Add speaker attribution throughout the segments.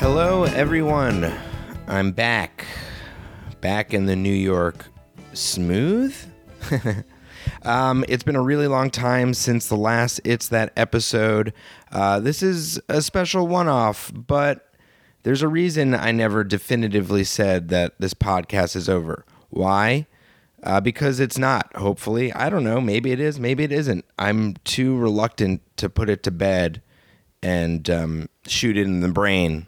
Speaker 1: Hello, everyone. I'm back. Back in the New York smooth. um, it's been a really long time since the last It's That episode. Uh, this is a special one off, but there's a reason I never definitively said that this podcast is over. Why? Uh, because it's not, hopefully. I don't know. Maybe it is. Maybe it isn't. I'm too reluctant to put it to bed and um, shoot it in the brain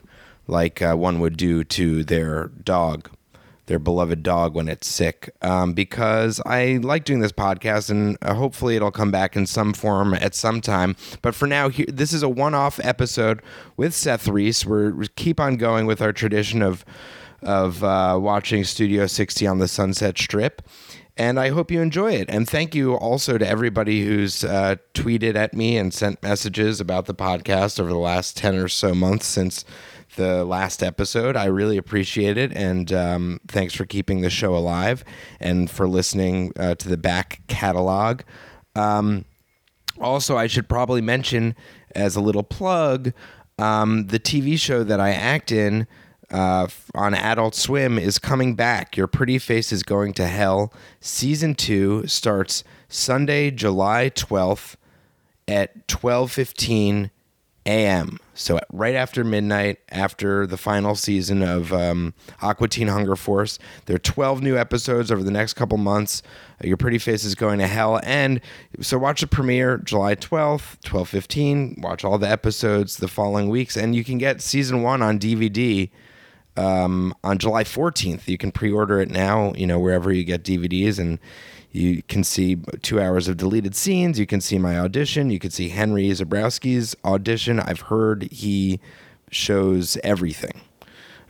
Speaker 1: like uh, one would do to their dog, their beloved dog when it's sick. Um, because I like doing this podcast and uh, hopefully it'll come back in some form at some time. But for now, here, this is a one off episode with Seth Reese. We're, we keep on going with our tradition of, of uh, watching Studio 60 on the Sunset Strip. And I hope you enjoy it. And thank you also to everybody who's uh, tweeted at me and sent messages about the podcast over the last 10 or so months since the last episode. I really appreciate it. And um, thanks for keeping the show alive and for listening uh, to the back catalog. Um, also, I should probably mention as a little plug um, the TV show that I act in uh, f- on Adult Swim is coming back. Your Pretty Face is Going to Hell. Season two starts Sunday, July 12th at 12:15 a.m. So at- right after midnight, after the final season of um, Aqua Teen Hunger Force, there are 12 new episodes over the next couple months. Uh, Your pretty face is going to hell, and so watch the premiere July 12th, 12:15. Watch all the episodes the following weeks, and you can get season one on DVD um, on July 14th. You can pre-order it now. You know wherever you get DVDs, and you can see two hours of deleted scenes. You can see my audition. You can see Henry Zabrowski's audition. I've heard he shows everything.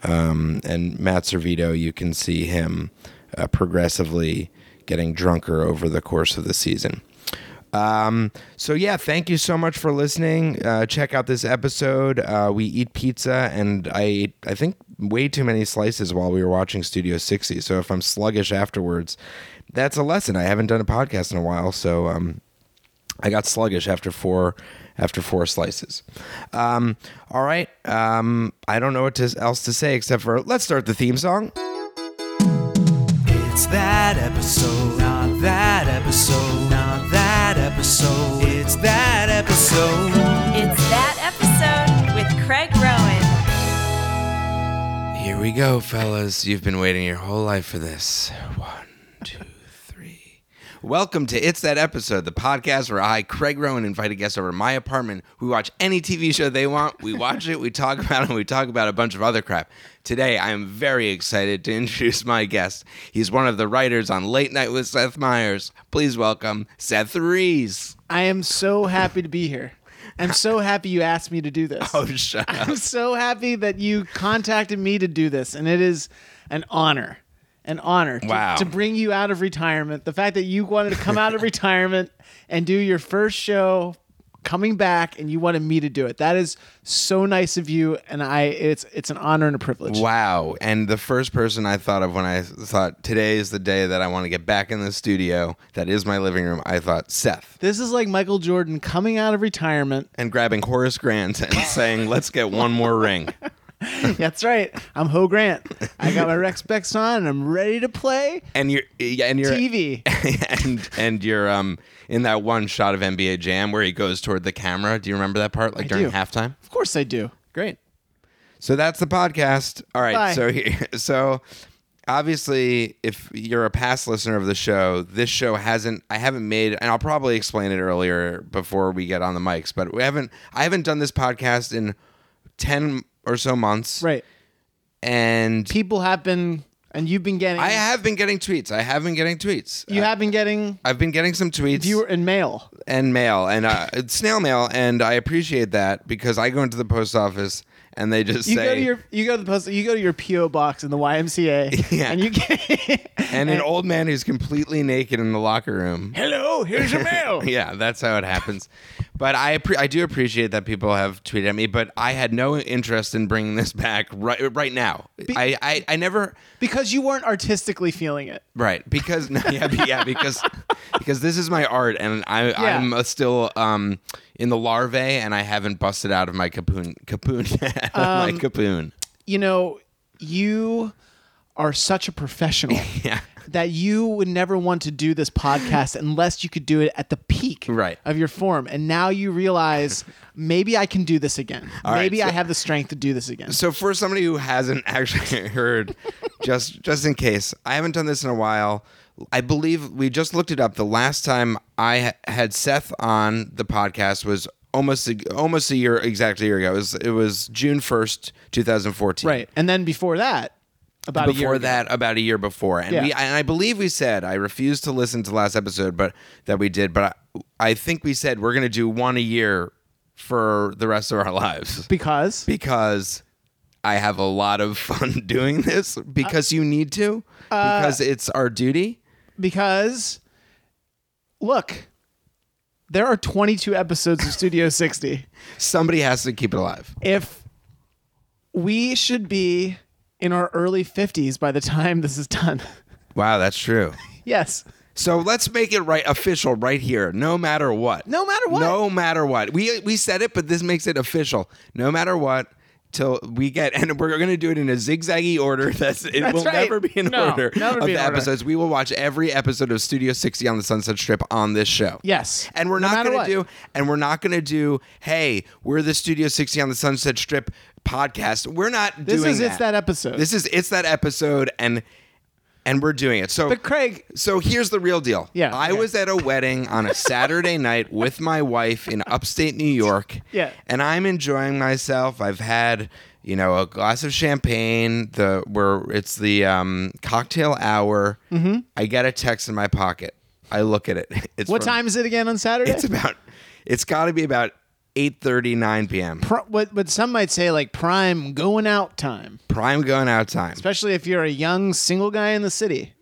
Speaker 1: Um, and Matt Servito, you can see him uh, progressively getting drunker over the course of the season. Um, so yeah, thank you so much for listening. Uh, check out this episode. Uh, we eat pizza, and I ate, I think way too many slices while we were watching Studio 60. So if I'm sluggish afterwards, that's a lesson. I haven't done a podcast in a while, so um, I got sluggish after four after four slices. Um, all right, um, I don't know what to, else to say except for let's start the theme song.
Speaker 2: It's that episode, not that episode, not that episode. It's that episode.
Speaker 3: It's that episode with Craig Rowan.
Speaker 1: Here we go, fellas. You've been waiting your whole life for this. One, two, three. Welcome to It's That Episode, the podcast where I, Craig Rowan, invite a guest over to my apartment. We watch any TV show they want. We watch it, we talk about it, and we talk about a bunch of other crap. Today, I am very excited to introduce my guest. He's one of the writers on Late Night with Seth Meyers. Please welcome Seth Reese.
Speaker 4: I am so happy to be here. I'm so happy you asked me to do this.
Speaker 1: Oh, shut up.
Speaker 4: I'm so happy that you contacted me to do this, and it is an honor, an honor to,
Speaker 1: Wow.
Speaker 4: to bring you out of retirement. The fact that you wanted to come out of retirement and do your first show, coming back, and you wanted me to do it. That is so nice of you, and I it's it's an honor and a privilege.
Speaker 1: Wow. And the first person I thought of when I thought today is the day that I want to get back in the studio, that is my living room, I thought Seth.
Speaker 4: This is like Michael Jordan coming out of retirement.
Speaker 1: And grabbing Horace Grant and saying, let's get one more ring.
Speaker 4: That's right. I'm Ho Grant. I got my Rex Specs on, and I'm ready to play
Speaker 1: And you're, yeah, and you're,
Speaker 4: TV.
Speaker 1: and, and you're, um, in that one shot of NBA Jam where he goes toward the camera. Do you remember that part? Like during
Speaker 4: do.
Speaker 1: halftime?
Speaker 4: Of course I do.
Speaker 1: Great. So that's the podcast. All right.
Speaker 4: Bye.
Speaker 1: So here, so obviously, if you're a past listener of the show, this show hasn't. I haven't made, and I'll probably explain it earlier before we get on the mics. But we haven't. I haven't done this podcast in ten or so months.
Speaker 4: Right.
Speaker 1: And
Speaker 4: People have been, and you've been getting.
Speaker 1: I have been getting tweets. I have been getting tweets.
Speaker 4: You have been getting
Speaker 1: I've been getting some tweets
Speaker 4: viewer and mail.
Speaker 1: and mail and uh, it's snail mail, and I appreciate that because I go into the post office and they just
Speaker 4: You
Speaker 1: say
Speaker 4: go to your, you go to the post, you go to your PO box in the YMCA,
Speaker 1: Yeah.
Speaker 4: and you get.
Speaker 1: and an old man who's completely naked in the locker room.
Speaker 4: Hello, here's your mail.
Speaker 1: Yeah, that's how it happens. But I appre- I do appreciate that people have tweeted at me, but I had no interest in bringing this back right right now. I, I I never
Speaker 4: because you weren't artistically feeling it.
Speaker 1: right because no, yeah be- yeah because because this is my art and I
Speaker 4: Yeah.
Speaker 1: I'm uh, still um in the larvae and I haven't busted out of my cocoon cocoon out of my cocoon.
Speaker 4: you know, you are such a professional
Speaker 1: Yeah.
Speaker 4: that you would never want to do this podcast unless you could do it at the peak
Speaker 1: Right.
Speaker 4: of your form. And now you realize maybe I can do this again.
Speaker 1: right,
Speaker 4: maybe
Speaker 1: so-
Speaker 4: I have the strength to do this again.
Speaker 1: So for somebody who hasn't actually heard, just just in case, I haven't done this in a while. I believe we just looked it up. The last time I ha- had Seth on the podcast was almost a, almost a year exactly a year ago. It was it was June first, two thousand fourteen.
Speaker 4: Right. And then before that, about a year
Speaker 1: before
Speaker 4: ago.
Speaker 1: that, about a year before, and
Speaker 4: Yeah.
Speaker 1: we and I believe we said I refused to listen to last episode, but that we did. But I, I think we said we're going to do one a year for the rest of our lives
Speaker 4: because
Speaker 1: because I have a lot of fun doing this because you need to
Speaker 4: Uh,
Speaker 1: because it's our duty.
Speaker 4: because look, there are 22 episodes of Studio 60.
Speaker 1: Somebody has to keep it alive.
Speaker 4: If we should be in our early 50s by the time this is done.
Speaker 1: Wow, that's true.
Speaker 4: yes.
Speaker 1: So let's make it right official right here. No matter what.
Speaker 4: No matter what.
Speaker 1: No matter what. We we said it, but this makes it official. No matter what. Till we get, and we're going to do it in a zigzaggy order. That's it.
Speaker 4: That's
Speaker 1: will
Speaker 4: right.
Speaker 1: never be in
Speaker 4: No,
Speaker 1: order
Speaker 4: never
Speaker 1: of
Speaker 4: be
Speaker 1: the
Speaker 4: in order.
Speaker 1: episodes. We will watch every episode of Studio 60 on the Sunset Strip on this show.
Speaker 4: Yes.
Speaker 1: and we're
Speaker 4: No
Speaker 1: not
Speaker 4: matter
Speaker 1: going
Speaker 4: what.
Speaker 1: to do and we're not going to do hey we're the studio 60 on the sunset strip podcast we're not
Speaker 4: This
Speaker 1: doing
Speaker 4: is it's that episode.
Speaker 1: this is it's that episode and and we're doing it so
Speaker 4: But Craig-
Speaker 1: so here's the real deal
Speaker 4: Yeah,
Speaker 1: i
Speaker 4: okay.
Speaker 1: was at a wedding on a saturday night with my wife in upstate new york
Speaker 4: Yeah.
Speaker 1: and i'm enjoying myself i've had you know a glass of champagne the where it's the um, cocktail hour mm-hmm. i get a text in my pocket i look at it it's
Speaker 4: what
Speaker 1: from-
Speaker 4: time is it again on Saturday?
Speaker 1: it's about. It's got to be about 8:30, 9 p.m.
Speaker 4: Pro- what, what some might say like prime going out time,
Speaker 1: Prime going out time.
Speaker 4: especially if you're a young single guy in the city.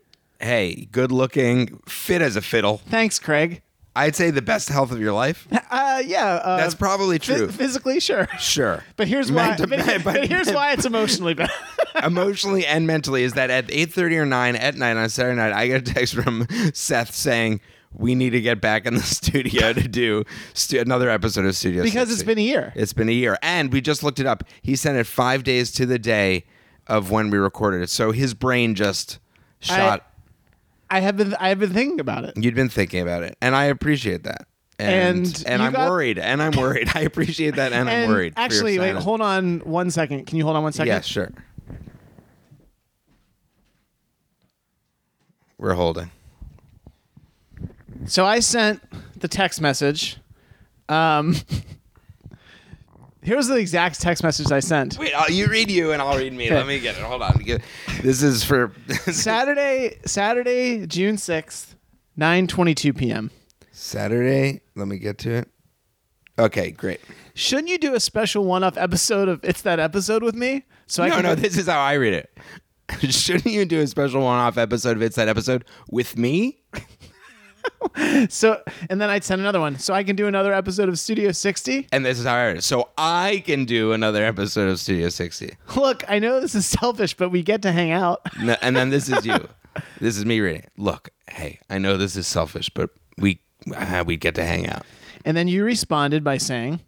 Speaker 1: Hey, good looking, fit as a fiddle.
Speaker 4: Thanks, Craig.
Speaker 1: I'd say the best health of your life.
Speaker 4: Uh, yeah, uh,
Speaker 1: That's probably
Speaker 4: phy-
Speaker 1: true.
Speaker 4: physically, sure.
Speaker 1: Sure.
Speaker 4: But here's why.
Speaker 1: Men-
Speaker 4: But,
Speaker 1: men-
Speaker 4: but here's why it's emotionally bad.
Speaker 1: emotionally and mentally is that at 8:30 or 9 at night on Saturday night, I get a text from Seth saying we need to get back in the studio to do stu- another episode of Studio
Speaker 4: Because it's
Speaker 1: 60."
Speaker 4: been a year.
Speaker 1: It's been a year, and we just looked it up. He sent it five days to the day of when we recorded it, so his brain just shot.
Speaker 4: I have been I have been thinking about it.
Speaker 1: You'd been thinking about it, and I appreciate that. And
Speaker 4: And
Speaker 1: and,
Speaker 4: you
Speaker 1: I'm
Speaker 4: got-
Speaker 1: worried, and I'm worried. I appreciate that, and, I'm
Speaker 4: And
Speaker 1: worried. for your
Speaker 4: actually, wait,
Speaker 1: sanity.
Speaker 4: hold on one second. Can you hold on one second?
Speaker 1: Yeah, sure. We're holding.
Speaker 4: So I sent the text message. Um, here's the exact text message I sent.
Speaker 1: Wait, I'll, you read you, and I'll read me. Let me get it. Hold on. Get- This is for
Speaker 4: Saturday, Saturday, June sixth, nine twenty-two p.m.
Speaker 1: Saturday. Let me get to it. Okay, great.
Speaker 4: Shouldn't you do a special one-off episode of "It's That Episode" with me? So I
Speaker 1: No,
Speaker 4: can
Speaker 1: no, this is how I read it. Shouldn't you do a special one-off episode of It's That Episode with me?
Speaker 4: so and then I'd send another one so I can do another episode of Studio 60.
Speaker 1: And this is how I read it. So I can do another episode of Studio 60.
Speaker 4: Look, I know this is selfish, but we get to hang out.
Speaker 1: No, and then this is you. This is me reading. it. Look, hey, I know this is selfish, but we uh, we get to hang out.
Speaker 4: And then you responded by saying,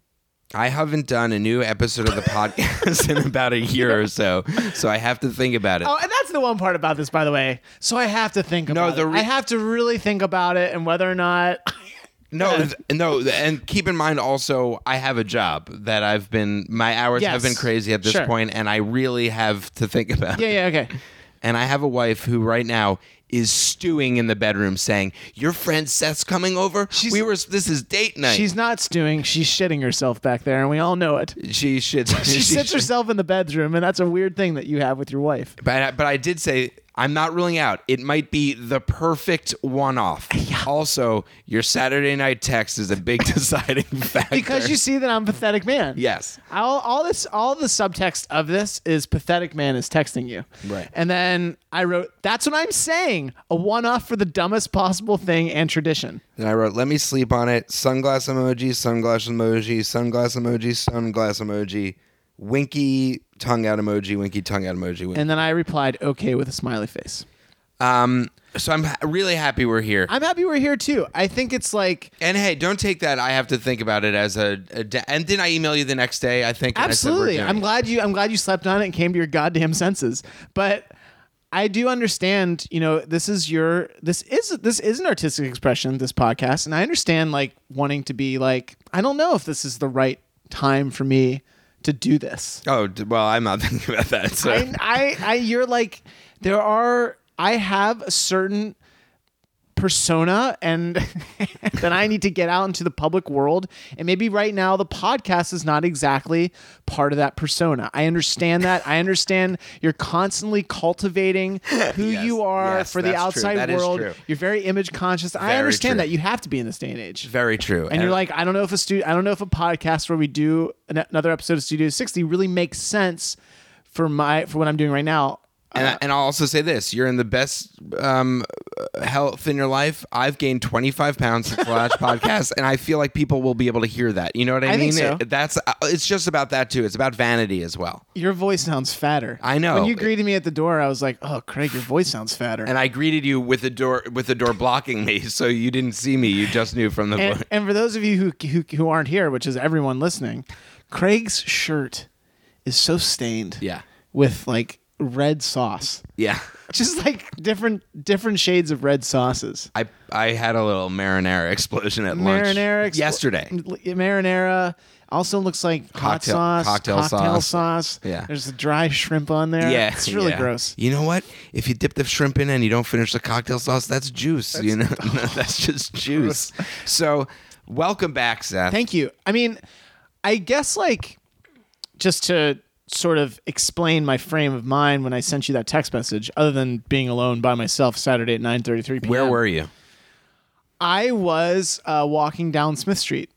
Speaker 1: I haven't done a new episode of the podcast in about a year or so, so I have to think about it.
Speaker 4: "Oh, and that's the one part about this, by the way. So I have to think
Speaker 1: No,
Speaker 4: about
Speaker 1: the
Speaker 4: it.
Speaker 1: re-
Speaker 4: I have to really think about it and whether or not
Speaker 1: No, th- no, th- and keep in mind also, I have a job that I've been my hours have
Speaker 4: Yes.
Speaker 1: been crazy at this
Speaker 4: Sure.
Speaker 1: point, and I really have to think about.
Speaker 4: Yeah,
Speaker 1: it.
Speaker 4: yeah, okay.
Speaker 1: And I have a wife who right now is stewing in the bedroom, saying, "Your friend Seth's coming over. we were. This is date night.
Speaker 4: She's not stewing, she's shitting herself back there, and we all know it.
Speaker 1: she should.
Speaker 4: She sits herself in the bedroom, and that's a weird thing that you have with your wife.
Speaker 1: But I, but I did say I'm not ruling out. It might be the perfect one-off. Also, your Saturday night text is a big deciding factor
Speaker 4: Because you see that I'm a pathetic man.
Speaker 1: Yes.
Speaker 4: All, all this, all the subtext of this is pathetic man is texting you.
Speaker 1: Right.
Speaker 4: And then I wrote, "That's what I'm saying. A one-off for the dumbest possible thing and tradition."
Speaker 1: Then I wrote, let me sleep on it. Sunglass emoji, sunglass emoji, sunglass emoji, sunglass emoji, winky tongue out emoji, winky tongue out emoji. Winky.
Speaker 4: And then I replied, "Okay," with a smiley face.
Speaker 1: Um, so I'm ha- really happy we're here.
Speaker 4: I'm happy we're here too. I think it's like
Speaker 1: and hey, don't take that. I have to think about it as a. a da- and then I email you the next day. I think and I said we're
Speaker 4: Absolutely.
Speaker 1: doing
Speaker 4: I'm
Speaker 1: it.
Speaker 4: glad you I'm glad you slept on it and came to your goddamn senses. But I do understand, you know, this is your this is this is an artistic expression this podcast and I understand like wanting to be like I don't know if this is the right time for me to do this.
Speaker 1: Oh d- well, I'm not thinking about that. So.
Speaker 4: I, I I you're like there are I have a certain persona and that I need to get out into the public world. And maybe right now the podcast is not exactly part of that persona. I understand that. I understand you're constantly cultivating who
Speaker 1: Yes,
Speaker 4: you are
Speaker 1: yes,
Speaker 4: for the
Speaker 1: that's true.
Speaker 4: outside
Speaker 1: That is
Speaker 4: world.
Speaker 1: true.
Speaker 4: You're very image conscious. I
Speaker 1: Very
Speaker 4: understand
Speaker 1: true.
Speaker 4: that. You have to be in this day and age.
Speaker 1: Very true.
Speaker 4: And you're like, I don't know if a stu- I don't know if a podcast where we do an- another episode of Studio 60 really makes sense for my for what I'm doing right now.
Speaker 1: and,
Speaker 4: Uh-huh.
Speaker 1: I, and I'll also say this: you're in the best um, health in your life. I've gained 25 pounds since the last podcast, and I feel like people will be able to hear that. You know what I,
Speaker 4: I
Speaker 1: mean?
Speaker 4: think so.
Speaker 1: It- that's uh, it's just about that too. It's about vanity as well.
Speaker 4: Your voice sounds fatter.
Speaker 1: I know.
Speaker 4: When you greeted me at the door, I was like, "Oh, Craig, your voice sounds fatter."
Speaker 1: And I greeted you with the door with the door blocking me, so you didn't see me. You just knew from the
Speaker 4: and,
Speaker 1: voice.
Speaker 4: and for those of you who, who who aren't here, which is everyone listening, Craig's shirt is so stained.
Speaker 1: Yeah.
Speaker 4: With like red sauce,
Speaker 1: Yeah.
Speaker 4: just like different different shades of red sauces.
Speaker 1: I I had a little marinara explosion at lunch
Speaker 4: Marinara expl-
Speaker 1: yesterday.
Speaker 4: l- marinara also looks like
Speaker 1: Cocktail-
Speaker 4: hot sauce,
Speaker 1: cocktail sauce.
Speaker 4: sauce.
Speaker 1: Yeah.
Speaker 4: There's a dry shrimp on there.
Speaker 1: Yeah,
Speaker 4: It's really
Speaker 1: yeah.
Speaker 4: gross.
Speaker 1: You know what? If you dip the shrimp in and you don't finish the cocktail sauce, that's juice. you know, that's just juice. So, welcome back, Seth.
Speaker 4: Thank you. I mean, I guess like just to sort of explain my frame of mind when I sent you that text message, other than being alone by myself Saturday at 9:33 p.m.
Speaker 1: Where were you
Speaker 4: I was uh, walking down Smith Street.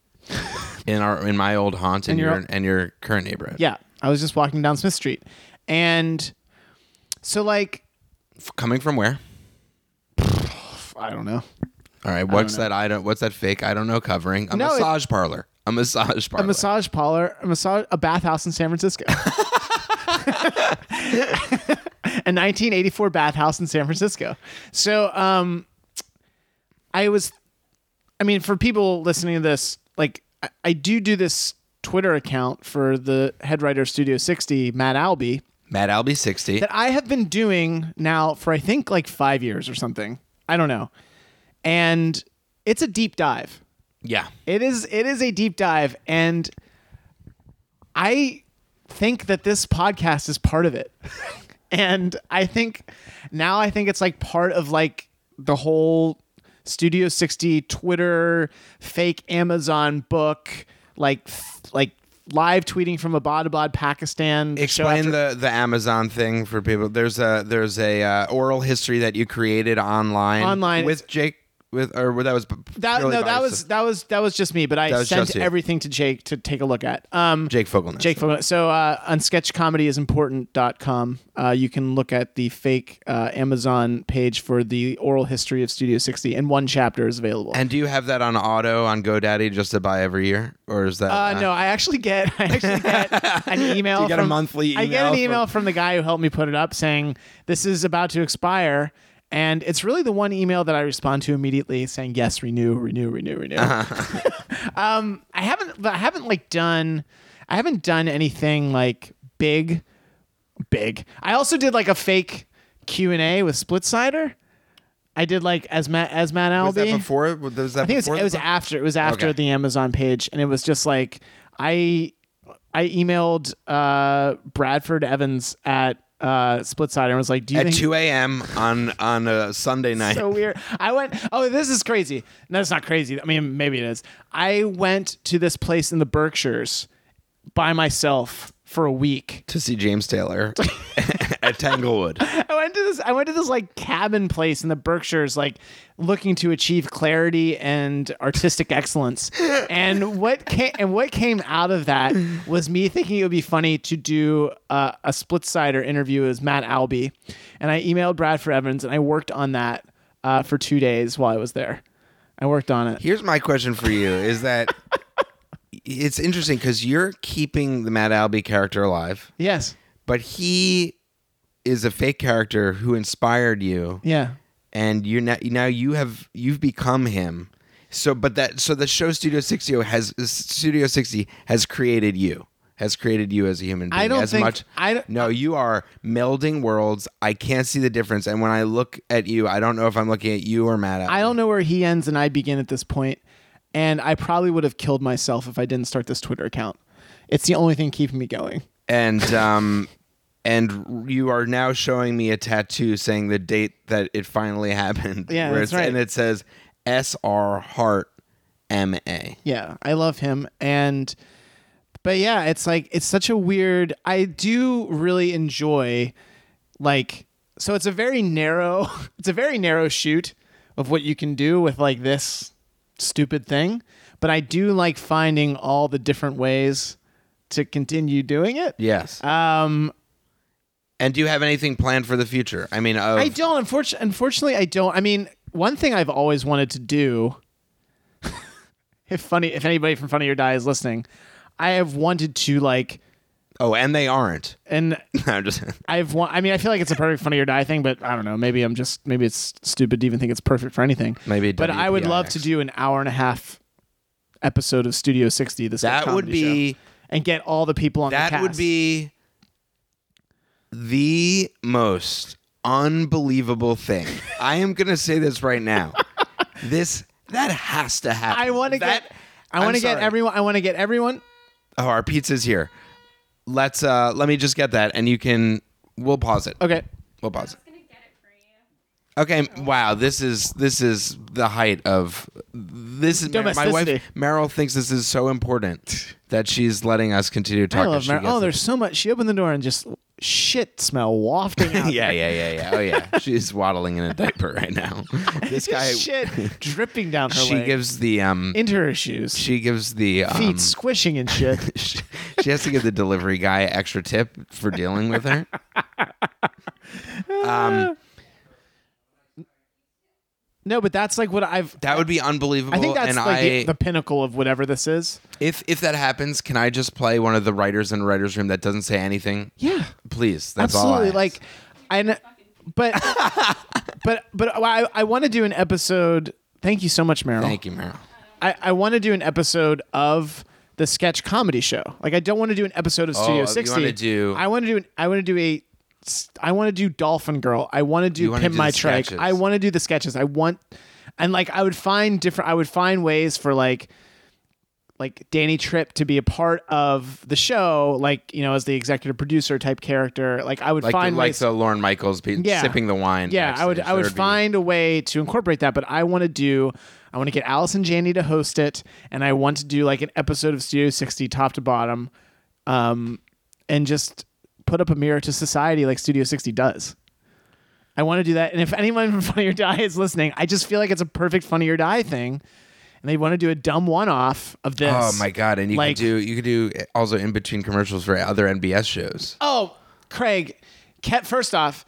Speaker 1: in our in my old haunt and,
Speaker 4: In your-
Speaker 1: your and your current neighborhood?
Speaker 4: Yeah, I was just walking down Smith Street, and so like
Speaker 1: F- coming from where?
Speaker 4: I don't know.
Speaker 1: All right. What's that? I don't. What's that fake? I don't know. Covering a
Speaker 4: No, it-
Speaker 1: massage parlor. A massage parlor.
Speaker 4: a massage parlor, a massage, a bathhouse in San Francisco. a 1984 bathhouse in San Francisco. So, um, I was, I mean, for people listening to this, like, I, I do do this Twitter account for the head writer of Studio 60, Matt Albee,
Speaker 1: Matt Albee sixty.
Speaker 4: that I have been doing now for I think like five years or something. I don't know. And it's a deep dive.
Speaker 1: yeah.
Speaker 4: It is it is a deep dive and I think that this podcast is part of it. and I think now I think it's like part of like the whole Studio 60 Twitter fake Amazon book like f- like live tweeting from Abbottabad Pakistan show
Speaker 1: Explain
Speaker 4: after-
Speaker 1: the, the Amazon thing for people. There's a there's a uh, oral history that you created online
Speaker 4: Online.
Speaker 1: with Jake with or that was
Speaker 4: that
Speaker 1: purely
Speaker 4: no
Speaker 1: by
Speaker 4: that was
Speaker 1: yourself.
Speaker 4: that was that was just me but I
Speaker 1: That was
Speaker 4: sent
Speaker 1: just you.
Speaker 4: everything to Jake to take a look at. Um
Speaker 1: Jake Fogelnest.
Speaker 4: Jake Fogelman. So uh, on sketchcomedyisimportant.com, uh, you can look at the fake uh, Amazon page for the oral history of Studio 60, and one chapter is available.
Speaker 1: And do you have that on auto on GoDaddy just to buy every year, or is that?
Speaker 4: uh, no, I actually get I actually get an email.
Speaker 1: You get a
Speaker 4: from-
Speaker 1: monthly
Speaker 4: I get
Speaker 1: email
Speaker 4: an
Speaker 1: from-
Speaker 4: email from the guy who helped me put it up saying this is about to expire, and it's really the one email that I respond to immediately saying yes, renew, renew, renew, renew.
Speaker 1: Uh-huh.
Speaker 4: um, I haven't, but I haven't like done, I haven't done anything like big, big. I also did like a fake Q and A with Splitsider. I did like as Matt as Matt Albee.
Speaker 1: was that before? Was that
Speaker 4: I think it
Speaker 1: before
Speaker 4: was, it was
Speaker 1: the-
Speaker 4: after. It was after
Speaker 1: Okay.
Speaker 4: the Amazon page, and it was just like I I emailed uh, Bradford Evans at uh, Splitside and was like, "Do you
Speaker 1: at
Speaker 4: think?"
Speaker 1: two a.m. on on a Sunday night.
Speaker 4: so weird. I went. Oh, this is crazy. No, it's not crazy. I mean, maybe it is. I went to this place in the Berkshires by myself for a week.
Speaker 1: to see James Taylor at Tanglewood.
Speaker 4: I went to this. I went to this like cabin place in the Berkshires, like looking to achieve clarity and artistic excellence. and what came and what came out of that was me thinking it would be funny to do uh, a split sider interview as Matt Albee, and I emailed Bradford Evans, and I worked on that uh, for two days while I was there. I worked on it.
Speaker 1: Here's my question for you: Is that it's interesting because you're keeping the Matt Albee character alive,
Speaker 4: Yes.
Speaker 1: but he is a fake character who inspired you,
Speaker 4: Yeah.
Speaker 1: and you now now you have you've become him. So, but that so the show Studio Sixty has Studio Sixty has created you. Has created you as a human being.
Speaker 4: I don't
Speaker 1: as
Speaker 4: think-
Speaker 1: much.
Speaker 4: I don't-
Speaker 1: no, you are melding worlds. I can't see the difference. And when I look at you, I don't know if I'm looking at you or Matt. at
Speaker 4: I don't know where he ends and I begin at this point, and I probably would have killed myself if I didn't start this Twitter account. It's the only thing keeping me going.
Speaker 1: and um and you are now showing me a tattoo saying the date that it finally happened.
Speaker 4: Yeah,
Speaker 1: where
Speaker 4: that's
Speaker 1: it's-
Speaker 4: right.
Speaker 1: And it says S R Heart M A.
Speaker 4: Yeah, I love him and but yeah, it's like it's such a weird I do really enjoy like so it's a very narrow it's a very narrow shoot of what you can do with like this stupid thing, but I do like finding all the different ways to continue doing it.
Speaker 1: Yes.
Speaker 4: Um
Speaker 1: and do you have anything planned for the future? I mean, of,
Speaker 4: I don't. Unfortunately, unfortunately, I don't. I mean, one thing I've always wanted to do. if funny, if anybody from Funny or Die is listening, I have wanted to like,
Speaker 1: oh, and they aren't.
Speaker 4: and
Speaker 1: I'm just
Speaker 4: I've want. I mean, I feel like it's a perfect Funny or Die thing, but I don't know. Maybe I'm just maybe it's stupid to even think it's perfect for anything.
Speaker 1: Maybe
Speaker 4: but I would love
Speaker 1: WPIX.
Speaker 4: to do an hour and a half episode of Studio 60. This
Speaker 1: That would
Speaker 4: comedy
Speaker 1: be-
Speaker 4: show, and get all the people on
Speaker 1: that
Speaker 4: the cast.
Speaker 1: would be the most unbelievable thing. I am going to say this right now. this that has to happen.
Speaker 4: I want to
Speaker 1: That-
Speaker 4: get. I want to
Speaker 1: I'm
Speaker 4: get
Speaker 1: sorry.
Speaker 4: everyone. I want to get everyone.
Speaker 1: Oh, our pizza's here. Let's uh let me just get that and you can we'll pause it.
Speaker 4: Okay.
Speaker 1: We'll pause it. Okay, wow, this is this is the height of this is my- my
Speaker 4: Domesticity.
Speaker 1: wife Meryl thinks this is so important that she's letting us continue
Speaker 4: I
Speaker 1: talking.
Speaker 4: love
Speaker 1: She
Speaker 4: Mar-
Speaker 1: gets
Speaker 4: Oh,
Speaker 1: it.
Speaker 4: there's so much. She opened the door and just shit smell wafting out.
Speaker 1: yeah, yeah, yeah, yeah. Oh yeah. she's waddling in a diaper right now. This
Speaker 4: Just
Speaker 1: guy
Speaker 4: shit dripping down her
Speaker 1: she
Speaker 4: leg
Speaker 1: gives the um
Speaker 4: into her shoes.
Speaker 1: she gives the um,
Speaker 4: feet squishing and shit.
Speaker 1: she she has to give the delivery guy extra tip for dealing with her. Um,
Speaker 4: no, but that's like what I've.
Speaker 1: that would be unbelievable.
Speaker 4: I think that's
Speaker 1: and
Speaker 4: like the,
Speaker 1: I,
Speaker 4: the pinnacle of whatever this is.
Speaker 1: if if that happens, can I just play one of the writers in writers room that doesn't say anything?
Speaker 4: Yeah,
Speaker 1: Please, that's all. I
Speaker 4: absolutely.
Speaker 1: ask.
Speaker 4: like, I. kn- But, but, but I, I want to do an episode. Thank you so much, Meryl.
Speaker 1: thank you, Meryl.
Speaker 4: I, I want to do an episode of the sketch comedy show. Like I don't want to do an episode of Studio
Speaker 1: Oh, you
Speaker 4: 60.
Speaker 1: wanna do-
Speaker 4: I want to do an, I want to do a s- I want to do Dolphin Girl. I want to
Speaker 1: You
Speaker 4: do
Speaker 1: wanna
Speaker 4: Pimp
Speaker 1: do
Speaker 4: My
Speaker 1: the
Speaker 4: Trike.
Speaker 1: sketches.
Speaker 4: I want to do the sketches. I want and like I would find different I would find ways for like like Danny Tripp to be a part of the show, like, you know, as the executive producer type character. Like I would
Speaker 1: Like the,
Speaker 4: find
Speaker 1: like
Speaker 4: ways
Speaker 1: the Lauren Michaels be,
Speaker 4: Yeah.
Speaker 1: sipping the wine.
Speaker 4: yeah, I would
Speaker 1: backstage.
Speaker 4: I would
Speaker 1: That be-
Speaker 4: find a way to incorporate that, but I want to do I want to get Allison Janney to host it, and I want to do like an episode of Studio 60 top to bottom, um, and just put up a mirror to society like Studio 60 does. I want to do that, and if anyone from Funny or Die is listening, I just feel like it's a perfect Funny or Die thing, and they want to do a dumb one off of this.
Speaker 1: Oh my god! And you
Speaker 4: Like-
Speaker 1: could do you could do also in between commercials for other NBS shows.
Speaker 4: Oh, Craig. Ke- first off,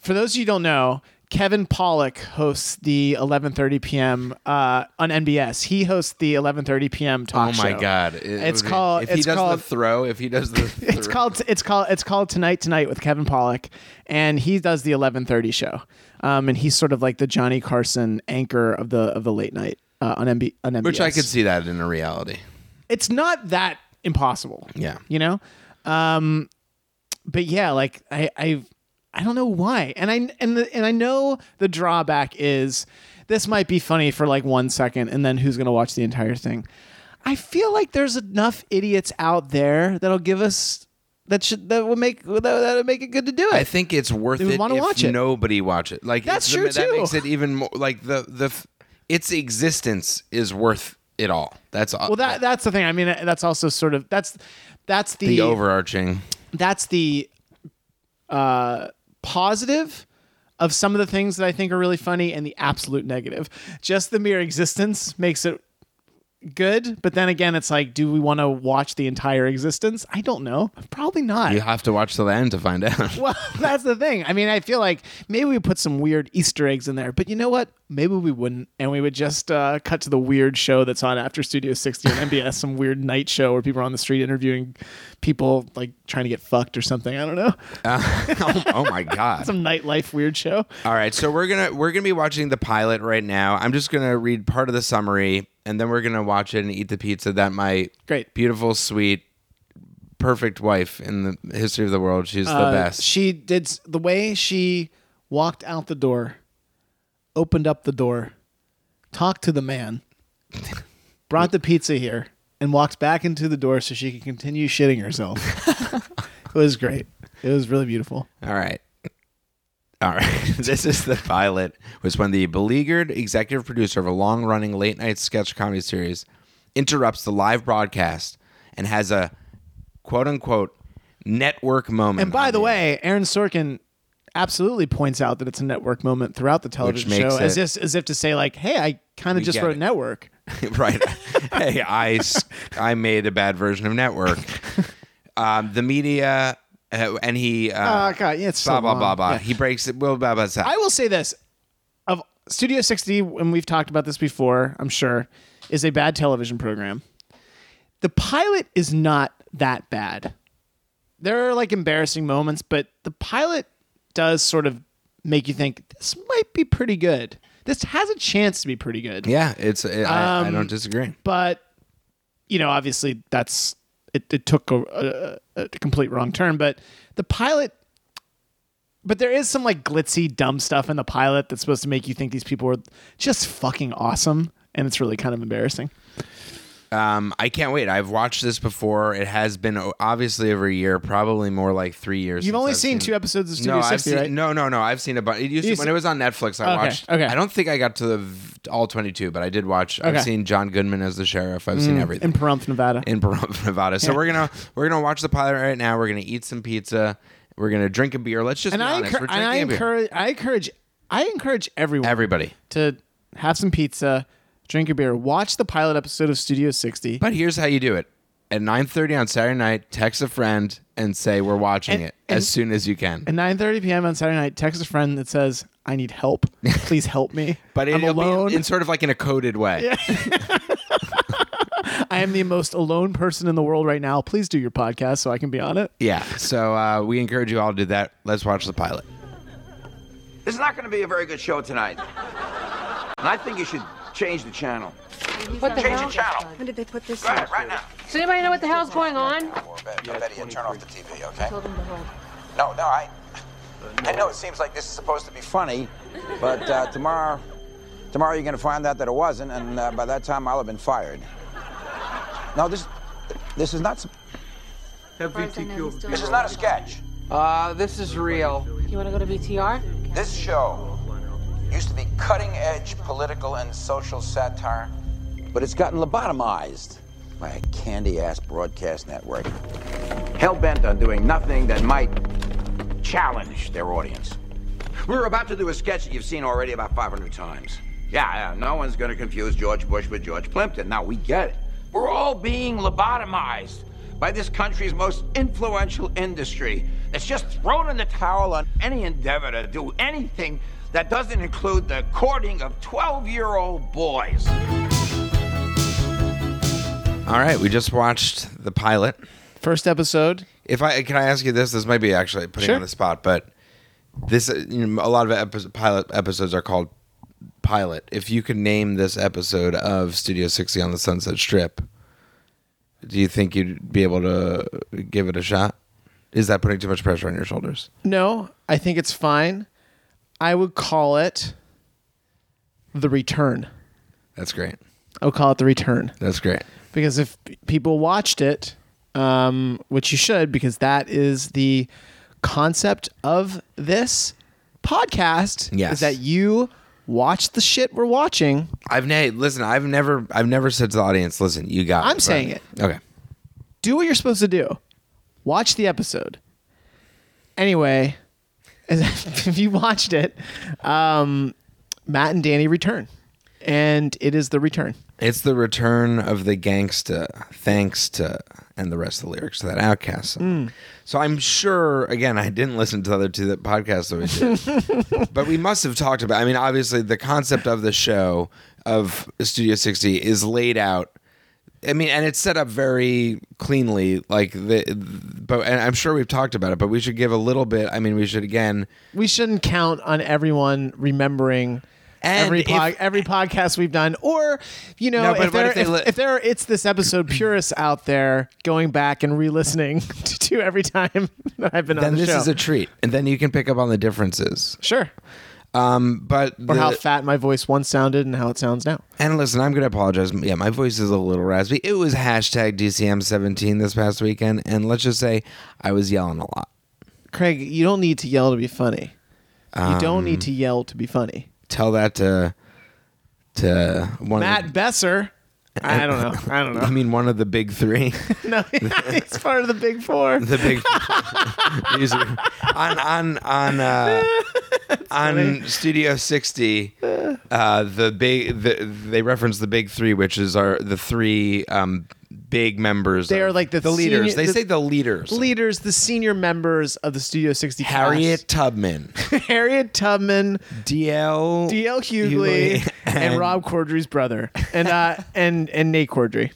Speaker 4: for those of you who don't know, Kevin Pollock hosts the 11:30 p.m. Uh, on NBS. He hosts the 11:30 p.m.
Speaker 1: Oh,
Speaker 4: talk show.
Speaker 1: my god! It
Speaker 4: It's
Speaker 1: would be-
Speaker 4: called-
Speaker 1: If he
Speaker 4: it's
Speaker 1: does
Speaker 4: called-
Speaker 1: the throw, if he does the
Speaker 4: It's called it's called it's called Tonight Tonight with Kevin Pollock, and he does the 11:30 show. Um, and he's sort of like the Johnny Carson anchor of the of the late night uh, on, MB, on NBS.
Speaker 1: which I could see that in a reality.
Speaker 4: It's not that impossible.
Speaker 1: Yeah.
Speaker 4: you know um but yeah like i i i don't know why and i and the, and i know the drawback is this might be funny for like one second and then who's gonna watch the entire thing i feel like there's enough idiots out there that'll give us that should that will make that that'll make it good to do it
Speaker 1: I think it's worth
Speaker 4: They would
Speaker 1: it
Speaker 4: wanna
Speaker 1: if
Speaker 4: watch it.
Speaker 1: nobody watch it. Like
Speaker 4: That's
Speaker 1: it's the-
Speaker 4: true,
Speaker 1: That
Speaker 4: too.
Speaker 1: makes it even more like the the f- its existence is worth it all. That's all.
Speaker 4: well that that's the thing i mean that's also sort of that's that's the,
Speaker 1: the overarching.
Speaker 4: that's the uh, positive of some of the things that I think are really funny and the absolute negative. Just the mere existence makes it good, but then again, it's like, do we want to watch the entire existence? I don't know. Probably not.
Speaker 1: You have to watch till the end to find out.
Speaker 4: Well, that's the thing. I mean, I feel like maybe we put some weird Easter eggs in there, but you know what? Maybe we wouldn't, and we would just uh, cut to the weird show that's on after Studio 60 on MBS, some weird night show where people are on the street interviewing people, like trying to get fucked or something. I don't know.
Speaker 1: oh, oh my god.
Speaker 4: Some nightlife weird show.
Speaker 1: All right, so we're gonna we're gonna be watching the pilot right now. I'm just gonna read part of the summary, and then we're gonna watch it and eat the pizza that my
Speaker 4: Great.
Speaker 1: beautiful, sweet, perfect wife in the history of the world. She's
Speaker 4: Uh,
Speaker 1: the best.
Speaker 4: She did s- the way she walked out the door, opened up the door, talked to the man, brought the pizza here, and walked back into the door so she could continue shitting herself. it was great. It was really beautiful.
Speaker 1: All right. All right. this is the pilot, was when the beleaguered executive producer of a long running late night sketch comedy series interrupts the live broadcast and has a quote unquote network moment.
Speaker 4: And by
Speaker 1: on
Speaker 4: the way, Aaron Sorkin absolutely points out that it's a network moment throughout the television
Speaker 1: makes
Speaker 4: show, as
Speaker 1: it-
Speaker 4: if, as if to say, like, "Hey, I kind
Speaker 1: We
Speaker 4: of just
Speaker 1: get
Speaker 4: wrote
Speaker 1: it.
Speaker 4: network."
Speaker 1: right. hey, I, s- I made a bad version of network. um, the media, uh, and he. Uh,
Speaker 4: Ah, God, yeah, it's so
Speaker 1: blah, blah, blah,
Speaker 4: long.
Speaker 1: blah.
Speaker 4: Yeah.
Speaker 1: He breaks it. Blah, blah, blah, blah.
Speaker 4: I will say this: of Studio 60, and we've talked about this before, I'm sure, is a bad television program. The pilot is not that bad. There are like embarrassing moments, but the pilot does sort of make you think this might be pretty good. This has a chance to be pretty good.
Speaker 1: yeah, it's. It, I, I
Speaker 4: Um,
Speaker 1: don't disagree.
Speaker 4: But you know, obviously, that's it. It took a, a, a complete wrong turn. But the pilot, but there is some like glitzy, dumb stuff in the pilot that's supposed to make you think these people are just fucking awesome, and it's really kind of embarrassing.
Speaker 1: Um, I can't wait. I've watched this before. It has been o- obviously over a year, probably more like three years.
Speaker 4: You've
Speaker 1: since
Speaker 4: only
Speaker 1: I've
Speaker 4: seen two
Speaker 1: it.
Speaker 4: episodes of Studio
Speaker 1: no,
Speaker 4: 60,
Speaker 1: I've seen,
Speaker 4: right?
Speaker 1: No, no, no. I've seen a bunch. It used
Speaker 4: You
Speaker 1: to, when
Speaker 4: see-
Speaker 1: it was on Netflix, I
Speaker 4: Okay,
Speaker 1: watched.
Speaker 4: okay.
Speaker 1: I don't think I got to the v- all twenty-two, but I did watch. I've
Speaker 4: Okay. Mm.
Speaker 1: seen John Goodman as the sheriff. I've seen everything
Speaker 4: in Pahrump, Nevada.
Speaker 1: in Pahrump, Nevada. So we're gonna we're gonna watch the pilot right now. We're gonna eat some pizza. We're gonna drink a beer. Let's just
Speaker 4: and
Speaker 1: be
Speaker 4: I,
Speaker 1: honest.
Speaker 4: encour-
Speaker 1: We're
Speaker 4: and
Speaker 1: drinking
Speaker 4: I
Speaker 1: a beer.
Speaker 4: encourage, I encourage, I encourage everyone
Speaker 1: everybody.
Speaker 4: to have some pizza, drink a beer, watch the pilot episode of Studio 60.
Speaker 1: But here's how you do it. At 9:30 on Saturday night, text a friend and say we're watching
Speaker 4: And-
Speaker 1: it
Speaker 4: and-
Speaker 1: as soon as you can.
Speaker 4: at 9:30 p.m. on Saturday night, text a friend that says, "I need help. Please help me.
Speaker 1: but
Speaker 4: I'm
Speaker 1: it'll be
Speaker 4: alone.
Speaker 1: in sort of like in a coded way.
Speaker 4: I am the most alone person in the world right now. Please do your podcast so I can be on it."
Speaker 1: Yeah. So uh, we encourage you all to do that. Let's watch the pilot.
Speaker 5: This is not going to be a very good show tonight. And I think you should change the channel.
Speaker 6: What the
Speaker 5: Change
Speaker 6: hell?
Speaker 5: the channel.
Speaker 6: When did they put this?
Speaker 5: Go ahead, right now.
Speaker 6: Does anybody know what the hell's going on?
Speaker 5: Or bet- I bet you turn off the TV, okay? No, no, I. I know it seems like this is supposed to be funny, but uh, tomorrow, tomorrow you're going to find out that it wasn't, and uh, by that time I'll have been fired. No, this, this is not. This is not a sketch.
Speaker 7: Uh, this is real.
Speaker 6: You want to go to BTR?
Speaker 5: This show used to be cutting edge political and social satire, but it's gotten lobotomized by a candy ass broadcast network. Hell bent on doing nothing that might challenge their audience. We're about to do a sketch that you've seen already about 500 times. Yeah, yeah, no one's going to confuse George Bush with George Plimpton. Now we get it. We're all being lobotomized by this country's most influential industry that's just thrown in the towel on any endeavor to do anything that doesn't include the courting of 12 year old boys.
Speaker 1: All right, we just watched the pilot.
Speaker 4: First episode.
Speaker 1: If I can, I ask you this. This might be actually putting you
Speaker 4: Sure.
Speaker 1: on the spot, but this uh, you know, a lot of epi- pilot episodes are called pilot. If you could name this episode of Studio 60 on the Sunset Strip, do you think you'd be able to give it a shot? Is that putting too much pressure on your shoulders?
Speaker 4: No, I think it's fine. I would call it the return.
Speaker 1: That's great.
Speaker 4: I would call it the return.
Speaker 1: That's great.
Speaker 4: because if p- people watched it, um, which you should, because that is the concept of this podcast,
Speaker 1: Yes.
Speaker 4: is that you watch the shit we're watching.
Speaker 1: I've ne- listen. I've never. I've never said to the audience, "Listen, you got."
Speaker 4: I'm
Speaker 1: but-
Speaker 4: saying it.
Speaker 1: Okay.
Speaker 4: Do what you're supposed to do. Watch the episode. Anyway, as- if you watched it, um, Matt and Danny return, and it is the return.
Speaker 1: It's the return of the gangsta, thanks to, and the rest of the lyrics to that Outcast
Speaker 4: Hmm.
Speaker 1: song. So I'm sure, again, I didn't listen to the other two that podcasts that we did, but we must have talked about. I mean, obviously, the concept of the show of Studio 60 is laid out. I mean, and it's set up very cleanly, like the. But and I'm sure we've talked about it, but we should give a little bit. I mean, we should again.
Speaker 4: we shouldn't count on everyone remembering
Speaker 1: And
Speaker 4: every po-
Speaker 1: if-
Speaker 4: every podcast we've done, or you know,
Speaker 1: No, but what
Speaker 4: if, there,
Speaker 1: if they
Speaker 4: if,
Speaker 1: li-
Speaker 4: if there are it's this episode purists out there going back and re-listening to, to every time that I've been
Speaker 1: Then
Speaker 4: on the
Speaker 1: this
Speaker 4: show.
Speaker 1: is a treat, and then you can pick up on the differences.
Speaker 4: sure,
Speaker 1: But
Speaker 4: or
Speaker 1: the-
Speaker 4: how fat my voice once sounded and how it sounds now.
Speaker 1: And listen, I'm going to apologize. Yeah, my voice is a little raspy. It was hashtag DCM17 this past weekend, and let's just say I was yelling a lot.
Speaker 4: Craig, you don't need to yell to be funny. You don't
Speaker 1: Um,
Speaker 4: need to yell to be funny.
Speaker 1: Tell that to to one.
Speaker 4: Matt
Speaker 1: of
Speaker 4: Besser. I don't know. I don't
Speaker 1: the, I
Speaker 4: know.
Speaker 1: mean, one of the big three,
Speaker 4: No, he's part of the big four.
Speaker 1: the big these are- on on on uh, on Studio 60. Uh, the big the, they reference the big three, which is our the three um, big members.
Speaker 4: They
Speaker 1: of-
Speaker 4: are like the
Speaker 1: the leaders.
Speaker 4: senior-
Speaker 1: they
Speaker 4: the-
Speaker 1: say the leaders.
Speaker 4: leaders, the senior members of the Studio 60 cast.
Speaker 1: Harriet Tubman.
Speaker 4: Harriet Tubman,
Speaker 1: DL
Speaker 4: DL Hughley, and, Rob Corddry's brother, and uh, and and Nate Cordry,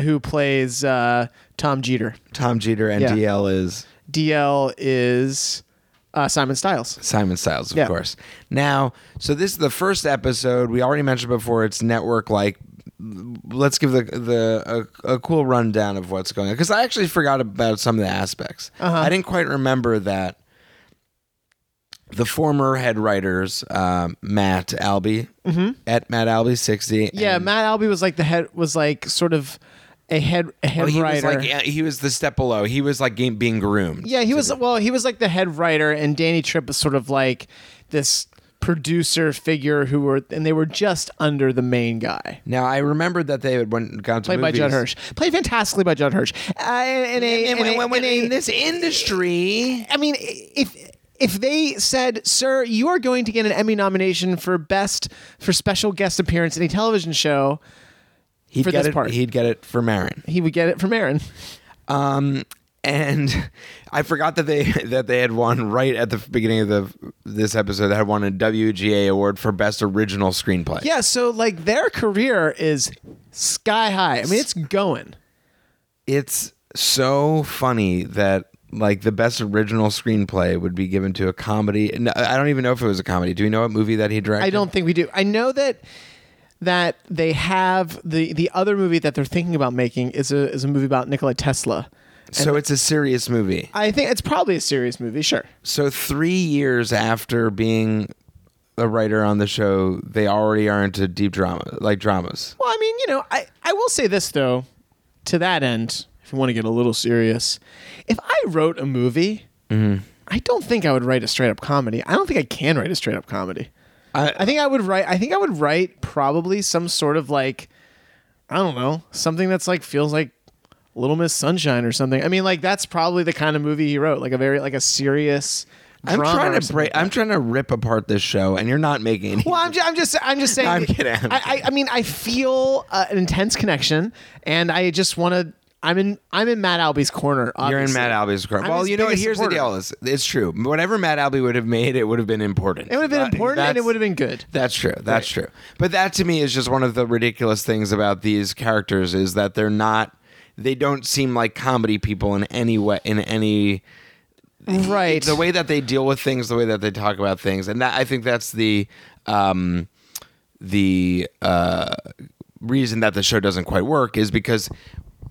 Speaker 4: who plays uh, Tom Jeter.
Speaker 1: Tom Jeter and
Speaker 4: Yeah.
Speaker 1: DL is
Speaker 4: DL is uh, Simon Styles.
Speaker 1: Simon Styles, of
Speaker 4: Yeah.
Speaker 1: course. Now, so this is the first episode. We already mentioned before it's network like. Let's give the the a, a cool rundown of what's going on because I actually forgot about some of the aspects.
Speaker 4: Uh-huh.
Speaker 1: I didn't quite remember that the former head writers um, Matt Albee at Matt Albee sixty.
Speaker 4: Mm-hmm. Yeah,
Speaker 1: and-
Speaker 4: Matt Albee was like the head was like sort of a head a head
Speaker 1: Oh, he
Speaker 4: writer.
Speaker 1: was like he was the step below. He was like game, being groomed.
Speaker 4: Yeah, he was well, he was like the head writer and Danny Tripp was sort of like this producer figure who were and they were just under the main guy.
Speaker 1: Now I remembered that they had went gone to
Speaker 4: Played by
Speaker 1: movies.
Speaker 4: Judd Hirsch. Played fantastically by Judd Hirsch. Uh, in a, in a- in a-
Speaker 1: industry,
Speaker 4: I mean, if if they said, "Sir, you are going to get an Emmy nomination for best for special guest appearance in a television show,"
Speaker 1: he'd
Speaker 4: For
Speaker 1: get
Speaker 4: this
Speaker 1: it.
Speaker 4: part.
Speaker 1: He'd get it for Marin.
Speaker 4: he would get it from Aaron.
Speaker 1: And I forgot that they that they had won right at the beginning of the this episode. They had won a WGA award for best original screenplay.
Speaker 4: Yeah, so like their career is sky high. I mean, it's going.
Speaker 1: it's so funny that like the best original screenplay would be given to a comedy. No, I don't even know if it was a comedy. Do we know what movie that he directed?
Speaker 4: I don't think we do. I know that that they have the the other movie that they're thinking about making is a is a movie about Nikola Tesla.
Speaker 1: So it's a serious movie.
Speaker 4: I think it's probably a serious movie, sure.
Speaker 1: So three years after being a writer on the show, they already are into deep drama, like dramas.
Speaker 4: Well, I mean, you know, I, I will say this though, to that end, if you want to get a little serious, if I wrote a movie,
Speaker 1: Mm-hmm.
Speaker 4: I don't think I would write a straight up comedy. I don't think I can write a straight up comedy. I, think I would write I think I would write probably some sort of like I don't know, something that's like feels like Little Miss Sunshine or something. I mean, like that's probably the kind of movie he wrote, like a very like a serious
Speaker 1: I'm
Speaker 4: drama or
Speaker 1: trying to
Speaker 4: something
Speaker 1: break.
Speaker 4: like that.
Speaker 1: I'm trying to rip apart this show, and you're not making. Any-
Speaker 4: Well, I'm just, I'm just, I'm just saying.
Speaker 1: I'm kidding. I'm
Speaker 4: I, I, I mean, I feel uh, an intense connection, and I just want to. I'm in, I'm in Matt Albee's corner. Obviously.
Speaker 1: you're in Matt Albie's corner.
Speaker 4: I'm
Speaker 1: Well,
Speaker 4: his
Speaker 1: you know what?
Speaker 4: biggest
Speaker 1: Here's
Speaker 4: supporter.
Speaker 1: the deal: is it's true. Whatever Matt Albie would have made, it would have been important.
Speaker 4: It would have been
Speaker 1: Uh,
Speaker 4: important, and it
Speaker 1: that's-
Speaker 4: would have been good.
Speaker 1: That's true. That's true. But that to me is just one of the ridiculous things about these characters is that they're not. They don't seem like comedy people in any way. In any
Speaker 4: Right.
Speaker 1: the way that they deal with things, the way that they talk about things, and that I think that's the um, the uh, reason that the show doesn't quite work is because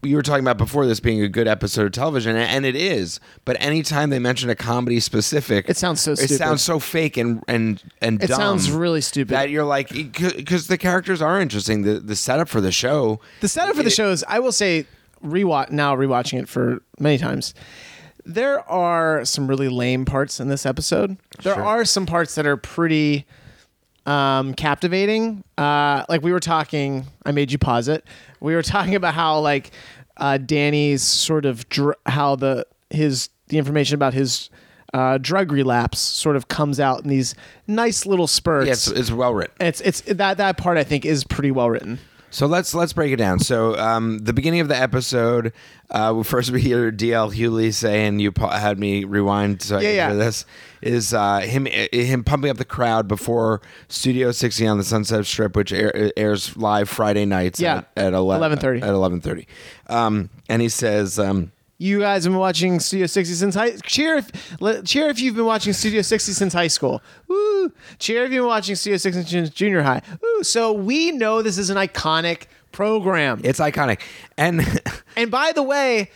Speaker 1: you were talking about before this being a good episode of television, and, and it is. But anytime they mention a comedy specific,
Speaker 4: It sounds so
Speaker 1: it
Speaker 4: stupid.
Speaker 1: sounds so fake and and and
Speaker 4: It
Speaker 1: dumb
Speaker 4: sounds really stupid.
Speaker 1: that you're like because the characters are interesting. The the setup for the show,
Speaker 4: the setup for the show is, I will say, rewatch now rewatching it for many times. There are some really lame parts in this episode. There are some parts that are pretty um, captivating. Uh, like we were talking, I made you pause it. We were talking about how like uh, Danny's sort of dr- how the his the information about his uh, drug relapse sort of comes out in these nice little spurts.
Speaker 1: yes, it's well written.
Speaker 4: And it's it's that that part I think is pretty well written.
Speaker 1: So let's let's break it down. So um, the beginning of the episode, uh, first we hear DL Hewley saying, "You pa- had me rewind so I
Speaker 4: Yeah,
Speaker 1: could
Speaker 4: yeah.
Speaker 1: hear this." Is uh, him i- him pumping up the crowd before Studio 60 on the Sunset Strip, which air, airs live Friday nights
Speaker 4: Yeah.
Speaker 1: at, at ele-
Speaker 4: 11:30.
Speaker 1: At eleven thirty, um, and he says. Um,
Speaker 4: You guys have been watching Studio 60 since high. Cheer if le- cheer if you've been watching Studio 60 since high school. Woo! Cheer if you've been watching Studio 60 since junior high. Woo! So we know this is an iconic program.
Speaker 1: it's iconic, and
Speaker 4: And by the way,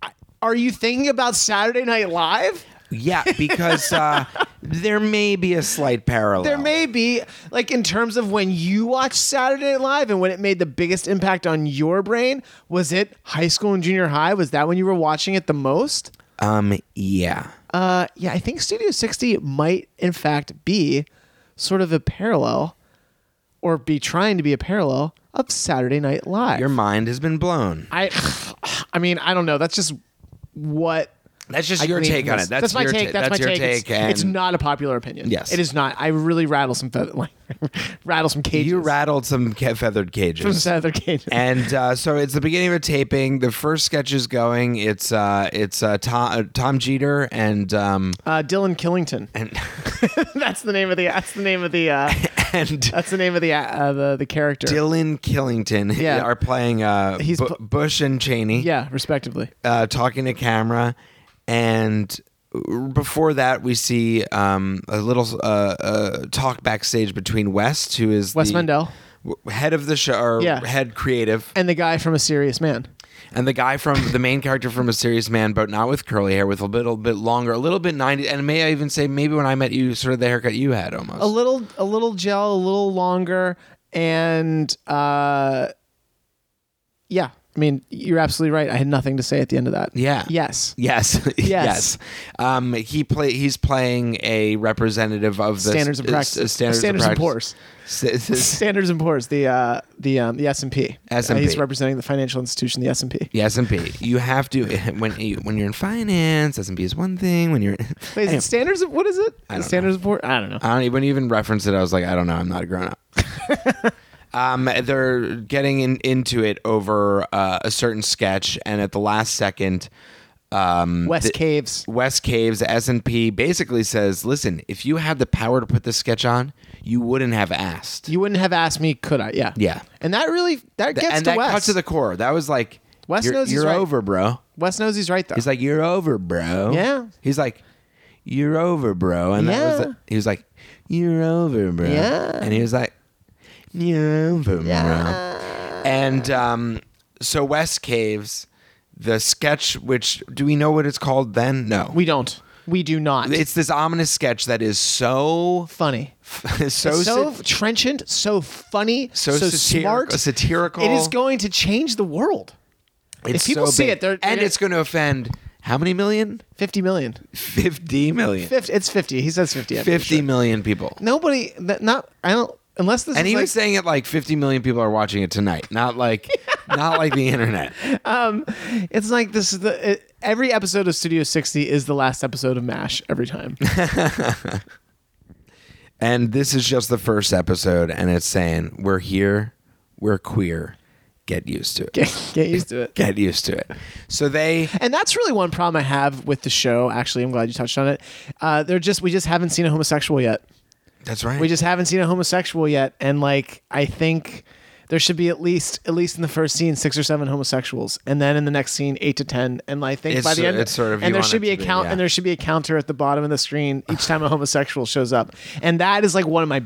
Speaker 4: I- are you thinking about Saturday Night Live?
Speaker 1: yeah, because uh, there may be a slight parallel.
Speaker 4: There may be, like, in terms of when you watched Saturday Night Live and when it made the biggest impact on your brain, was it high school and junior high? Was that when you were watching it the most?
Speaker 1: um, yeah.
Speaker 4: Uh, yeah, I think Studio 60 might, in fact, be sort of a parallel or be trying to be a parallel of Saturday Night Live.
Speaker 1: Your mind has been blown.
Speaker 4: I, I mean, I don't know. That's just what
Speaker 1: That's just
Speaker 4: I
Speaker 1: Uh, your
Speaker 4: gleaned
Speaker 1: take
Speaker 4: from
Speaker 1: on
Speaker 4: this.
Speaker 1: it. That's,
Speaker 4: my
Speaker 1: your
Speaker 4: take.
Speaker 1: ta-
Speaker 4: That's, my
Speaker 1: your
Speaker 4: take. It's-
Speaker 1: take, and
Speaker 4: It's, not a popular opinion.
Speaker 1: Yes.
Speaker 4: it is not. I really rattle some feather, like rattle some cages.
Speaker 1: You rattled some ca- feathered
Speaker 4: some
Speaker 1: cages.
Speaker 4: feather cages.
Speaker 1: And uh, so it's the beginning of a taping. The first sketch is going. It's uh, it's uh, Tom, uh, Tom Jeter and um,
Speaker 4: uh, Dylan Killington.
Speaker 1: and
Speaker 4: that's the name of the. That's the name of the. Uh,
Speaker 1: and
Speaker 4: that's the name of the uh, the the character.
Speaker 1: Dylan Killington
Speaker 4: Yeah.
Speaker 1: are playing uh,
Speaker 4: He's
Speaker 1: Bu-
Speaker 4: pl-
Speaker 1: Bush and Cheney.
Speaker 4: yeah, respectively.
Speaker 1: uh, talking to camera, and before that, we see um, a little uh, uh, talk backstage between West, who is
Speaker 4: Wes
Speaker 1: the
Speaker 4: Mendell.
Speaker 1: w- head of the show, or
Speaker 4: Yeah.
Speaker 1: head creative,
Speaker 4: And the guy from A Serious Man.
Speaker 1: and the guy from the main character from A Serious Man, but not with curly hair, with a little bit longer, a little bit ninety, and may I even say maybe when I met you, sort of the haircut you had almost.
Speaker 4: A little, a little gel, a little longer, and uh, yeah. I mean, you're absolutely right. I had nothing to say at the end of that.
Speaker 1: Yeah.
Speaker 4: Yes.
Speaker 1: Yes. yes. Um, he play. He's playing a representative of the
Speaker 4: Standards and
Speaker 1: s- uh,
Speaker 4: practices.
Speaker 1: s- standards,
Speaker 4: Standards and
Speaker 1: and
Speaker 4: poors.
Speaker 1: poors.
Speaker 4: Standards and Poor's, the uh, the um, the S and P. Uh,
Speaker 1: S&P.
Speaker 4: He's representing the financial institution, the S and P.
Speaker 1: The S and P. You have to when you, when you're in finance. S and P is one thing. When you're,
Speaker 4: Wait, is
Speaker 1: Anyway,
Speaker 4: it standards? Of, what is it?
Speaker 1: don't
Speaker 4: standards of Poor's. I don't know.
Speaker 1: I don't even even reference it. I was like, I don't know. I'm not a grown up. um, they're getting in, into it over uh, a certain sketch, and at the last second, um,
Speaker 4: West
Speaker 1: the-
Speaker 4: Caves.
Speaker 1: West Caves S and P basically says, listen, if you had the power to put this sketch on, you wouldn't have asked.
Speaker 4: You wouldn't have asked me, could I? Yeah.
Speaker 1: Yeah.
Speaker 4: And that really that gets
Speaker 1: and
Speaker 4: to
Speaker 1: that
Speaker 4: West.
Speaker 1: cut to the core. That was like,
Speaker 4: Wes
Speaker 1: you're,
Speaker 4: knows he's
Speaker 1: you're
Speaker 4: right.
Speaker 1: over, bro.
Speaker 4: West knows he's right though.
Speaker 1: He's like, "You're over, bro."
Speaker 4: Yeah.
Speaker 1: He's like, "You're over, bro." And that was
Speaker 4: Yeah.
Speaker 1: the, he was like, "You're over, bro."
Speaker 4: Yeah.
Speaker 1: And he was like, "You're over, bro." And um, so West Caves, the sketch, which do we know what it's called? Then no,
Speaker 4: we don't. We do not.
Speaker 1: It's this ominous sketch that is so
Speaker 4: funny.
Speaker 1: so
Speaker 4: So,
Speaker 1: so,
Speaker 4: trenchant, so funny,
Speaker 1: So
Speaker 4: so,
Speaker 1: satir-
Speaker 4: smart,
Speaker 1: satirical.
Speaker 4: It is going to change the world.
Speaker 1: it's
Speaker 4: if people
Speaker 1: so
Speaker 4: see
Speaker 1: big.
Speaker 4: it, they're-
Speaker 1: and
Speaker 4: they're-
Speaker 1: it's going to offend how many million?
Speaker 4: Fifty million.
Speaker 1: Fifty million.
Speaker 4: Fifty. It's fifty. He says fifty. I'm pretty
Speaker 1: Fifty
Speaker 4: sure.
Speaker 1: million people.
Speaker 4: Nobody. That, not. I don't. Unless this
Speaker 1: And
Speaker 4: is
Speaker 1: he
Speaker 4: like,
Speaker 1: was saying it like 50 million people are watching it tonight, not like not like the internet.
Speaker 4: It's like this is the it, every episode of Studio 60 is the last episode of MASH every time.
Speaker 1: And this is just the first episode, and it's saying we're here, we're queer, get used to it, get,
Speaker 4: get, get used to it.
Speaker 1: used to it. So they
Speaker 4: And that's really one problem I have with the show. Actually, I'm glad you touched on it. Uh, they're just we just haven't seen a homosexual yet.
Speaker 1: that's right.
Speaker 4: We just haven't seen a homosexual yet, and like I think there should be at least at least in the first scene six or seven homosexuals, and then in the next scene eight to ten, and I think
Speaker 1: It's
Speaker 4: by the
Speaker 1: so-
Speaker 4: end
Speaker 1: it's sort of- you
Speaker 4: and there
Speaker 1: want
Speaker 4: should
Speaker 1: it to
Speaker 4: be a
Speaker 1: be,
Speaker 4: count
Speaker 1: yeah.
Speaker 4: and there should be a counter at the bottom of the screen each time a homosexual shows up, and that is like one of my.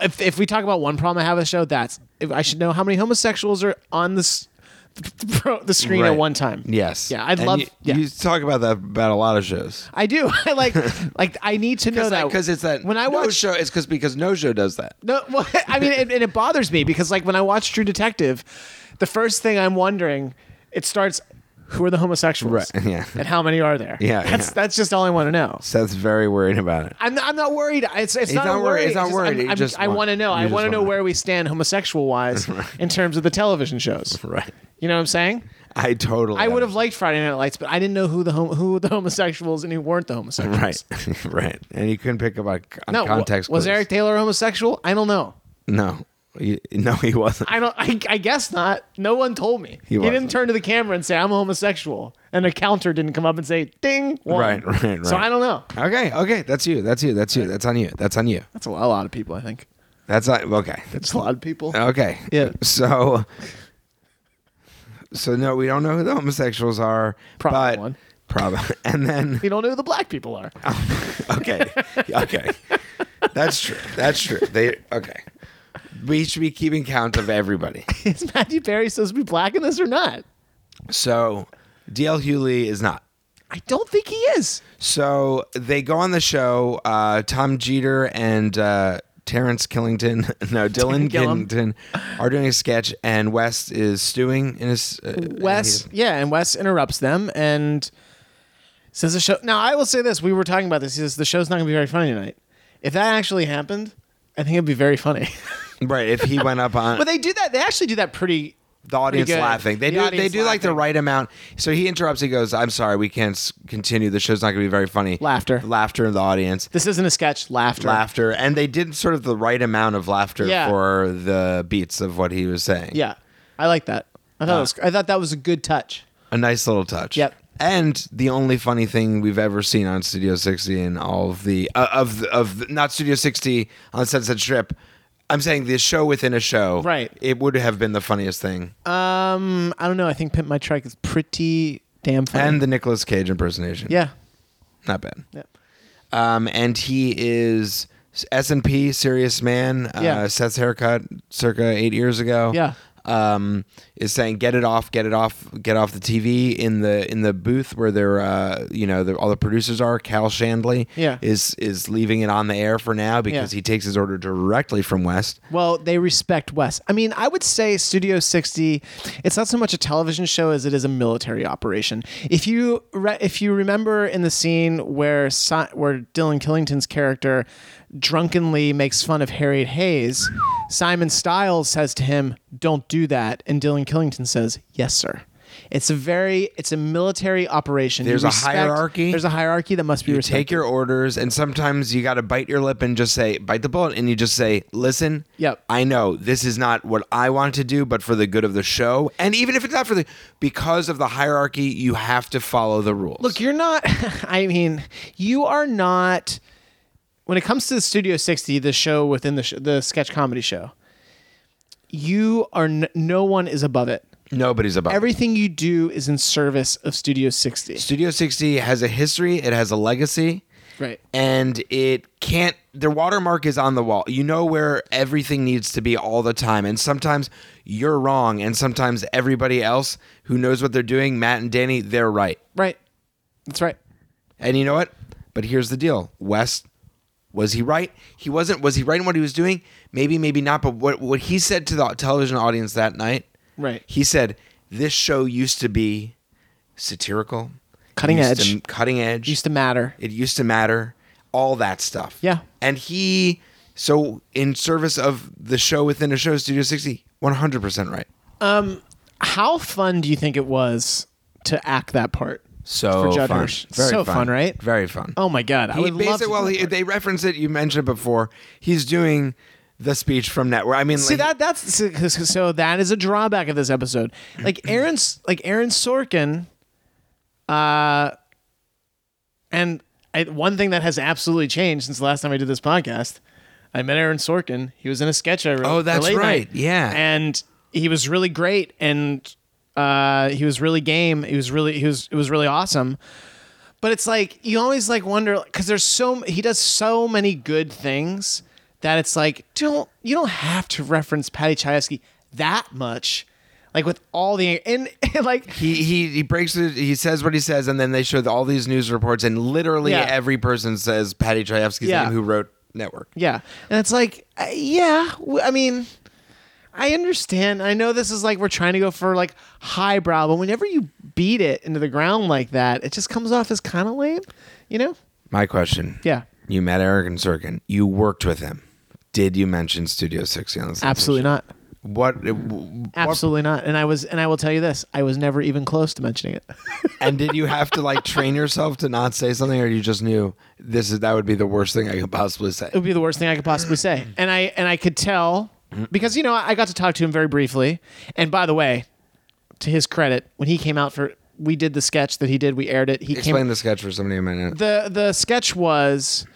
Speaker 4: If, if we talk about one problem I have with the show, that's if I should know how many homosexuals are on this the screen
Speaker 1: Right.
Speaker 4: at one time.
Speaker 1: yes,
Speaker 4: Yeah, I'd
Speaker 1: And
Speaker 4: love.
Speaker 1: You,
Speaker 4: yeah.
Speaker 1: you talk about that about a lot of shows.
Speaker 4: I do. I like like I need to know that
Speaker 1: because it's that
Speaker 4: when I
Speaker 1: no
Speaker 4: watch
Speaker 1: show, it's because because no show does that.
Speaker 4: no, well, I mean, and, and it bothers me because like when I watch True Detective, the first thing I'm wondering, it starts, who are the homosexuals,
Speaker 1: Right, yeah.
Speaker 4: and how many are there?
Speaker 1: Yeah,
Speaker 4: that's
Speaker 1: yeah.
Speaker 4: that's just all I want to know.
Speaker 1: Seth's very worried about it.
Speaker 4: I'm not, I'm not worried. It's, it's
Speaker 1: He's
Speaker 4: not,
Speaker 1: not
Speaker 4: a
Speaker 1: worried.
Speaker 4: worry.
Speaker 1: He's not
Speaker 4: It's just-
Speaker 1: worried.
Speaker 4: I'm-
Speaker 1: He
Speaker 4: I'm-
Speaker 1: just
Speaker 4: I want to
Speaker 1: want-
Speaker 4: know.
Speaker 1: you
Speaker 4: I
Speaker 1: just
Speaker 4: want to know
Speaker 1: wanna-
Speaker 4: where we stand homosexual wise in terms of the television shows.
Speaker 1: Right.
Speaker 4: You know what I'm saying?
Speaker 1: I totally.
Speaker 4: I would have
Speaker 1: understand.
Speaker 4: liked Friday Night Lights, but I didn't know who the hom- who the homosexuals and who weren't the homosexuals.
Speaker 1: Right, right, and you couldn't pick up on, on
Speaker 4: No.
Speaker 1: context.
Speaker 4: was
Speaker 1: clues.
Speaker 4: Eric Taylor homosexual? I don't know.
Speaker 1: No, He- no, he wasn't.
Speaker 4: I don't. I, I guess not. No one told me. He,
Speaker 1: wasn't.
Speaker 4: didn't turn to the camera and say I'm a homosexual, and a counter didn't come up and say ding. one.
Speaker 1: Right, right, right.
Speaker 4: So I don't know.
Speaker 1: Okay, okay, that's you. That's you. That's you. That's on you. That's on you.
Speaker 4: That's a lot, a lot of people. I think
Speaker 1: That's not okay.
Speaker 4: it's a lot of people.
Speaker 1: Okay.
Speaker 4: Yeah.
Speaker 1: So So no, we don't know who the homosexuals are.
Speaker 4: Problem
Speaker 1: but
Speaker 4: one.
Speaker 1: Problem. And then
Speaker 4: we don't know who the black people are.
Speaker 1: okay. Okay. That's true. That's true. They okay. We should be keeping count of everybody.
Speaker 4: Is Matthew Perry supposed to be black in this or not?
Speaker 1: So DL Hewley is not.
Speaker 4: I don't think he is.
Speaker 1: So they go on the show. Uh, Tom Jeter and uh, Terrence Killington, no Dylan
Speaker 4: Gillum.
Speaker 1: Killington, are doing a sketch, and West is stewing in his. Uh,
Speaker 4: Wes, yeah, and Wes interrupts them and says the show. Now, I will say this: we were talking about this. He says the show's not going to be very funny tonight. If that actually happened, I think it'd be very funny.
Speaker 1: right, if he went up on,
Speaker 4: but they do that. They actually do that pretty.
Speaker 1: the audience
Speaker 4: Pretty good.
Speaker 1: laughing. They
Speaker 4: The
Speaker 1: do. They
Speaker 4: audience
Speaker 1: do like the
Speaker 4: laughing.
Speaker 1: right amount. So he interrupts. He goes, "I'm sorry, we can't s- continue. The show's not going to be very funny."
Speaker 4: Laughter.
Speaker 1: laughter in the audience.
Speaker 4: This isn't a sketch. Laughter.
Speaker 1: Laughter, and they did sort of the right amount of laughter
Speaker 4: Yeah.
Speaker 1: for the beats of what he was saying.
Speaker 4: Yeah, I like that. I thought it was, I thought that was a good touch.
Speaker 1: A nice little touch.
Speaker 4: Yep.
Speaker 1: And the only funny thing we've ever seen on Studio 60 and all of the uh, of the, of the, not Studio 60 on Sunset Strip. I'm saying the show within a show.
Speaker 4: Right.
Speaker 1: It would have been the funniest thing.
Speaker 4: Um, I don't know. I think Pimp My Truck is pretty damn funny.
Speaker 1: and the Nicolas Cage impersonation.
Speaker 4: yeah,
Speaker 1: Not bad.
Speaker 4: yeah.
Speaker 1: Um and he is S&P serious man.
Speaker 4: Yeah.
Speaker 1: Uh, Seth's haircut circa 8 years ago.
Speaker 4: Yeah.
Speaker 1: Um, is saying get it off, get it off, get off the TV in the in the booth where they're uh, you know the, all the producers are. Cal Shandley
Speaker 4: Yeah.
Speaker 1: is is leaving it on the air for now because
Speaker 4: Yeah.
Speaker 1: he takes his order directly from West.
Speaker 4: Well, they respect Wes. I mean, I would say Studio 60, it's not so much a television show as it is a military operation. If you re- if you remember in the scene where si- where Dylan Killington's character drunkenly makes fun of Harriet Hayes, Simon Styles says to him, "Don't do that." And Dylan Killington says, "Yes, sir." It's a very it's a military operation. You
Speaker 1: There's a hierarchy.
Speaker 4: There's a hierarchy that must be
Speaker 1: You
Speaker 4: respected.
Speaker 1: take your orders, and sometimes you got to bite your lip and just say bite the bullet, and you just say, "Listen,
Speaker 4: Yep.
Speaker 1: I know this is not what I want to do, but for the good of the show, and even if it's not for the because of the hierarchy, you have to follow the rules."
Speaker 4: Look, you're not. I mean, you are not. When it comes to the Studio 60, the show within the sh- the sketch comedy show, you are n- no one is above it.
Speaker 1: nobody's above. it.
Speaker 4: Everything you do is in service of Studio 60.
Speaker 1: Studio 60 has a history, it has a legacy.
Speaker 4: Right.
Speaker 1: And it can't, their watermark is on the wall. You know where everything needs to be all the time. And sometimes you're wrong. And sometimes everybody else who knows what they're doing, Matt and Danny, they're right.
Speaker 4: Right. That's right.
Speaker 1: And you know what? But here's the deal West, was he right? He wasn't. Was he right in what he was doing? Maybe, maybe not. But what, what he said to the television audience that night,
Speaker 4: Right.
Speaker 1: he said, This show used to be satirical,
Speaker 4: Cutting
Speaker 1: used to-
Speaker 4: edge.
Speaker 1: cutting edge.
Speaker 4: Used to matter.
Speaker 1: It used to matter, all that stuff.
Speaker 4: Yeah.
Speaker 1: And he, so in service of the show within a show, Studio 60, 100% right.
Speaker 4: How fun do you think it was to act that part?
Speaker 1: So
Speaker 4: for Judd
Speaker 1: fun.
Speaker 4: Hirsch?
Speaker 1: Very
Speaker 4: so
Speaker 1: fun.
Speaker 4: fun. right?
Speaker 1: Very fun.
Speaker 4: Oh my god! I
Speaker 1: He
Speaker 4: would love to
Speaker 1: basically,
Speaker 4: do
Speaker 1: well,
Speaker 4: that
Speaker 1: he,
Speaker 4: part.
Speaker 1: they reference it. You mentioned it before. He's doing the speech from Network. I mean,
Speaker 4: See
Speaker 1: like,
Speaker 4: that that's so- so that is a drawback of this episode. Like Aaron's like Aaron Sorkin, uh, and I, one thing that has absolutely changed since the last time I did this podcast, I met Aaron Sorkin. He was in a sketch I wrote.
Speaker 1: Oh,
Speaker 4: for
Speaker 1: that's
Speaker 4: Late
Speaker 1: right.
Speaker 4: Night,
Speaker 1: Yeah.
Speaker 4: and he was really great, and uh, he was really game. He was really he was it was really awesome. But it's like you always like wonder because there's so he does so many good things that it's like don't you don't have to reference Patty Chayefsky that much, like with all the and, and like
Speaker 1: He, he, he breaks it. He says what he says, and then they show the, all these news reports, and literally
Speaker 4: Yeah.
Speaker 1: every person says Patty Chayefsky's
Speaker 4: Yeah.
Speaker 1: name who wrote Network.
Speaker 4: yeah, and it's like uh, yeah, w- I mean. I understand. I know this is like we're trying to go for like highbrow, but whenever you beat it into the ground like that, it just comes off as kind of lame, you know?
Speaker 1: My question.
Speaker 4: Yeah.
Speaker 1: You met Eric and Sorkin. You worked with him. Did you mention Studio 60 on this?
Speaker 4: Absolutely not.
Speaker 1: What? w-
Speaker 4: Absolutely not. And I was, and I will tell you this: I was never even close to mentioning it.
Speaker 1: And did you have to like train yourself to not say something, or you just knew this is that would be the worst thing I could possibly say?
Speaker 4: would be the worst thing I could possibly say. And I and I could tell because you know I got to talk to him very briefly. And by the way, to his credit, when he came out for we did the sketch that he did, we aired it. He
Speaker 1: Explain
Speaker 4: came
Speaker 1: the sketch for somebody who might not.
Speaker 4: the the sketch was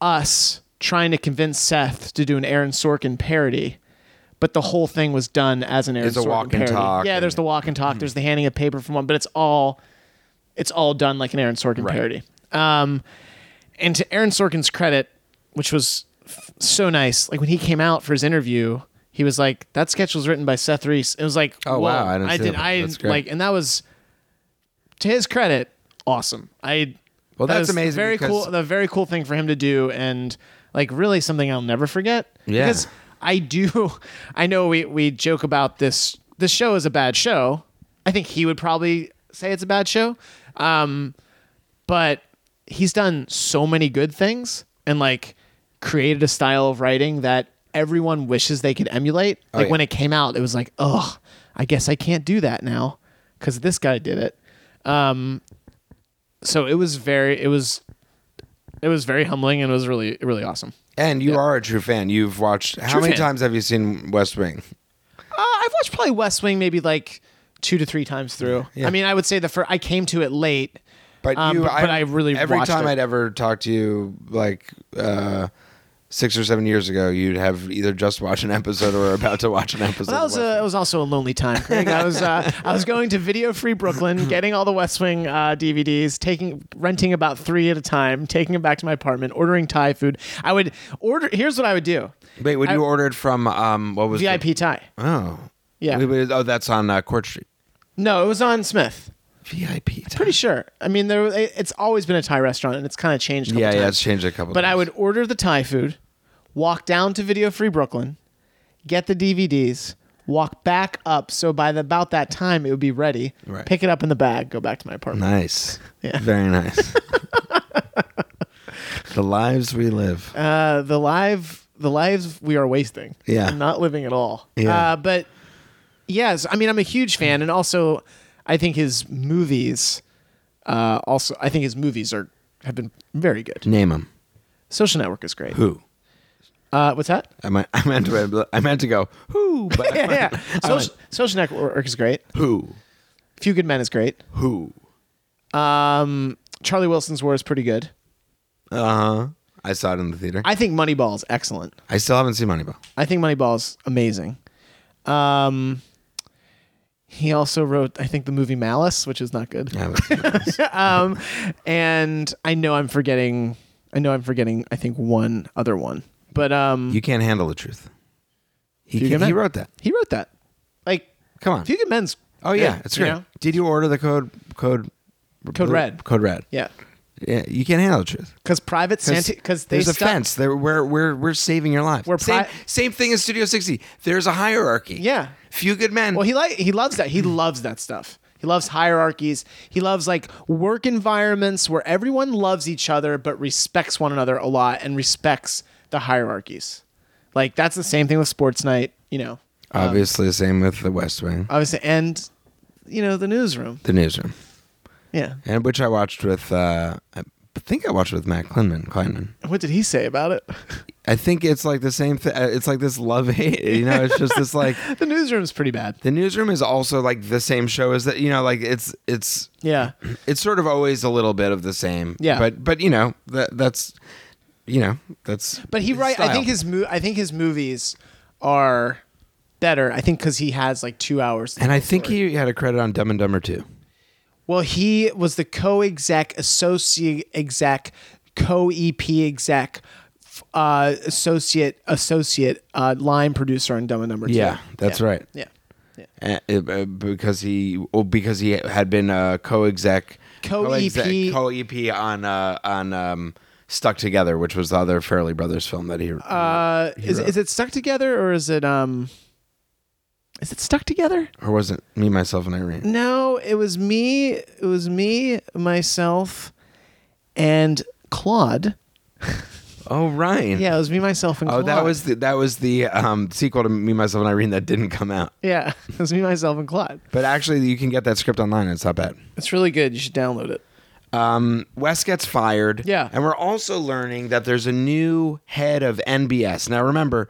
Speaker 4: us trying to convince Seth to do an Aaron Sorkin parody. But the whole thing was done as an Aaron
Speaker 1: It's a
Speaker 4: Sorkin
Speaker 1: walk and
Speaker 4: parody.
Speaker 1: talk
Speaker 4: Yeah,
Speaker 1: and- Hmm.
Speaker 4: there's the walk and talk. There's the handing of paper from one, but it's all it's all done like an Aaron Sorkin parody. Um, and to Aaron Sorkin's credit, which was f- so nice, like when he came out for his interview, he was like, "That sketch was written by Seth Reese." It was like,
Speaker 1: Oh,
Speaker 4: whoa,
Speaker 1: wow, I didn't see
Speaker 4: did,
Speaker 1: that.
Speaker 4: I
Speaker 1: That's great.
Speaker 4: like, and that was to his credit, awesome. I
Speaker 1: Well,
Speaker 4: that
Speaker 1: that's
Speaker 4: was
Speaker 1: amazing
Speaker 4: Very
Speaker 1: because-
Speaker 4: cool. The very cool thing for him to do, and like really something I'll never forget.
Speaker 1: Yeah.
Speaker 4: Because I do. I know we we joke about this. This show is a bad show. I think he would probably say it's a bad show. Um, but he's done so many good things and like created a style of writing that everyone wishes they could emulate. like
Speaker 1: yeah.
Speaker 4: when it came out, it was like, oh, I guess I can't do that now because this guy did it. Um, so it was very, it was, it was very humbling and it was really, really awesome.
Speaker 1: And you are a true fan. You've watched how
Speaker 4: True
Speaker 1: many
Speaker 4: fan.
Speaker 1: times have you seen West Wing?
Speaker 4: Uh, I've watched probably West Wing maybe like two to three times through.
Speaker 1: Yeah.
Speaker 4: I mean, I would say the first, I came to it late.
Speaker 1: But
Speaker 4: Um,
Speaker 1: you,
Speaker 4: but- but I really
Speaker 1: every
Speaker 4: watched
Speaker 1: time
Speaker 4: it.
Speaker 1: I'd ever talk to you, like uh, six or seven years ago, you'd have either just watched an episode or were about to watch an episode.
Speaker 4: Well, that
Speaker 1: of
Speaker 4: was,
Speaker 1: West
Speaker 4: a, it was also a lonely time. Craig. I was uh, I was going to Video Free Brooklyn, getting all the West Wing uh, DVDs, taking renting about three at a time, taking them back to my apartment, ordering Thai food. I would order. Here's what I would do:
Speaker 1: Wing. Wait, when
Speaker 4: I-
Speaker 1: you ordered from um, what was the-
Speaker 4: VIP Thai.
Speaker 1: oh,
Speaker 4: Yeah.
Speaker 1: Wait, wait, oh, that's on uh, Court Street.
Speaker 4: No, it was on Smith.
Speaker 1: VIP.
Speaker 4: Pretty sure. I mean, there it- it's always been a Thai restaurant, and it's kind of changed. A couple
Speaker 1: Yeah,
Speaker 4: times.
Speaker 1: yeah, it's changed a couple.
Speaker 4: But I
Speaker 1: times.
Speaker 4: would order the Thai food, walk down to Video Free Brooklyn, get the DVDs, walk back up. So by the, about that time, it would be ready.
Speaker 1: Right.
Speaker 4: Pick it up in the bag, go back to my apartment.
Speaker 1: nice, very nice. the lives we live.
Speaker 4: Uh, the live, the lives we are wasting.
Speaker 1: Yeah.
Speaker 4: not living at all.
Speaker 1: Yeah.
Speaker 4: Uh, but yes, I mean I'm a huge fan, and also I think his movies. Uh, also, I think his movies are have been very good.
Speaker 1: Name them.
Speaker 4: Social Network is great.
Speaker 1: Who?
Speaker 4: Uh, what's that?
Speaker 1: I meant, I meant to. I meant to go. Who? But I
Speaker 4: yeah, yeah. Social, Social Network is great.
Speaker 1: who?
Speaker 4: Few Good Men is great.
Speaker 1: Who?
Speaker 4: Um, Charlie Wilson's War is pretty good.
Speaker 1: Uh huh. I saw it in the theater. I,
Speaker 4: I think Moneyball is excellent.
Speaker 1: still haven't seen Moneyball.
Speaker 4: I think Moneyball is amazing. Um, he also wrote, I think, the movie Malice, which is not good.
Speaker 1: I haven't seen it.
Speaker 4: Um, and I know I'm forgetting. I know I'm forgetting. I think one other one, but um,
Speaker 1: you can't handle the truth. He,
Speaker 4: Few Good
Speaker 1: can, he
Speaker 4: Men.
Speaker 1: wrote that.
Speaker 4: he wrote that. Like,
Speaker 1: Come on.
Speaker 4: Few Good Men's.
Speaker 1: oh yeah, it's great.
Speaker 4: You know?
Speaker 1: Did you order the code? Code.
Speaker 4: Code Red.
Speaker 1: Code red.
Speaker 4: Yeah,
Speaker 1: Yeah. You can't handle the truth.
Speaker 4: because Private Santa. Because they
Speaker 1: there's a
Speaker 4: stuck-
Speaker 1: fence. There, we're, we're, we're saving your life.
Speaker 4: We're
Speaker 1: same,
Speaker 4: pri-
Speaker 1: same thing as Studio 60. There's a hierarchy.
Speaker 4: Yeah.
Speaker 1: Few good men.
Speaker 4: Well, he like he loves that. He loves that stuff. He loves hierarchies. He loves like work environments where everyone loves each other but respects one another a lot and respects the hierarchies. Like that's the same thing with sports night, you know.
Speaker 1: Uh, Obviously, same with the West Wing,
Speaker 4: Obviously and you know, the newsroom.
Speaker 1: the newsroom,
Speaker 4: Yeah.
Speaker 1: and which I watched with. Uh, I think I watched with Matt Kleinman. Kleinman.
Speaker 4: What did he say about it?
Speaker 1: I think it's like the same thing. It's like this love hate. You know, it's just this like
Speaker 4: the newsroom's pretty bad.
Speaker 1: the newsroom is also like the same show as that. You know, like it's it's
Speaker 4: Yeah.
Speaker 1: it's sort of always a little bit of the same.
Speaker 4: Yeah.
Speaker 1: But but you know that that's you know that's.
Speaker 4: But he
Speaker 1: his
Speaker 4: right I
Speaker 1: style.
Speaker 4: think his mo- I think his movies are better. I think cuz he has like 2 hours.
Speaker 1: and I think he had a credit on Dumb and Dumber too.
Speaker 4: Well, he was the co exec, associate exec, co EP exec, f- uh, associate, associate, uh, line producer on Dumb and Number Two.
Speaker 1: Yeah, that's
Speaker 4: Yeah.
Speaker 1: right.
Speaker 4: Yeah.
Speaker 1: Uh, uh, because he oh, because he had been a co-exec
Speaker 4: Co-EP.
Speaker 1: co-EP on uh, on um, Stuck Together, which was the other Fairley Brothers film that he.
Speaker 4: Uh, is, is it stuck together or is it um? Is it stuck together?
Speaker 1: or wasn't me myself and Irene.
Speaker 4: No, it was me. It was me, myself, and Claude.
Speaker 1: Oh, Ryan.
Speaker 4: Yeah, it was me, myself, and
Speaker 1: Oh,
Speaker 4: Claude.
Speaker 1: that was the that was the um, sequel to Me, Myself, and Irene that didn't come out.
Speaker 4: yeah, it was me, myself, and Claude.
Speaker 1: But actually, you can get that script online. and It's not bad.
Speaker 4: It's really good. You should download it.
Speaker 1: Um, West gets fired.
Speaker 4: Yeah.
Speaker 1: and we're also learning that there's a new head of NBS. Now, remember,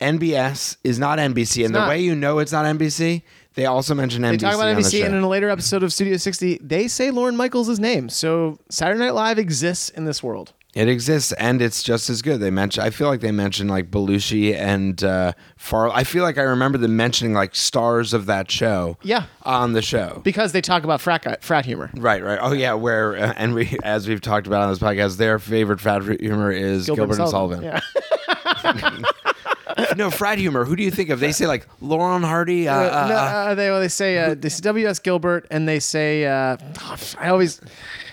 Speaker 1: NBS is not NBC, and the
Speaker 4: not.
Speaker 1: way you know it's not NBC, they also mention NBC.
Speaker 4: They talk about
Speaker 1: on the
Speaker 4: NBC,
Speaker 1: show.
Speaker 4: and in a later episode of Studio 60, they say Lauren Michaels' name. So Saturday Night Live exists in this world.
Speaker 1: It exists, and it's just as good. They mention. I feel like they mentioned like Belushi and uh, Far. I feel like I remember them mentioning like stars of that show.
Speaker 4: Yeah.
Speaker 1: on the show.
Speaker 4: because they talk about frat guy, frat humor.
Speaker 1: right, right. Oh yeah, where uh, and we as we've talked about on this podcast, their favorite frat humor is Gilbert, and Sullivan.
Speaker 4: Yeah.
Speaker 1: no, frat humor. Who do you think of? They say like Lauren Hardy. Uh,
Speaker 4: Uh,
Speaker 1: uh,
Speaker 4: no,
Speaker 1: uh,
Speaker 4: uh, they well, they say uh, they say W.S. Gilbert, and they say uh, I always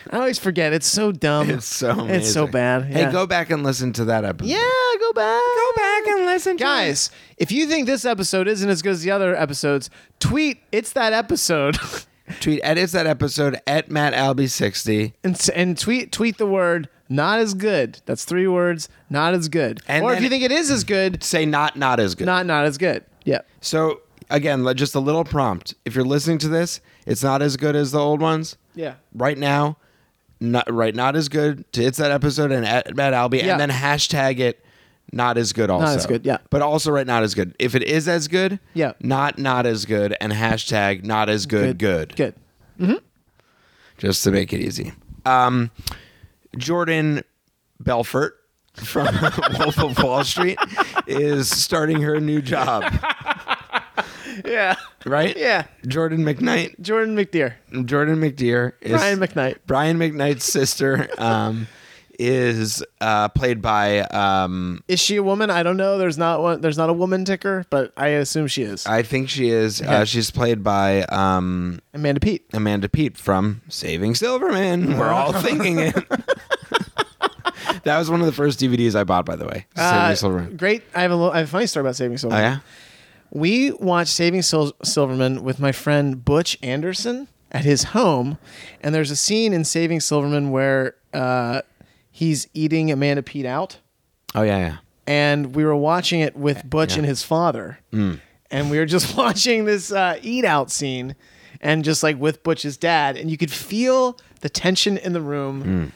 Speaker 4: I always forget. It's so dumb.
Speaker 1: It's so amazing.
Speaker 4: it's so bad.
Speaker 1: Hey,
Speaker 4: Yeah.
Speaker 1: go back and listen to that episode.
Speaker 4: Yeah, go back.
Speaker 1: Go back and listen to
Speaker 4: Guys, if you think this episode isn't as good as the other episodes, tweet it's that episode
Speaker 1: Tweet edits that episode at Matt Albee 60.
Speaker 4: and, s- and tweet tweet the word not as good. That's three words, not as good.
Speaker 1: And
Speaker 4: or if
Speaker 1: then-
Speaker 4: you think it is as good,
Speaker 1: Say not not as good.
Speaker 4: not not as good. Yeah.
Speaker 1: so again, le- just a little prompt. If you're listening to this, it's not as good as the old ones.
Speaker 4: Yeah.
Speaker 1: Right now, not right, not as good to it's that episode and at Matt Albee, and
Speaker 4: Yeah.
Speaker 1: then hashtag it not as good also.
Speaker 4: as good, yeah.
Speaker 1: But also right not as good. If it is as good,
Speaker 4: Yeah.
Speaker 1: not not as good and hashtag not as good good.
Speaker 4: Good.
Speaker 1: just to make it easy. Um, Jordan Belfort from Wolf of Wall Street is starting her new job,
Speaker 4: Yeah.
Speaker 1: right?
Speaker 4: Yeah.
Speaker 1: Jordan McKnight,
Speaker 4: Jordan McDear.
Speaker 1: Jordan McDear is
Speaker 4: Brian McKnight.
Speaker 1: Brian McKnight's sister um, is uh, played by um,
Speaker 4: Is she a woman? I don't know. There's not one. There's not a woman ticker, but I assume she is.
Speaker 1: I think she is uh, she's played by um,
Speaker 4: Amanda Pete.
Speaker 1: Amanda Pete from Saving Silverman. We're all thinking it. that was one of the first DVDs I bought, by the way. Saving
Speaker 4: Uh,
Speaker 1: Silverman.
Speaker 4: Great. I have a little, I have a funny story about Saving
Speaker 1: Oh
Speaker 4: Silverman.
Speaker 1: yeah.
Speaker 4: We watched Saving Sil- Silverman with my friend Butch Anderson at his home, and there's a scene in Saving Silverman where uh, he's eating Amanda Pete out,
Speaker 1: Oh yeah, yeah.
Speaker 4: and we were watching it with Butch and his father,
Speaker 1: Mm.
Speaker 4: and we were just watching this uh, eat out scene, and just like with Butch's dad, and you could feel the tension in the room
Speaker 1: Mm.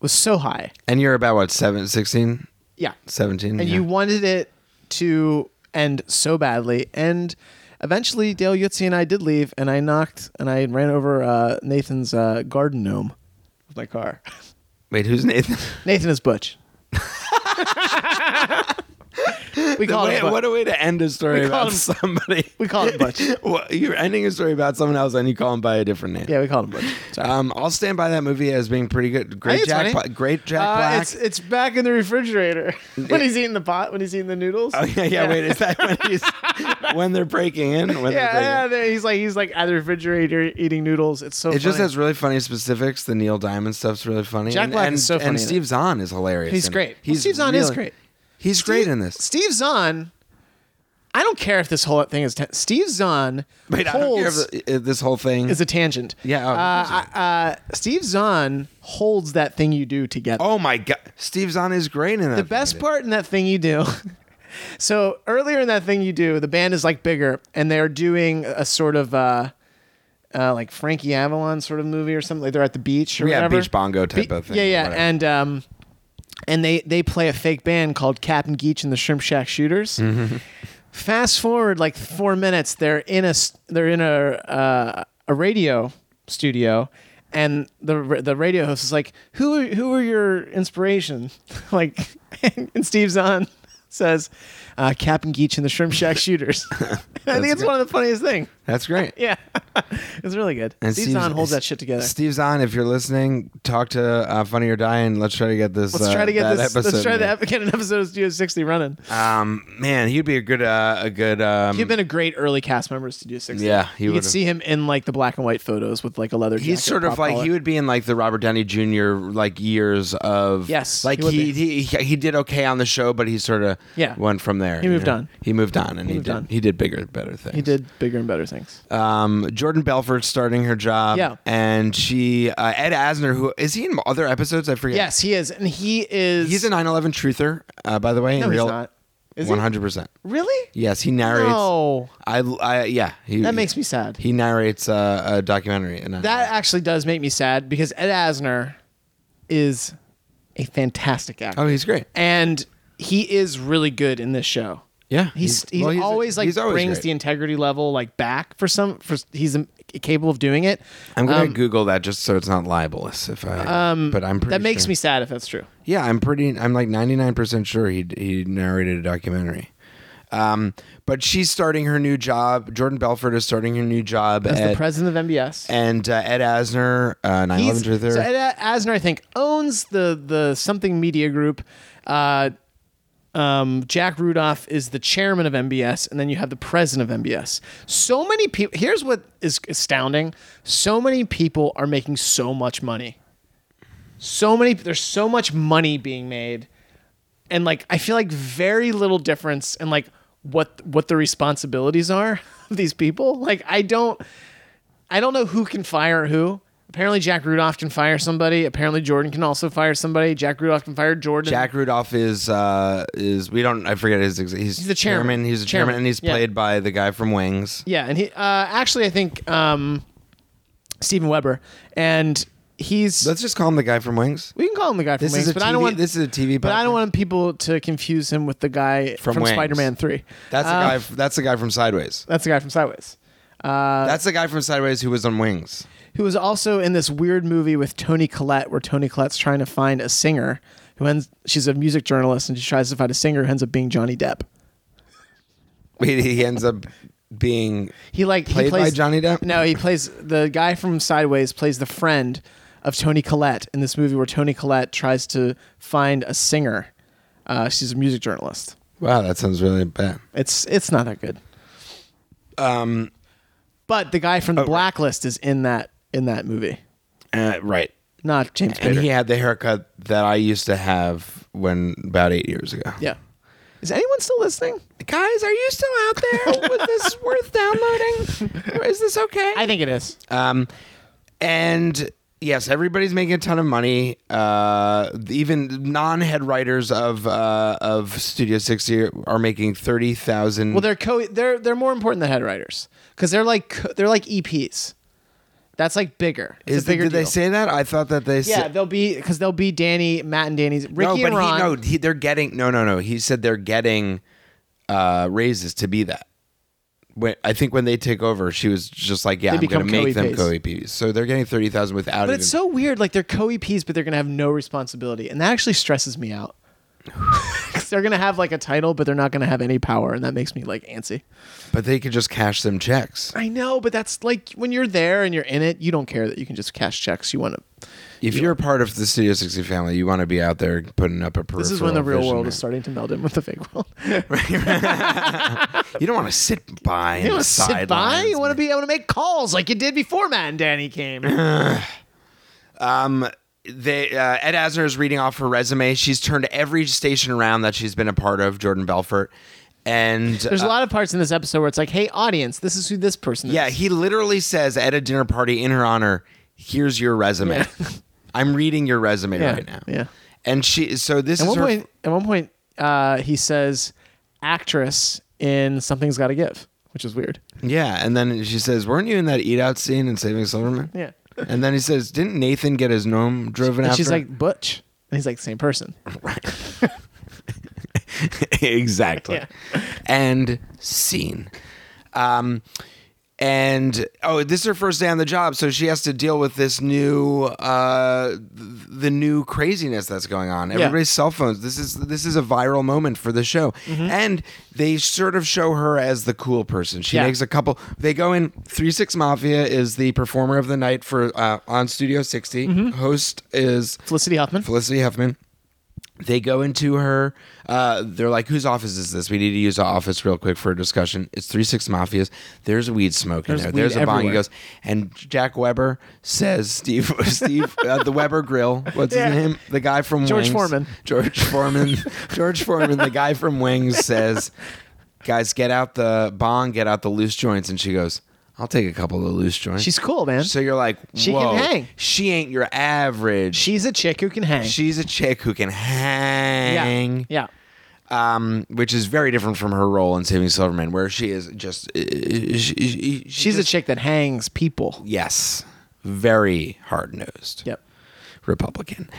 Speaker 4: was so high.
Speaker 1: And you're about what, seven, 16,
Speaker 4: Yeah.
Speaker 1: 17?
Speaker 4: and
Speaker 1: Yeah.
Speaker 4: you wanted it to end so badly and eventually dale yutzi and i did leave and i knocked and i ran over uh, nathan's uh, garden gnome with my car
Speaker 1: wait, who's Nathan?
Speaker 4: nathan is butch we call
Speaker 1: Wait,
Speaker 4: it
Speaker 1: what a way to end a story
Speaker 4: We call
Speaker 1: about
Speaker 4: him-
Speaker 1: somebody.
Speaker 4: we call him butch
Speaker 1: Well, you're ending a story about someone else, and you call him by a different name.
Speaker 4: yeah we call him butch Sorry.
Speaker 1: Um, I'll stand by that movie as being pretty good.
Speaker 4: I think
Speaker 1: Great
Speaker 4: it's
Speaker 1: Jack,
Speaker 4: funny.
Speaker 1: Bla- great Jack
Speaker 4: Uh,
Speaker 1: Black.
Speaker 4: It's, it's back in the refrigerator when he's eating the pot, when he's eating the noodles.
Speaker 1: oh yeah, yeah, Wait, is that when he's when they're breaking in? When
Speaker 4: yeah, yeah.
Speaker 1: they're breaking in?
Speaker 4: there- He's like he's like at the refrigerator eating noodles. It's so.
Speaker 1: It just
Speaker 4: funny.
Speaker 1: has really funny specifics. The Neil Diamond stuff's really funny.
Speaker 4: Jack
Speaker 1: and,
Speaker 4: Black
Speaker 1: and,
Speaker 4: is so funny in
Speaker 1: And
Speaker 4: it.
Speaker 1: Steve Zahn is hilarious.
Speaker 4: He's
Speaker 1: in it.
Speaker 4: great. Well, Steve Zahn is great.
Speaker 1: He's great
Speaker 4: Steve-
Speaker 1: in this.
Speaker 4: Steve Zahn. I don't care if this whole thing is. Ten- Steve Zahn
Speaker 1: Wait, I don't care
Speaker 4: holds
Speaker 1: if, the- if uh, this whole thing
Speaker 4: is a tangent.
Speaker 1: Yeah, oh,
Speaker 4: uh, I- uh, Steve Zahn holds that thing you do together.
Speaker 1: Oh my god, Steve Zahn is great in that.
Speaker 4: the best part in that thing you do. so earlier in that thing you do, the band is like bigger, and they're doing a sort of. Uh, uh, like Frankie Avalon sort of movie or something like they're at the beach or
Speaker 1: Yeah,
Speaker 4: whatever.
Speaker 1: beach bongo type of thing,
Speaker 4: Yeah, yeah,
Speaker 1: whatever.
Speaker 4: and um, and they they play a fake band called Captain Geach and the Shrimp Shack Shooters.
Speaker 1: Mm-hmm.
Speaker 4: Fast forward like four minutes, they're in a s- they're in a uh, a radio studio, and the r- the radio host is like, "Who who are your inspiration?" like, and Steve Zahn says, uh, "Captain Geach and the Shrimp Shack Shooters." I think it's one of the funniest things.
Speaker 1: That's great.
Speaker 4: Yeah, it's really good.
Speaker 1: And
Speaker 4: Steve
Speaker 1: Steve's-
Speaker 4: Zahn holds that shit together.
Speaker 1: Steve Zahn, if you're listening, talk to uh, Funny or Die, and let's try to get this.
Speaker 4: let's
Speaker 1: uh,
Speaker 4: try to get
Speaker 1: that
Speaker 4: this.
Speaker 1: Episode
Speaker 4: Let's try to
Speaker 1: made.
Speaker 4: ep- get an episode of Studio 60 running.
Speaker 1: Um, man, he'd be a good, uh, a good. Um,
Speaker 4: You've been a great early cast member of Studio 60.
Speaker 1: Yeah, he
Speaker 4: you could
Speaker 1: would've-
Speaker 4: see him in like the black and white photos with like a leather.
Speaker 1: He's
Speaker 4: jacket,
Speaker 1: sort of
Speaker 4: pop
Speaker 1: like
Speaker 4: collar.
Speaker 1: he would be in like the Robert Downey Jr. like years of
Speaker 4: Yes,
Speaker 1: like
Speaker 4: he would
Speaker 1: he
Speaker 4: be.
Speaker 1: he, he did okay on the show, but he sort of
Speaker 4: Yeah.
Speaker 1: went from there. you
Speaker 4: moved
Speaker 1: know?
Speaker 4: on.
Speaker 1: He moved on, and he,
Speaker 4: moved
Speaker 1: did
Speaker 4: on.
Speaker 1: he did bigger, better things.
Speaker 4: He did bigger and better things.
Speaker 1: um, Jordan Belfort starting her job.
Speaker 4: Yeah.
Speaker 1: And she, uh, Ed Asner, who is he in other episodes? I forget.
Speaker 4: yes, he is, and he is.
Speaker 1: He's a 9 11 truther, uh, by the way.
Speaker 4: No,
Speaker 1: in
Speaker 4: he's
Speaker 1: real,
Speaker 4: not. Is he?
Speaker 1: 100%.
Speaker 4: really.
Speaker 1: Yes, he narrates.
Speaker 4: No.
Speaker 1: I, I yeah. He,
Speaker 4: That makes me sad.
Speaker 1: He narrates uh, a documentary. And
Speaker 4: That actually does make me sad because Ed Asner is a fantastic actor,
Speaker 1: oh, he's great.
Speaker 4: and he is really good in this show.
Speaker 1: Yeah,
Speaker 4: He's he's,
Speaker 1: well,
Speaker 4: always like
Speaker 1: he's always
Speaker 4: brings
Speaker 1: great.
Speaker 4: the integrity level like back for some for he's um, capable of doing it.
Speaker 1: I'm gonna
Speaker 4: Um,
Speaker 1: Google that just so it's not libelous. If I, um, but I'm pretty
Speaker 4: that makes
Speaker 1: sure.
Speaker 4: me sad if that's true.
Speaker 1: Yeah, I'm pretty. I'm like 99 percent sure he he narrated a documentary. Um, but she's starting her new job. Jordan Belfort is starting her new job
Speaker 4: As
Speaker 1: at,
Speaker 4: the president of MBS.
Speaker 1: and uh, Ed Asner, uh, 9/11
Speaker 4: He's, so
Speaker 1: truther.
Speaker 4: Ed Asner, I think, owns the the something media group. Uh, um, Jack Rudolph is the chairman of MBS, and then you have the president of MBS. So many people. Here's what is astounding: so many people are making so much money. So many. There's so much money being made, and like I feel like very little difference in like what what the responsibilities are of these people. Like I don't. I don't know who can fire who. Apparently, Jack Rudolph can fire somebody. Apparently, Jordan can also fire somebody. Jack Rudolph can fire Jordan.
Speaker 1: Jack Rudolph is uh, is we don't I forget his ex- he's,
Speaker 4: the chairman.
Speaker 1: He's the chairman,
Speaker 4: Chairman,
Speaker 1: and he's
Speaker 4: yeah.
Speaker 1: played by the guy from Wings.
Speaker 4: Yeah, and he uh, actually, I think um, Steven Weber, and he's.
Speaker 1: Let's just call him the guy from Wings.
Speaker 4: we can call him the guy from
Speaker 1: This
Speaker 4: Wings,
Speaker 1: is a
Speaker 4: but
Speaker 1: TV,
Speaker 4: I don't want
Speaker 1: this is a TV.
Speaker 4: But I don't
Speaker 1: podcast.
Speaker 4: want people to confuse him with the guy
Speaker 1: From
Speaker 4: from,
Speaker 1: Wings.
Speaker 4: Spider-Man Three.
Speaker 1: That's the
Speaker 4: Uh,
Speaker 1: guy. f- That's the guy from Sideways.
Speaker 4: That's the guy from Sideways, uh,
Speaker 1: that's the guy from Sideways who was on Wings.
Speaker 4: who was also in this weird movie with Tony Collette, where Tony Collette's trying to find a singer who ends. She's a music journalist, and she tries to find a singer who ends up being Johnny Depp.
Speaker 1: Wait, he ends up being
Speaker 4: He like
Speaker 1: Played
Speaker 4: he
Speaker 1: by
Speaker 4: plays,
Speaker 1: Johnny Depp?
Speaker 4: No, he plays the guy from Sideways plays the friend of Tony Collette in this movie where Tony Collette tries to find a singer. Uh, she's a music journalist.
Speaker 1: wow. That sounds really bad.
Speaker 4: It's it's not that good. Um,
Speaker 1: Um,
Speaker 4: but the guy from
Speaker 1: Oh,
Speaker 4: the Blacklist is in that in that movie,
Speaker 1: Uh, right.
Speaker 4: not James
Speaker 1: And
Speaker 4: Spader.
Speaker 1: he had the haircut that I used to have when about eight years ago.
Speaker 4: yeah. Is anyone still listening?
Speaker 1: Guys, are you still out there? Was this worth downloading? Is this okay?
Speaker 4: I think it is.
Speaker 1: Um, and yes, everybody's making a ton of money. Uh, even non-head writers of uh, of Studio 60 are making thirty thousand.
Speaker 4: Well, they're co they're they're more important than head writers because they're like co- they're like EPs. That's like bigger. It's
Speaker 1: is
Speaker 4: a
Speaker 1: the,
Speaker 4: bigger
Speaker 1: did they
Speaker 4: deal.
Speaker 1: say that? I thought that they
Speaker 4: Yeah,
Speaker 1: said.
Speaker 4: they'll be because they'll be Danny, Matt, and Danny's Ricky
Speaker 1: no, but
Speaker 4: and Ron.
Speaker 1: he no, he, they're getting no, no, no. He said they're getting uh, raises to be that. When, I think when they take over, she was just like, "Yeah, I'm
Speaker 4: They
Speaker 1: going to
Speaker 4: become
Speaker 1: make them
Speaker 4: co-EPs.
Speaker 1: co-EPs." So they're getting thirty thousand without.
Speaker 4: but
Speaker 1: even,
Speaker 4: it's so weird. Like they're co-EPs, but they're gonna have no responsibility, and that actually stresses me out. 'Cause they're gonna have like a title, but they're not gonna have any power, and that makes me like antsy.
Speaker 1: But they could just cash them checks
Speaker 4: I know, but that's like when you're there and you're in it, you don't care that you can just cash checks. You want to.
Speaker 1: if you're a part of the Studio 60 family. You want to be out there putting up a.
Speaker 4: This is when the real
Speaker 1: peripheral
Speaker 4: world
Speaker 1: vision.
Speaker 4: is starting to meld in with the fake world.
Speaker 1: You don't want to sit by.
Speaker 4: you
Speaker 1: and
Speaker 4: want to sit by. You want to be able to make calls like you did before Matt and Danny came.
Speaker 1: they uh, Ed Asner is reading off her resume. She's turned every station around that she's been a part of. Jordan Belfort, and
Speaker 4: There's a lot of parts in this episode where it's like, hey, audience, this is who this person is.
Speaker 1: Yeah, he literally says at a dinner party in her honor, "Here's your resume. I'm reading your resume
Speaker 4: Yeah,
Speaker 1: right now."
Speaker 4: yeah.
Speaker 1: and she. So this
Speaker 4: At
Speaker 1: is
Speaker 4: one
Speaker 1: her.
Speaker 4: point, at one point, uh, he says, "Actress in Something's Got to Give," which is weird.
Speaker 1: yeah, and then she says, "Weren't you in that eat out scene in Saving Silverman?"
Speaker 4: Yeah.
Speaker 1: And then he says, "Didn't Nathan get his gnome driven
Speaker 4: And
Speaker 1: after?"
Speaker 4: she's like, "Butch," and he's like, "Same person."
Speaker 1: exactly.
Speaker 4: Yeah.
Speaker 1: And scene. Um, and oh, this is her first day on the job, so she has to deal with this new, uh, th- the new craziness that's going on. Everybody's cell phones. This is this is a viral moment for the show,
Speaker 4: Mm-hmm.
Speaker 1: and they sort of show her as the cool person. She
Speaker 4: Yeah.
Speaker 1: makes a couple. They go in. Three Six Mafia is the performer of the night for uh, on Studio 60
Speaker 4: Mm-hmm.
Speaker 1: Host is
Speaker 4: Felicity Huffman.
Speaker 1: Felicity Huffman. They go into her. Uh, they're like, "Whose office is this? We need to use our office real quick for a discussion." It's three six mafias. There's weed smoke in
Speaker 4: There's
Speaker 1: there.
Speaker 4: weed
Speaker 1: There's a bong. He
Speaker 4: everywhere.
Speaker 1: goes, and Jack Weber says, "Steve, Steve, uh, the Weber Grill. What's
Speaker 4: Yeah.
Speaker 1: his name? The guy from
Speaker 4: George
Speaker 1: Wings.
Speaker 4: Foreman.
Speaker 1: George Foreman. George Foreman. The guy from Wings says, "Guys, get out the bong. Get out the loose joints." And she goes, "I'll take a couple of loose joints."
Speaker 4: She's cool, man.
Speaker 1: So you're like,
Speaker 4: She can
Speaker 1: "Whoa,
Speaker 4: hang."
Speaker 1: She ain't your average.
Speaker 4: she's a chick who can hang.
Speaker 1: She's a chick who can hang,
Speaker 4: yeah, yeah.
Speaker 1: Um, which is very different from her role in Saving Silverman, where she is just uh, she, she-
Speaker 4: She's
Speaker 1: just-
Speaker 4: a chick that hangs people.
Speaker 1: yes, very hard nosed
Speaker 4: Yep.
Speaker 1: Republican,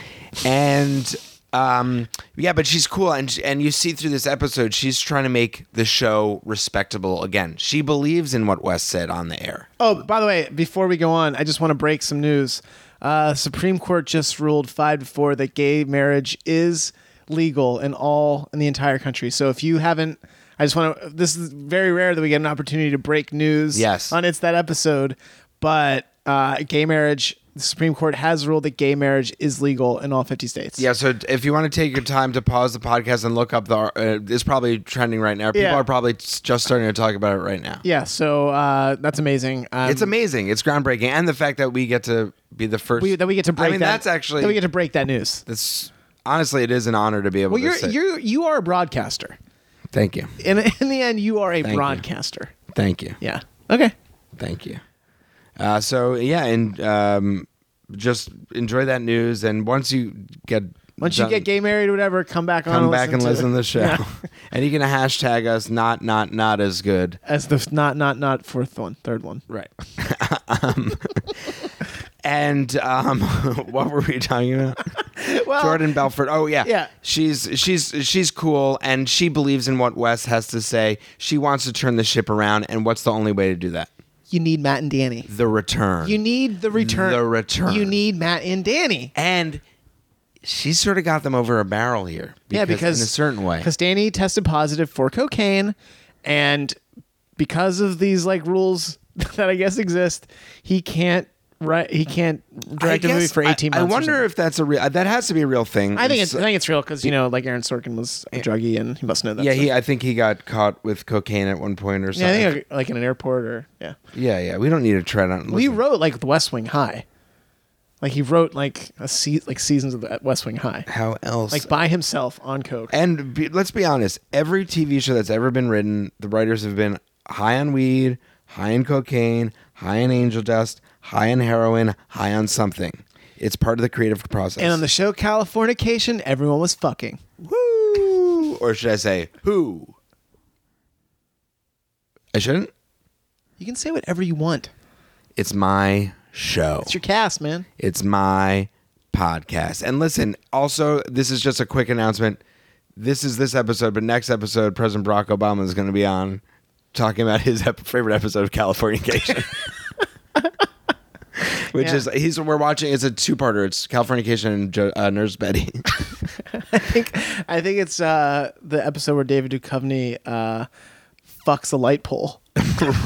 Speaker 1: and Um, yeah, but she's cool, and and you see through this episode, she's trying to make the show respectable again. She believes in what Wes said on the air.
Speaker 4: Oh, by the way, before we go on, I just want to break some news. Uh, Supreme Court just ruled five to four that gay marriage is legal in all in the entire country. So if you haven't, I just want to. This is very rare that we get an opportunity to break news.
Speaker 1: Yes.
Speaker 4: on it's that episode, but uh, gay marriage. The Supreme Court has ruled that gay marriage is legal in all fifty states.
Speaker 1: Yeah, so if you want to take your time to pause the podcast and look up the, uh, it's probably trending right now. People
Speaker 4: Yeah.
Speaker 1: are probably just starting to talk about it right now.
Speaker 4: yeah. So uh, that's amazing. Um,
Speaker 1: It's amazing. It's groundbreaking, and the fact that we get to be the first
Speaker 4: we, that we get to break.
Speaker 1: I mean,
Speaker 4: that,
Speaker 1: that's actually
Speaker 4: that we get to break that news.
Speaker 1: That's honestly, it is an honor to be able
Speaker 4: Well,
Speaker 1: to
Speaker 4: you're
Speaker 1: say.
Speaker 4: you're you are a broadcaster.
Speaker 1: Thank you,
Speaker 4: in, in the end, you are a
Speaker 1: you.
Speaker 4: broadcaster.
Speaker 1: thank you,
Speaker 4: Yeah. Okay.
Speaker 1: thank you. Uh, so yeah, and um, just enjoy that news. And once you get
Speaker 4: Once
Speaker 1: done-
Speaker 4: you get gay married, or whatever, come back on.
Speaker 1: come back and listen to
Speaker 4: to
Speaker 1: the show, and you can hashtag us not not not as good.
Speaker 4: as the not not not fourth one, third one.
Speaker 1: Right. um, and um, what were we talking about?
Speaker 4: Well,
Speaker 1: Jordan Belfort. Oh yeah.
Speaker 4: Yeah.
Speaker 1: She's she's she's cool and she believes in what Wes has to say. She wants to turn the ship around and what's the only way to do that?
Speaker 4: you need Matt and Danny.
Speaker 1: The return.
Speaker 4: You need the return.
Speaker 1: The return.
Speaker 4: You need Matt and Danny.
Speaker 1: and she sort of got them over a barrel here.
Speaker 4: yeah, because
Speaker 1: in a certain way.
Speaker 4: because Danny tested positive for cocaine, and because of these like rules that I guess exist, he can't write. He can't direct
Speaker 1: I
Speaker 4: a movie
Speaker 1: guess-
Speaker 4: for eighteen
Speaker 1: I,
Speaker 4: months.
Speaker 1: I
Speaker 4: or
Speaker 1: wonder
Speaker 4: something.
Speaker 1: if that's a real uh, that has to be a real thing.
Speaker 4: I think it's I think it's real because you know like Aaron Sorkin was a druggie and he must know that.
Speaker 1: yeah,
Speaker 4: stuff.
Speaker 1: he I think he got caught with cocaine at one point or
Speaker 4: Yeah,
Speaker 1: something.
Speaker 4: I think like, like in an airport or yeah.
Speaker 1: yeah, yeah. We don't need to tread on
Speaker 4: Well, he
Speaker 1: listen.
Speaker 4: wrote like The West Wing High. Like he wrote like a se- like seasons of the West Wing High,
Speaker 1: how else
Speaker 4: like by himself on coke.
Speaker 1: And be, let's be honest, every TV show that's ever been written, the writers have been high on weed, high on cocaine, high on angel dust, high on heroin, high on something. It's part of the creative process.
Speaker 4: And on the show Californication, everyone was fucking.
Speaker 1: woo, or should I say who? I shouldn't.
Speaker 4: You can say whatever you want.
Speaker 1: It's my show.
Speaker 4: It's your cast, man.
Speaker 1: It's my podcast. And listen, also, this is just a quick announcement. This is this episode, but next episode, President Barack Obama is going to be on talking about his ep- favorite episode of Californication. Which
Speaker 4: Yeah.
Speaker 1: is he's we're watching. It's a two parter. It's Californication and jo- uh, Nurse Betty.
Speaker 4: I think I think it's uh the episode where David Duchovny uh fucks a light pole.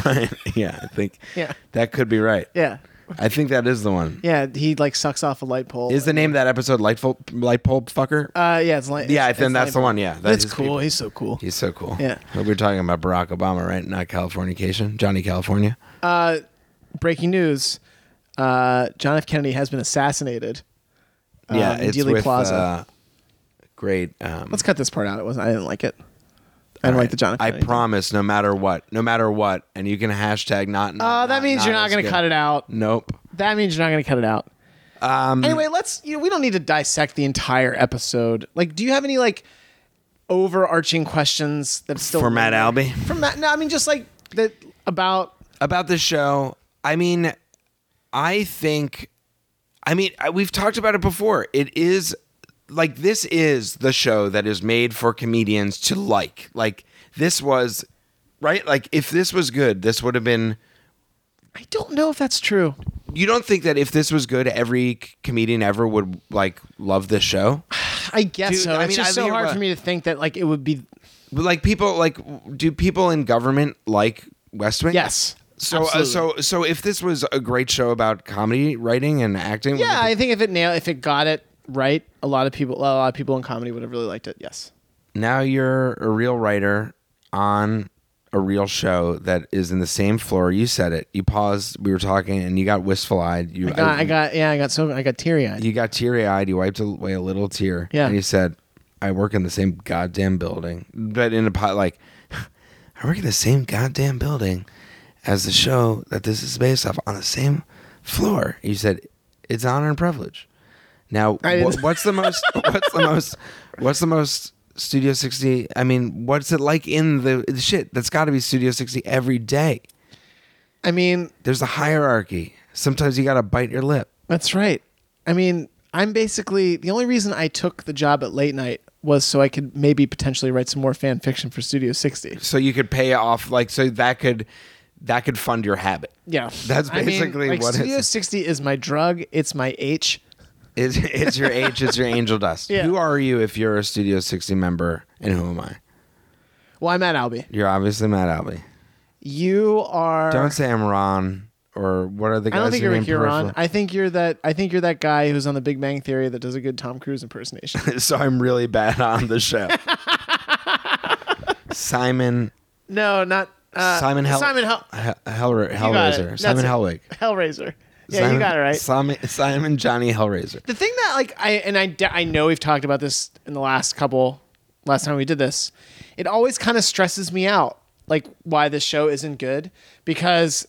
Speaker 1: right? Yeah, I think.
Speaker 4: Yeah.
Speaker 1: that could be right.
Speaker 4: Yeah.
Speaker 1: I think that is the one.
Speaker 4: Yeah, he like sucks off a light pole.
Speaker 1: Is the name of that episode light, fo- light bulb fucker?
Speaker 4: uh yeah, it's light.
Speaker 1: yeah, I
Speaker 4: it's-
Speaker 1: think
Speaker 4: it's
Speaker 1: that's the
Speaker 4: light pole.
Speaker 1: one. Yeah, that
Speaker 4: That's
Speaker 1: is
Speaker 4: cool.
Speaker 1: people.
Speaker 4: He's so cool.
Speaker 1: He's so cool.
Speaker 4: Yeah.
Speaker 1: But we're talking about Barack Obama, right? Not Californication. Johnny California.
Speaker 4: breaking news uh, John F. Kennedy has been assassinated. uh, in Dealey Plaza.
Speaker 1: uh, great. Um,
Speaker 4: Let's cut this part out. It wasn't. I didn't like it. I didn't like the John F.
Speaker 1: I
Speaker 4: Kennedy.
Speaker 1: promise, no matter what, no matter what, and you can hashtag not.
Speaker 4: Oh, that means you're not
Speaker 1: as
Speaker 4: going to
Speaker 1: good.
Speaker 4: cut it out.
Speaker 1: Nope.
Speaker 4: That means you're not going to cut it out. Um, anyway, let's. You know, we don't need to dissect the entire episode. Like, do you have any like overarching questions that still
Speaker 1: For Matt Albee?
Speaker 4: From Matt? No, I mean just like that about.
Speaker 1: About the show, I mean, I think, I mean, I- we've talked about it before. It is like this is the show that is made for comedians to like. Like this was, right? Like if this was good, this would have been
Speaker 4: I don't know if that's true.
Speaker 1: You don't think that if this was good, every c- comedian ever would like love this show?
Speaker 4: I guess
Speaker 1: Dude,
Speaker 4: so.
Speaker 1: I
Speaker 4: it's
Speaker 1: mean,
Speaker 4: just
Speaker 1: I
Speaker 4: so
Speaker 1: hear
Speaker 4: hard
Speaker 1: what-
Speaker 4: for me to think that like it would be.
Speaker 1: But, like people, like do people in government like West Wing?
Speaker 4: Yes.
Speaker 1: So, uh, so,
Speaker 4: absolutely.
Speaker 1: so if this was a great show about comedy writing and acting,
Speaker 4: Yeah,
Speaker 1: would
Speaker 4: I
Speaker 1: it
Speaker 4: think if it nailed, if it got it right, a lot of people, a lot of people in comedy would have really liked it. Yes.
Speaker 1: be- now you're a real writer on a real show that is in the same floor. You said it. You paused. We were talking, and you got wistful eyed. You,
Speaker 4: I got, I got, yeah, I got so, I got teary eyed.
Speaker 1: you got teary eyed. You wiped away a little tear.
Speaker 4: Yeah.
Speaker 1: And you said, I work in the same goddamn building. But in a pot, like, I work in the same goddamn building as the show that this is based off on the same floor. You said, it's honor and privilege. Now,
Speaker 4: I
Speaker 1: wha-
Speaker 4: didn't-
Speaker 1: what's the most, what's the most, what's the most Studio 60? I mean, what's it like in the, the shit? That's got to be Studio 60 every day.
Speaker 4: I mean,
Speaker 1: There's a hierarchy. Sometimes you got to bite your lip.
Speaker 4: that's right. I mean, I'm basically the only reason I took the job at late night was so I could maybe potentially write some more fan fiction for Studio 60.
Speaker 1: so you could pay off like so that could that could fund your habit.
Speaker 4: Yeah,
Speaker 1: That's
Speaker 4: I mean,
Speaker 1: basically
Speaker 4: like,
Speaker 1: what
Speaker 4: Studio
Speaker 1: it's,
Speaker 4: 60 is my drug. It's my H.
Speaker 1: it's it's your age, it's your angel dust.
Speaker 4: Yeah.
Speaker 1: Who are you if you're a Studio 60 member and who am I?
Speaker 4: Well, I'm at Albie.
Speaker 1: You're obviously Matt Albee.
Speaker 4: You are.
Speaker 1: Don't say I'm Ron or what are the
Speaker 4: I
Speaker 1: guys
Speaker 4: don't think
Speaker 1: who
Speaker 4: you're
Speaker 1: name
Speaker 4: Huron.
Speaker 1: Peripheral?
Speaker 4: I think you're that. I think you're that guy who's on The Big Bang Theory that does a good Tom Cruise impersonation.
Speaker 1: so I'm really bad on the show. Simon
Speaker 4: no, not uh,
Speaker 1: Simon Hel-
Speaker 4: Simon Hel-
Speaker 1: Hel- Hellra-
Speaker 4: You got it.
Speaker 1: Hellraiser.
Speaker 4: That's
Speaker 1: Simon
Speaker 4: it.
Speaker 1: Hellwig.
Speaker 4: Hellraiser. Yeah,
Speaker 1: Simon,
Speaker 4: you got it right.
Speaker 1: Simon, Simon Johnny Hellraiser.
Speaker 4: the thing that like I and I de- I know we've talked about this in the last couple last time we did this. It always kind of stresses me out like why this show isn't good because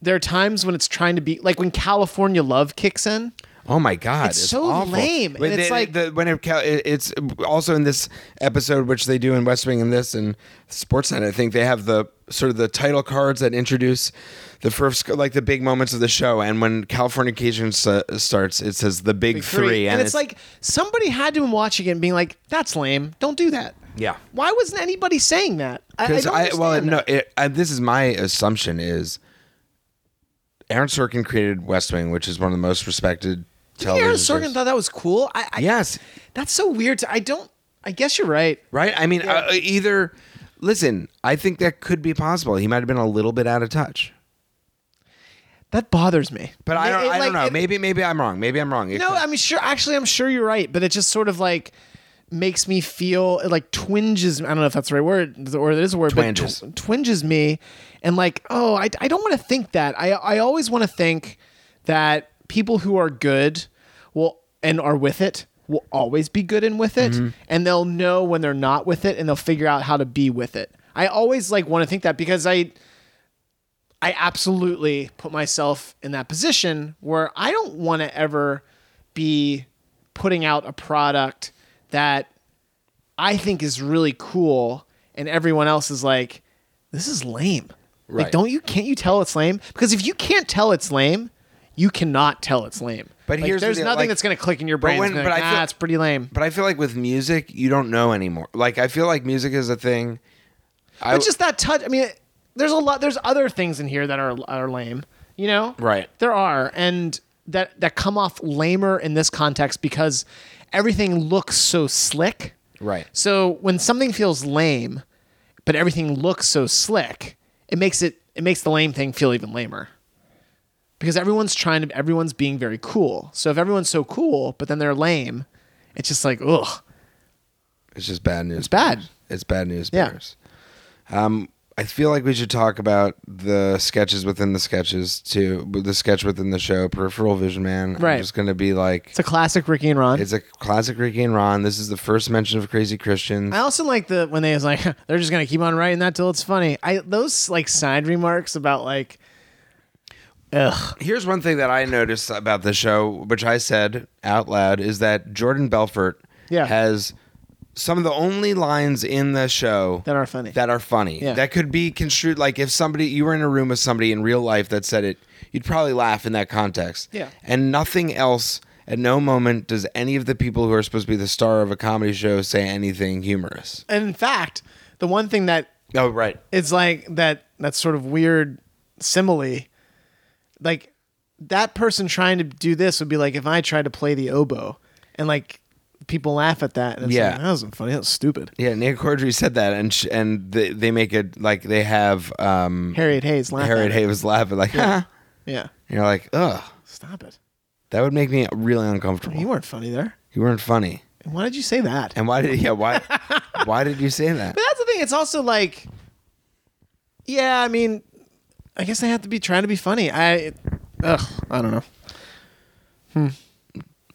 Speaker 4: there are times when it's trying to be like when California Love kicks in.
Speaker 1: Oh my god,
Speaker 4: It's so
Speaker 1: awful.
Speaker 4: lame,
Speaker 1: Wait,
Speaker 4: and it's
Speaker 1: they-
Speaker 4: like-
Speaker 1: the, when it, cal- it- it's also in this episode, which they do in West Wing and this and Sportsnet. I think they have the sort of the title cards that introduce the first like the big moments of the show. And when California Cajun s- starts, it says the big, three,
Speaker 4: and, it's, like somebody had to have been watching it and being like, "That's lame. Don't do that."
Speaker 1: Yeah.
Speaker 4: Why wasn't anybody saying that? I, I
Speaker 1: because
Speaker 4: don't
Speaker 1: I, well
Speaker 4: understand
Speaker 1: no
Speaker 4: that.
Speaker 1: it, I, this is my assumption is Aaron Sorkin created West Wing, which is one of the most respected.
Speaker 4: Aaron
Speaker 1: television
Speaker 4: Sorkin
Speaker 1: shows.
Speaker 4: thought that was cool. I, I
Speaker 1: Yes.
Speaker 4: That's so weird. To, I don't. I guess you're right.
Speaker 1: right? I mean, uh, either listen, I think that could be possible. He might have been a little bit out of touch,
Speaker 4: That bothers me.
Speaker 1: but I
Speaker 4: It-
Speaker 1: don't,
Speaker 4: it,
Speaker 1: I don't
Speaker 4: like,
Speaker 1: know.
Speaker 4: it-
Speaker 1: maybe, maybe I'm wrong. Maybe I'm wrong. It
Speaker 4: No,
Speaker 1: could-
Speaker 4: I mean, sure. Actually, I'm sure you're right, but it just sort of like makes me feel it like twinges. I don't know if that's the right word or it is a word,
Speaker 1: Twinges.
Speaker 4: but tw- twinges me. And like, oh, I, I don't want to think that. I, I always want to think that people who are good will and are with it will always be good and with it.
Speaker 1: Mm-hmm.
Speaker 4: And they'll know when they're not with it and they'll figure out how to be with it. I always like want to think that because I. I absolutely put myself in that position where I don't want to ever be putting out a product that I think is really cool and everyone else is like, this is lame.
Speaker 1: Right.
Speaker 4: Like, don't you, can't you tell it's lame? Because if you can't tell it's lame, you cannot tell it's lame.
Speaker 1: But
Speaker 4: Like,
Speaker 1: here's the
Speaker 4: there's
Speaker 1: deal,
Speaker 4: nothing
Speaker 1: like-
Speaker 4: that's going to click in your
Speaker 1: but
Speaker 4: brain. But,
Speaker 1: when- but I
Speaker 4: nah,
Speaker 1: feel-
Speaker 4: it's pretty lame.
Speaker 1: But I feel like with music, you don't know anymore. Like I feel like music is a thing. I
Speaker 4: But just that touch. I mean, there's a lot. There's other things in here that are are lame. You know,
Speaker 1: Right.
Speaker 4: There are, and that that come off lamer in this context because everything looks so slick.
Speaker 1: Right.
Speaker 4: So when something feels lame, but everything looks so slick, it makes it it makes the lame thing feel even lamer. Because everyone's trying to, everyone's being very cool. So if everyone's so cool, but then they're lame, it's just like, ugh.
Speaker 1: it's just bad news. It's
Speaker 4: bad.
Speaker 1: It's bad news.
Speaker 4: Yeah.
Speaker 1: Bears. Um, I feel like we should talk about the sketches within the sketches too. The sketch within the show, Peripheral Vision Man.
Speaker 4: Right.
Speaker 1: I'm just gonna be like,
Speaker 4: It's a classic Ricky and Ron.
Speaker 1: it's a classic Ricky and Ron. This is the first mention of crazy Christians.
Speaker 4: I also like the when they was like they're just gonna keep on writing that till it's funny. I those like side remarks about like, ugh,
Speaker 1: Here's one thing that I noticed about the show, which I said out loud, is that Jordan Belfort
Speaker 4: Yeah.
Speaker 1: has some of the only lines in the show
Speaker 4: That are funny.
Speaker 1: That are funny.
Speaker 4: Yeah.
Speaker 1: That could be construed like if somebody you were in a room with somebody in real life that said it, you'd probably laugh in that context.
Speaker 4: Yeah.
Speaker 1: And nothing else. At no moment does any of the people who are supposed to be the star of a comedy show say anything humorous.
Speaker 4: and in fact, the one thing that
Speaker 1: Oh, right.
Speaker 4: it's like that that sort of weird simile, like that person trying to do this would be like if I tried to play the oboe, and like people laugh at that. And it's
Speaker 1: Yeah.
Speaker 4: like, that wasn't funny. That was stupid.
Speaker 1: Yeah, Nick Cordry said that, and sh- and they, they make it like they have um,
Speaker 4: Harriet Hayes laughing.
Speaker 1: Harriet Hay was laughing like, huh?
Speaker 4: Yeah,
Speaker 1: And you're like, ugh,
Speaker 4: stop it.
Speaker 1: that would make me really uncomfortable.
Speaker 4: You weren't funny there.
Speaker 1: You weren't funny.
Speaker 4: Why did you say that?
Speaker 1: And why did yeah why why did you say that?
Speaker 4: But that's the thing. It's also like, yeah, I mean, I guess they have to be trying to be funny. I, ugh, I don't know.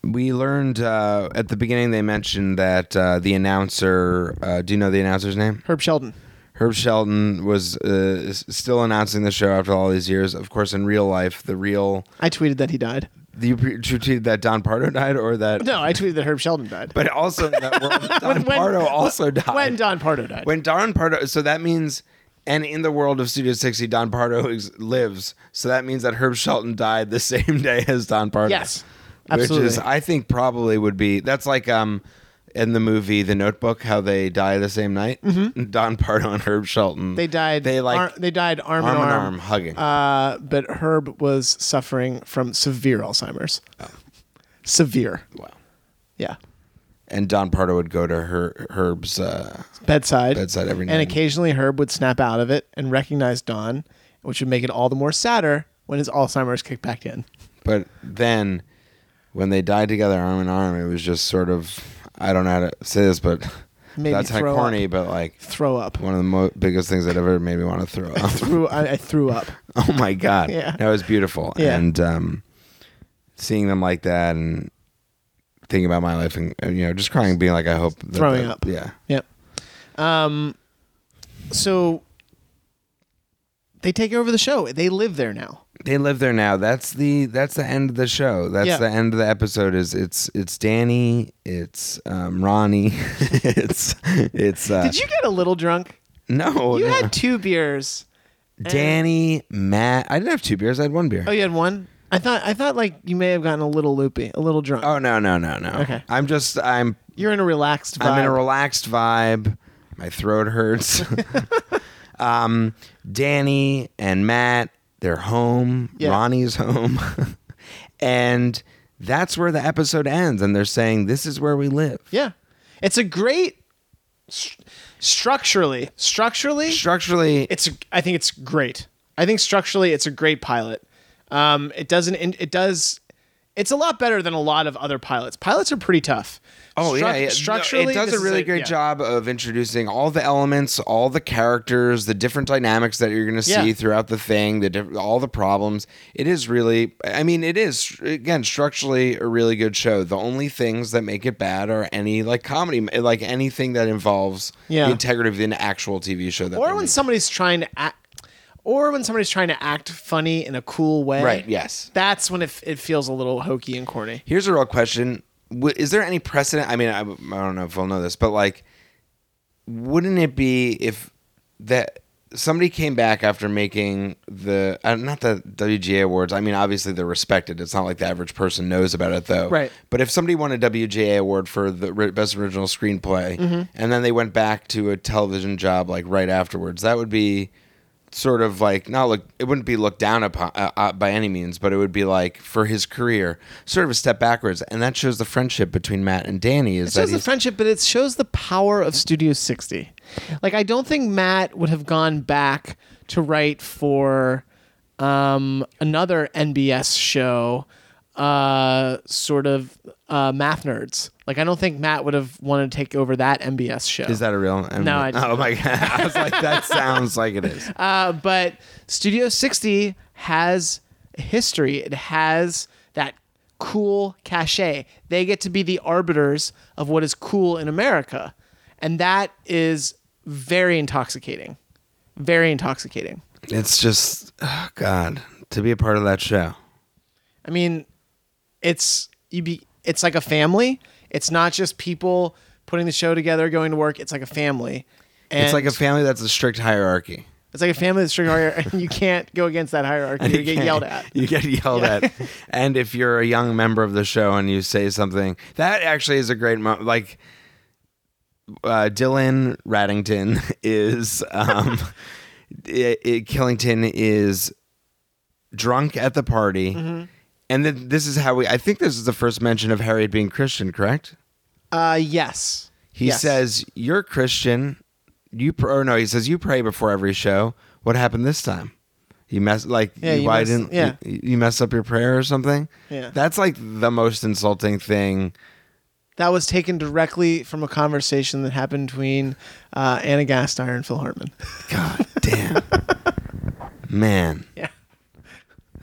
Speaker 1: We learned uh, at the beginning they mentioned that uh, the announcer. Uh, do you know the announcer's name?
Speaker 4: Herb Sheldon.
Speaker 1: Herb Shelton was uh, is still announcing the show after all these years. Of course, in real life, the real
Speaker 4: I tweeted that he died.
Speaker 1: the you pre- tweeted that Don Pardo died or that.
Speaker 4: No, I tweeted that Herb Sheldon died.
Speaker 1: But also in that world, Don Pardo also died.
Speaker 4: When Don Pardo died.
Speaker 1: when Don Pardo, so that means, and in the world of Studio 60, Don Pardo ex- lives. So that means that Herb Shelton died the same day as Don Pardo.
Speaker 4: Yes. Absolutely.
Speaker 1: Which is, I think, probably would be that's like um in the movie The Notebook how they die the same night. Don Pardo and Herb Shelton.
Speaker 4: Mm-hmm. They died.
Speaker 1: They like
Speaker 4: ar- they died arm,
Speaker 1: arm
Speaker 4: in
Speaker 1: in
Speaker 4: arm,
Speaker 1: arm hugging.
Speaker 4: Uh, but Herb was suffering from severe Alzheimer's. Severe.
Speaker 1: wow.
Speaker 4: Yeah.
Speaker 1: And Don Pardo would go to her Herb's. Uh,
Speaker 4: Bedside.
Speaker 1: Bedside every night.
Speaker 4: And occasionally Herb would snap out of it and recognize Don, which would make it all the more sadder when his Alzheimer's kicked back in.
Speaker 1: but then when they died together arm in arm, it was just sort of I don't know how to say this, but
Speaker 4: Made me
Speaker 1: that's kind
Speaker 4: throw
Speaker 1: of
Speaker 4: up.
Speaker 1: corny. But like
Speaker 4: Throw up.
Speaker 1: one of the mo- biggest things that ever made me want to throw up.
Speaker 4: Threw, I, I threw up.
Speaker 1: Oh my god,
Speaker 4: Yeah.
Speaker 1: that was beautiful.
Speaker 4: Yeah.
Speaker 1: And um, seeing them like that and thinking about my life and and, you know just crying, being like, I hope that,
Speaker 4: Throwing
Speaker 1: that-
Speaker 4: up.
Speaker 1: Yeah,
Speaker 4: Yep. Um, so they take over the show. They live there now.
Speaker 1: they live there now. That's the that's the end of the show. That's
Speaker 4: Yeah.
Speaker 1: the end of the episode. Is it's it's Danny, it's um, Ronnie, it's it's uh,
Speaker 4: Did you get a little drunk?
Speaker 1: no
Speaker 4: You
Speaker 1: no.
Speaker 4: had two beers.
Speaker 1: Danny Matt. I didn't have two beers. I had one beer.
Speaker 4: Oh, you had one. I thought I thought like you may have gotten a little loopy, a little drunk.
Speaker 1: Oh no no no no.
Speaker 4: Okay.
Speaker 1: I'm just I'm
Speaker 4: You're in a relaxed vibe.
Speaker 1: I'm in a relaxed vibe. My throat hurts. um, Danny and Matt, they're home.
Speaker 4: Yeah.
Speaker 1: Ronnie's home. and that's where the episode ends. And they're saying, this is where we live.
Speaker 4: yeah, it's a great st- structurally. Structurally,
Speaker 1: Structurally,
Speaker 4: it's I think it's great. I think structurally it's a great pilot. Um, it doesn't it does it's a lot better than a lot of other pilots. Pilots are pretty tough.
Speaker 1: Oh
Speaker 4: Struc-
Speaker 1: yeah, yeah, No,
Speaker 4: structurally
Speaker 1: it does
Speaker 4: this
Speaker 1: a
Speaker 4: is
Speaker 1: really great
Speaker 4: yeah.
Speaker 1: job of introducing all the elements, all the characters, the different dynamics that you're going to see
Speaker 4: Yeah.
Speaker 1: throughout the thing, the diff- all the problems. It is really, I mean, it is again structurally a really good show. The only things that make it bad are any like comedy, like anything that involves
Speaker 4: Yeah.
Speaker 1: the integrity of an actual TV show. That
Speaker 4: Or
Speaker 1: they're
Speaker 4: when
Speaker 1: making.
Speaker 4: somebody's trying to act or when somebody's trying to act funny in a cool way.
Speaker 1: Right, yes.
Speaker 4: That's when it, f- it feels a little hokey and corny.
Speaker 1: Here's a real question: W- Is there any precedent? I mean, I, I don't know if we'll know this, but like, wouldn't it be if that somebody came back after making the uh, not the WGA awards? I mean, obviously they're respected. It's not like the average person knows about it though,
Speaker 4: Right.
Speaker 1: But if somebody won a WGA award for the ri- best original screenplay,
Speaker 4: Mm-hmm.
Speaker 1: and then they went back to a television job like right afterwards, that would be sort of like not look it wouldn't be looked down upon uh, uh, by any means but it would be like for his career sort of a step backwards and that shows the friendship between matt and danny is
Speaker 4: It
Speaker 1: that
Speaker 4: shows the
Speaker 1: he's-
Speaker 4: friendship, but it shows the power of Studio 60. Like, I don't think Matt would have gone back to write for um, another NBS show, uh, sort of uh, Math Nerds. Like, I don't think Matt would have wanted to take over that NBS show.
Speaker 1: is that a real
Speaker 4: No, I just-
Speaker 1: oh my god i was like that sounds like it is
Speaker 4: Uh, but Studio 60 has a history. It has that cool cachet. They get to be the arbiters of what is cool in America. And that is very intoxicating. Very intoxicating.
Speaker 1: it's just oh god to be a part of that show
Speaker 4: I mean, it's you be it's like a family. It's not just people putting the show together, going to work. It's like a family. And
Speaker 1: it's like a family that's a strict hierarchy
Speaker 4: it's like a family that's strict hierarchy, and you can't go against that hierarchy. You get yelled at.
Speaker 1: you get yelled at and if you're a young member of the show and you say something that actually is a great moment like uh, dylan Radington is um, i i killington is drunk at the party
Speaker 4: Mm-hmm.
Speaker 1: and then this is how we i think this is the first mention of harriet being christian correct
Speaker 4: Uh, yes.
Speaker 1: he
Speaker 4: Yes.
Speaker 1: says you're christian you pr- or no he says you pray before every show what happened this time you mess like
Speaker 4: Yeah,
Speaker 1: you,
Speaker 4: you
Speaker 1: why
Speaker 4: messed-
Speaker 1: didn't
Speaker 4: yeah.
Speaker 1: you, you mess up your prayer or something
Speaker 4: Yeah.
Speaker 1: that's like the most insulting thing
Speaker 4: that was taken directly from a conversation that happened between uh, Anna Gasteyer and Phil Hartman.
Speaker 1: god damn man
Speaker 4: Yeah.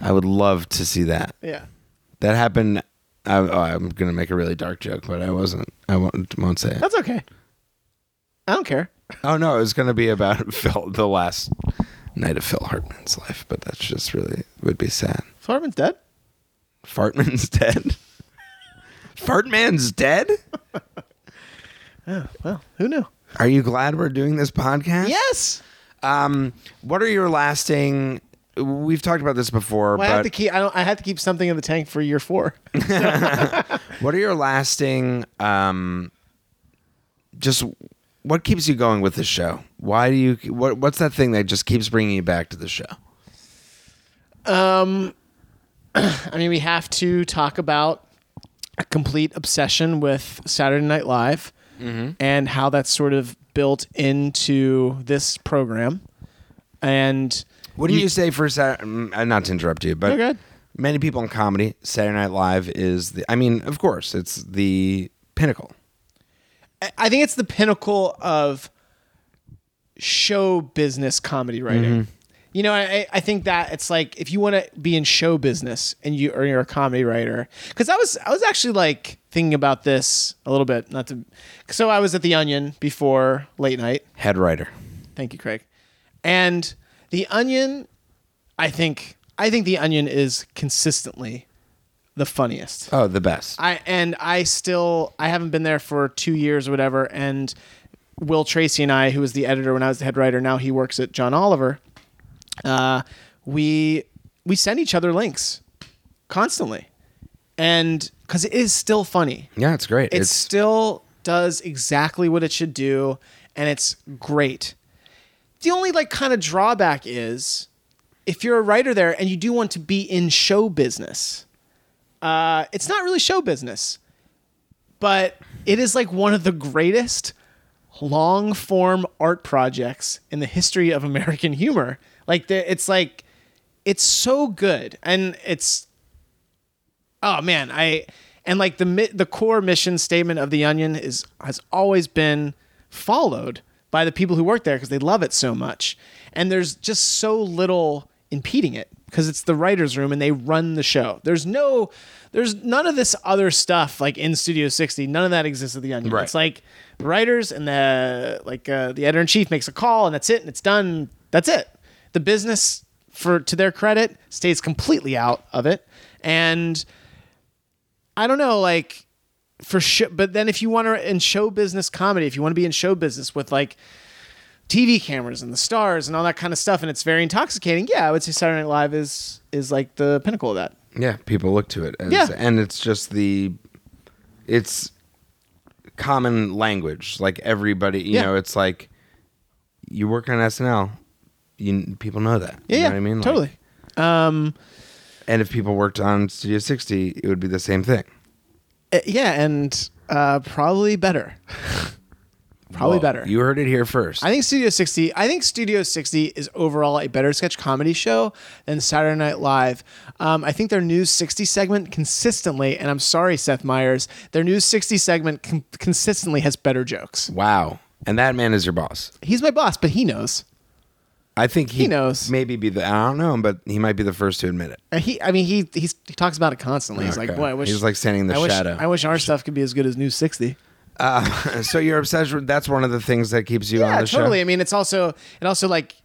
Speaker 1: i would love to see that
Speaker 4: Yeah.
Speaker 1: that happened I, oh, i'm gonna make a really dark joke but i wasn't i won't, won't say it
Speaker 4: That's okay. I don't care.
Speaker 1: oh no it was gonna be about phil the last night of phil hartman's life but that's just really would be sad
Speaker 4: Phil Hartman's dead.
Speaker 1: Fartman's dead. Fartman's dead?
Speaker 4: Well, who knew?
Speaker 1: Are you glad we're doing this podcast?
Speaker 4: Yes.
Speaker 1: Um, what are your lasting we've talked about this before,
Speaker 4: Well, I have
Speaker 1: but
Speaker 4: to keep. I don't. I have to keep something in the tank for year four.
Speaker 1: what are your lasting um just what keeps you going with this show? Why do you what what's that thing that just keeps bringing you back to the show?
Speaker 4: I mean, we have to talk about a complete obsession with Saturday Night Live and how that's sort of built into this program. And
Speaker 1: What do you, say for Saturday? Not to interrupt you, but
Speaker 4: No, go ahead.
Speaker 1: many people in comedy, Saturday Night Live is the. I mean, of course, it's the pinnacle.
Speaker 4: I think it's the pinnacle of show business comedy writing. You know, I, I think that it's like if you want to be in show business and you or you're a comedy writer, because I was I was actually like thinking about this a little bit, not to. So I was at the Onion before late night.
Speaker 1: Head writer.
Speaker 4: Thank you, Craig. And the Onion, I think I think the Onion is consistently the funniest.
Speaker 1: Oh, the best.
Speaker 4: I and I still I haven't been there for two years or whatever. And Will Tracy and I, who was the editor when I was the head writer, now he works at John Oliver. Uh, we we send each other links constantly, and because it is still funny,
Speaker 1: yeah, it's great.
Speaker 4: it
Speaker 1: It's,
Speaker 4: still does exactly what it should do, and it's great. The only like kind of drawback is if you're a writer there and you do want to be in show business, uh, it's not really show business, but it is like one of the greatest long form art projects in the history of American humor. Like the, it's like it's so good, and it's oh man, I and like the mi- the core mission statement of the Onion is has always been followed by the people who work there because they love it so much, and there's just so little impeding it because it's the writers' room and they run the show. There's no, there's none of this other stuff like in Studio 60. None of that exists at the Onion.
Speaker 1: Right.
Speaker 4: It's like the writers and the like uh, the editor in chief makes a call and that's it and it's done. That's it. The business for to their credit stays completely out of it and I don't know, like for sure. But then if you want to in show business comedy, if you want to be in show business with like TV cameras and the stars and all that kind of stuff, and it's very intoxicating. Yeah, I would say Saturday Night Live is is like the pinnacle of that.
Speaker 1: yeah, people look to it. As,
Speaker 4: Yeah.
Speaker 1: And it's just the. It's common language. Like everybody, you
Speaker 4: Yeah.
Speaker 1: know, it's like you work on SNL, you, people know that.
Speaker 4: Yeah,
Speaker 1: you know
Speaker 4: yeah,
Speaker 1: what I mean? Like,
Speaker 4: totally.
Speaker 1: and if people worked on Studio 60, it would be the same thing.
Speaker 4: Uh, yeah, and uh, probably better. probably
Speaker 1: Whoa,
Speaker 4: better.
Speaker 1: You heard it here first.
Speaker 4: I think Studio 60. I think Studio 60 is overall a better sketch comedy show than Saturday Night Live. Um, I think their new 60 segment consistently, and I'm sorry, Seth Meyers, their new 60 segment con- consistently has better jokes.
Speaker 1: wow. And that man is your boss.
Speaker 4: He's my boss, but he knows.
Speaker 1: I think he,
Speaker 4: He knows.
Speaker 1: Maybe be the I don't know him, but he might be the first to admit it.
Speaker 4: Uh, He, I mean, he he's, he talks about it constantly. He's like,
Speaker 1: Okay.
Speaker 4: boy, I wish
Speaker 1: He's like standing in the
Speaker 4: I wish-
Speaker 1: shadow."
Speaker 4: I wish our stuff could be as good as New 60.
Speaker 1: so you're obsessed with that's one of the things that keeps you on
Speaker 4: yeah
Speaker 1: the
Speaker 4: totally i
Speaker 1: show.
Speaker 4: mean it's also it also like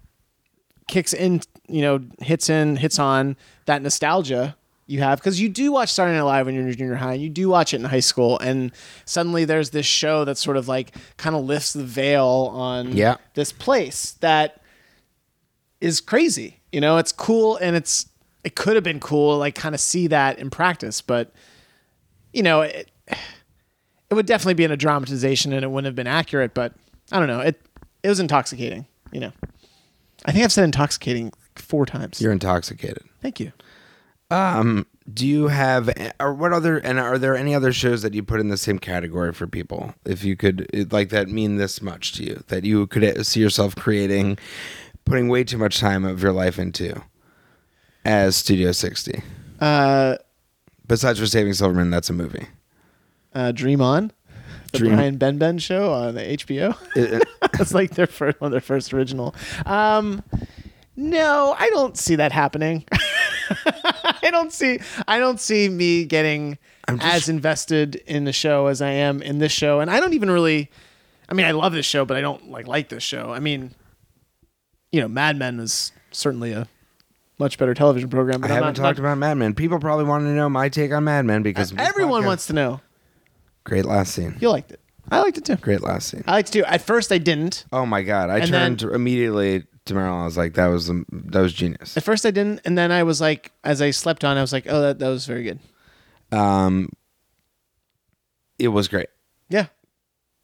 Speaker 4: kicks in you know hits in hits on that nostalgia you have because you do watch Saturday Night Live when you're in junior high, and you do watch it in high school, and suddenly there's this show that sort of like kind of lifts the veil on
Speaker 1: Yeah.
Speaker 4: this place that is crazy. You know, it's cool, and it's it could have been cool, to, like kind of see that in practice, but you know, it, it would definitely be in a dramatization and it wouldn't have been accurate, but I don't know. It it was intoxicating, you know. I think I've said intoxicating four times.
Speaker 1: You're intoxicated.
Speaker 4: Thank you.
Speaker 1: Do you have or what other and are there any other shows that you put in the same category for people? If you could it- like that mean this much to you that you could uh, see yourself creating, putting way too much time of your life into, as Studio 60. Uh, Besides for Saving Silverman, that's a movie.
Speaker 4: Uh, Dream On, the
Speaker 1: Dream-
Speaker 4: Brian Ben Ben show on the HBO. That's like their first one of their first original. Um, no, I don't see that happening. I don't see I don't see me getting as invested in the show as I am in this show, and I don't even really. I mean, I love this show, but I don't like like this show. I mean, you know, Mad Men is certainly a much better television program.
Speaker 1: I
Speaker 4: But I'm
Speaker 1: haven't
Speaker 4: not-
Speaker 1: talked
Speaker 4: not-
Speaker 1: about Mad Men. People probably want to know my take on Mad Men because of this
Speaker 4: Everyone
Speaker 1: podcast.
Speaker 4: wants to know.
Speaker 1: great last scene.
Speaker 4: You liked it. I liked it too.
Speaker 1: Great last scene.
Speaker 4: I liked it too. At first, I didn't.
Speaker 1: Oh my god! I
Speaker 4: And
Speaker 1: turned
Speaker 4: then-
Speaker 1: immediately to Marilyn. I was like, that was um, that was genius.
Speaker 4: At first I didn't, and then I was like, as I slept on, I was like, oh, that, that was very good.
Speaker 1: Um, It was great.
Speaker 4: Yeah.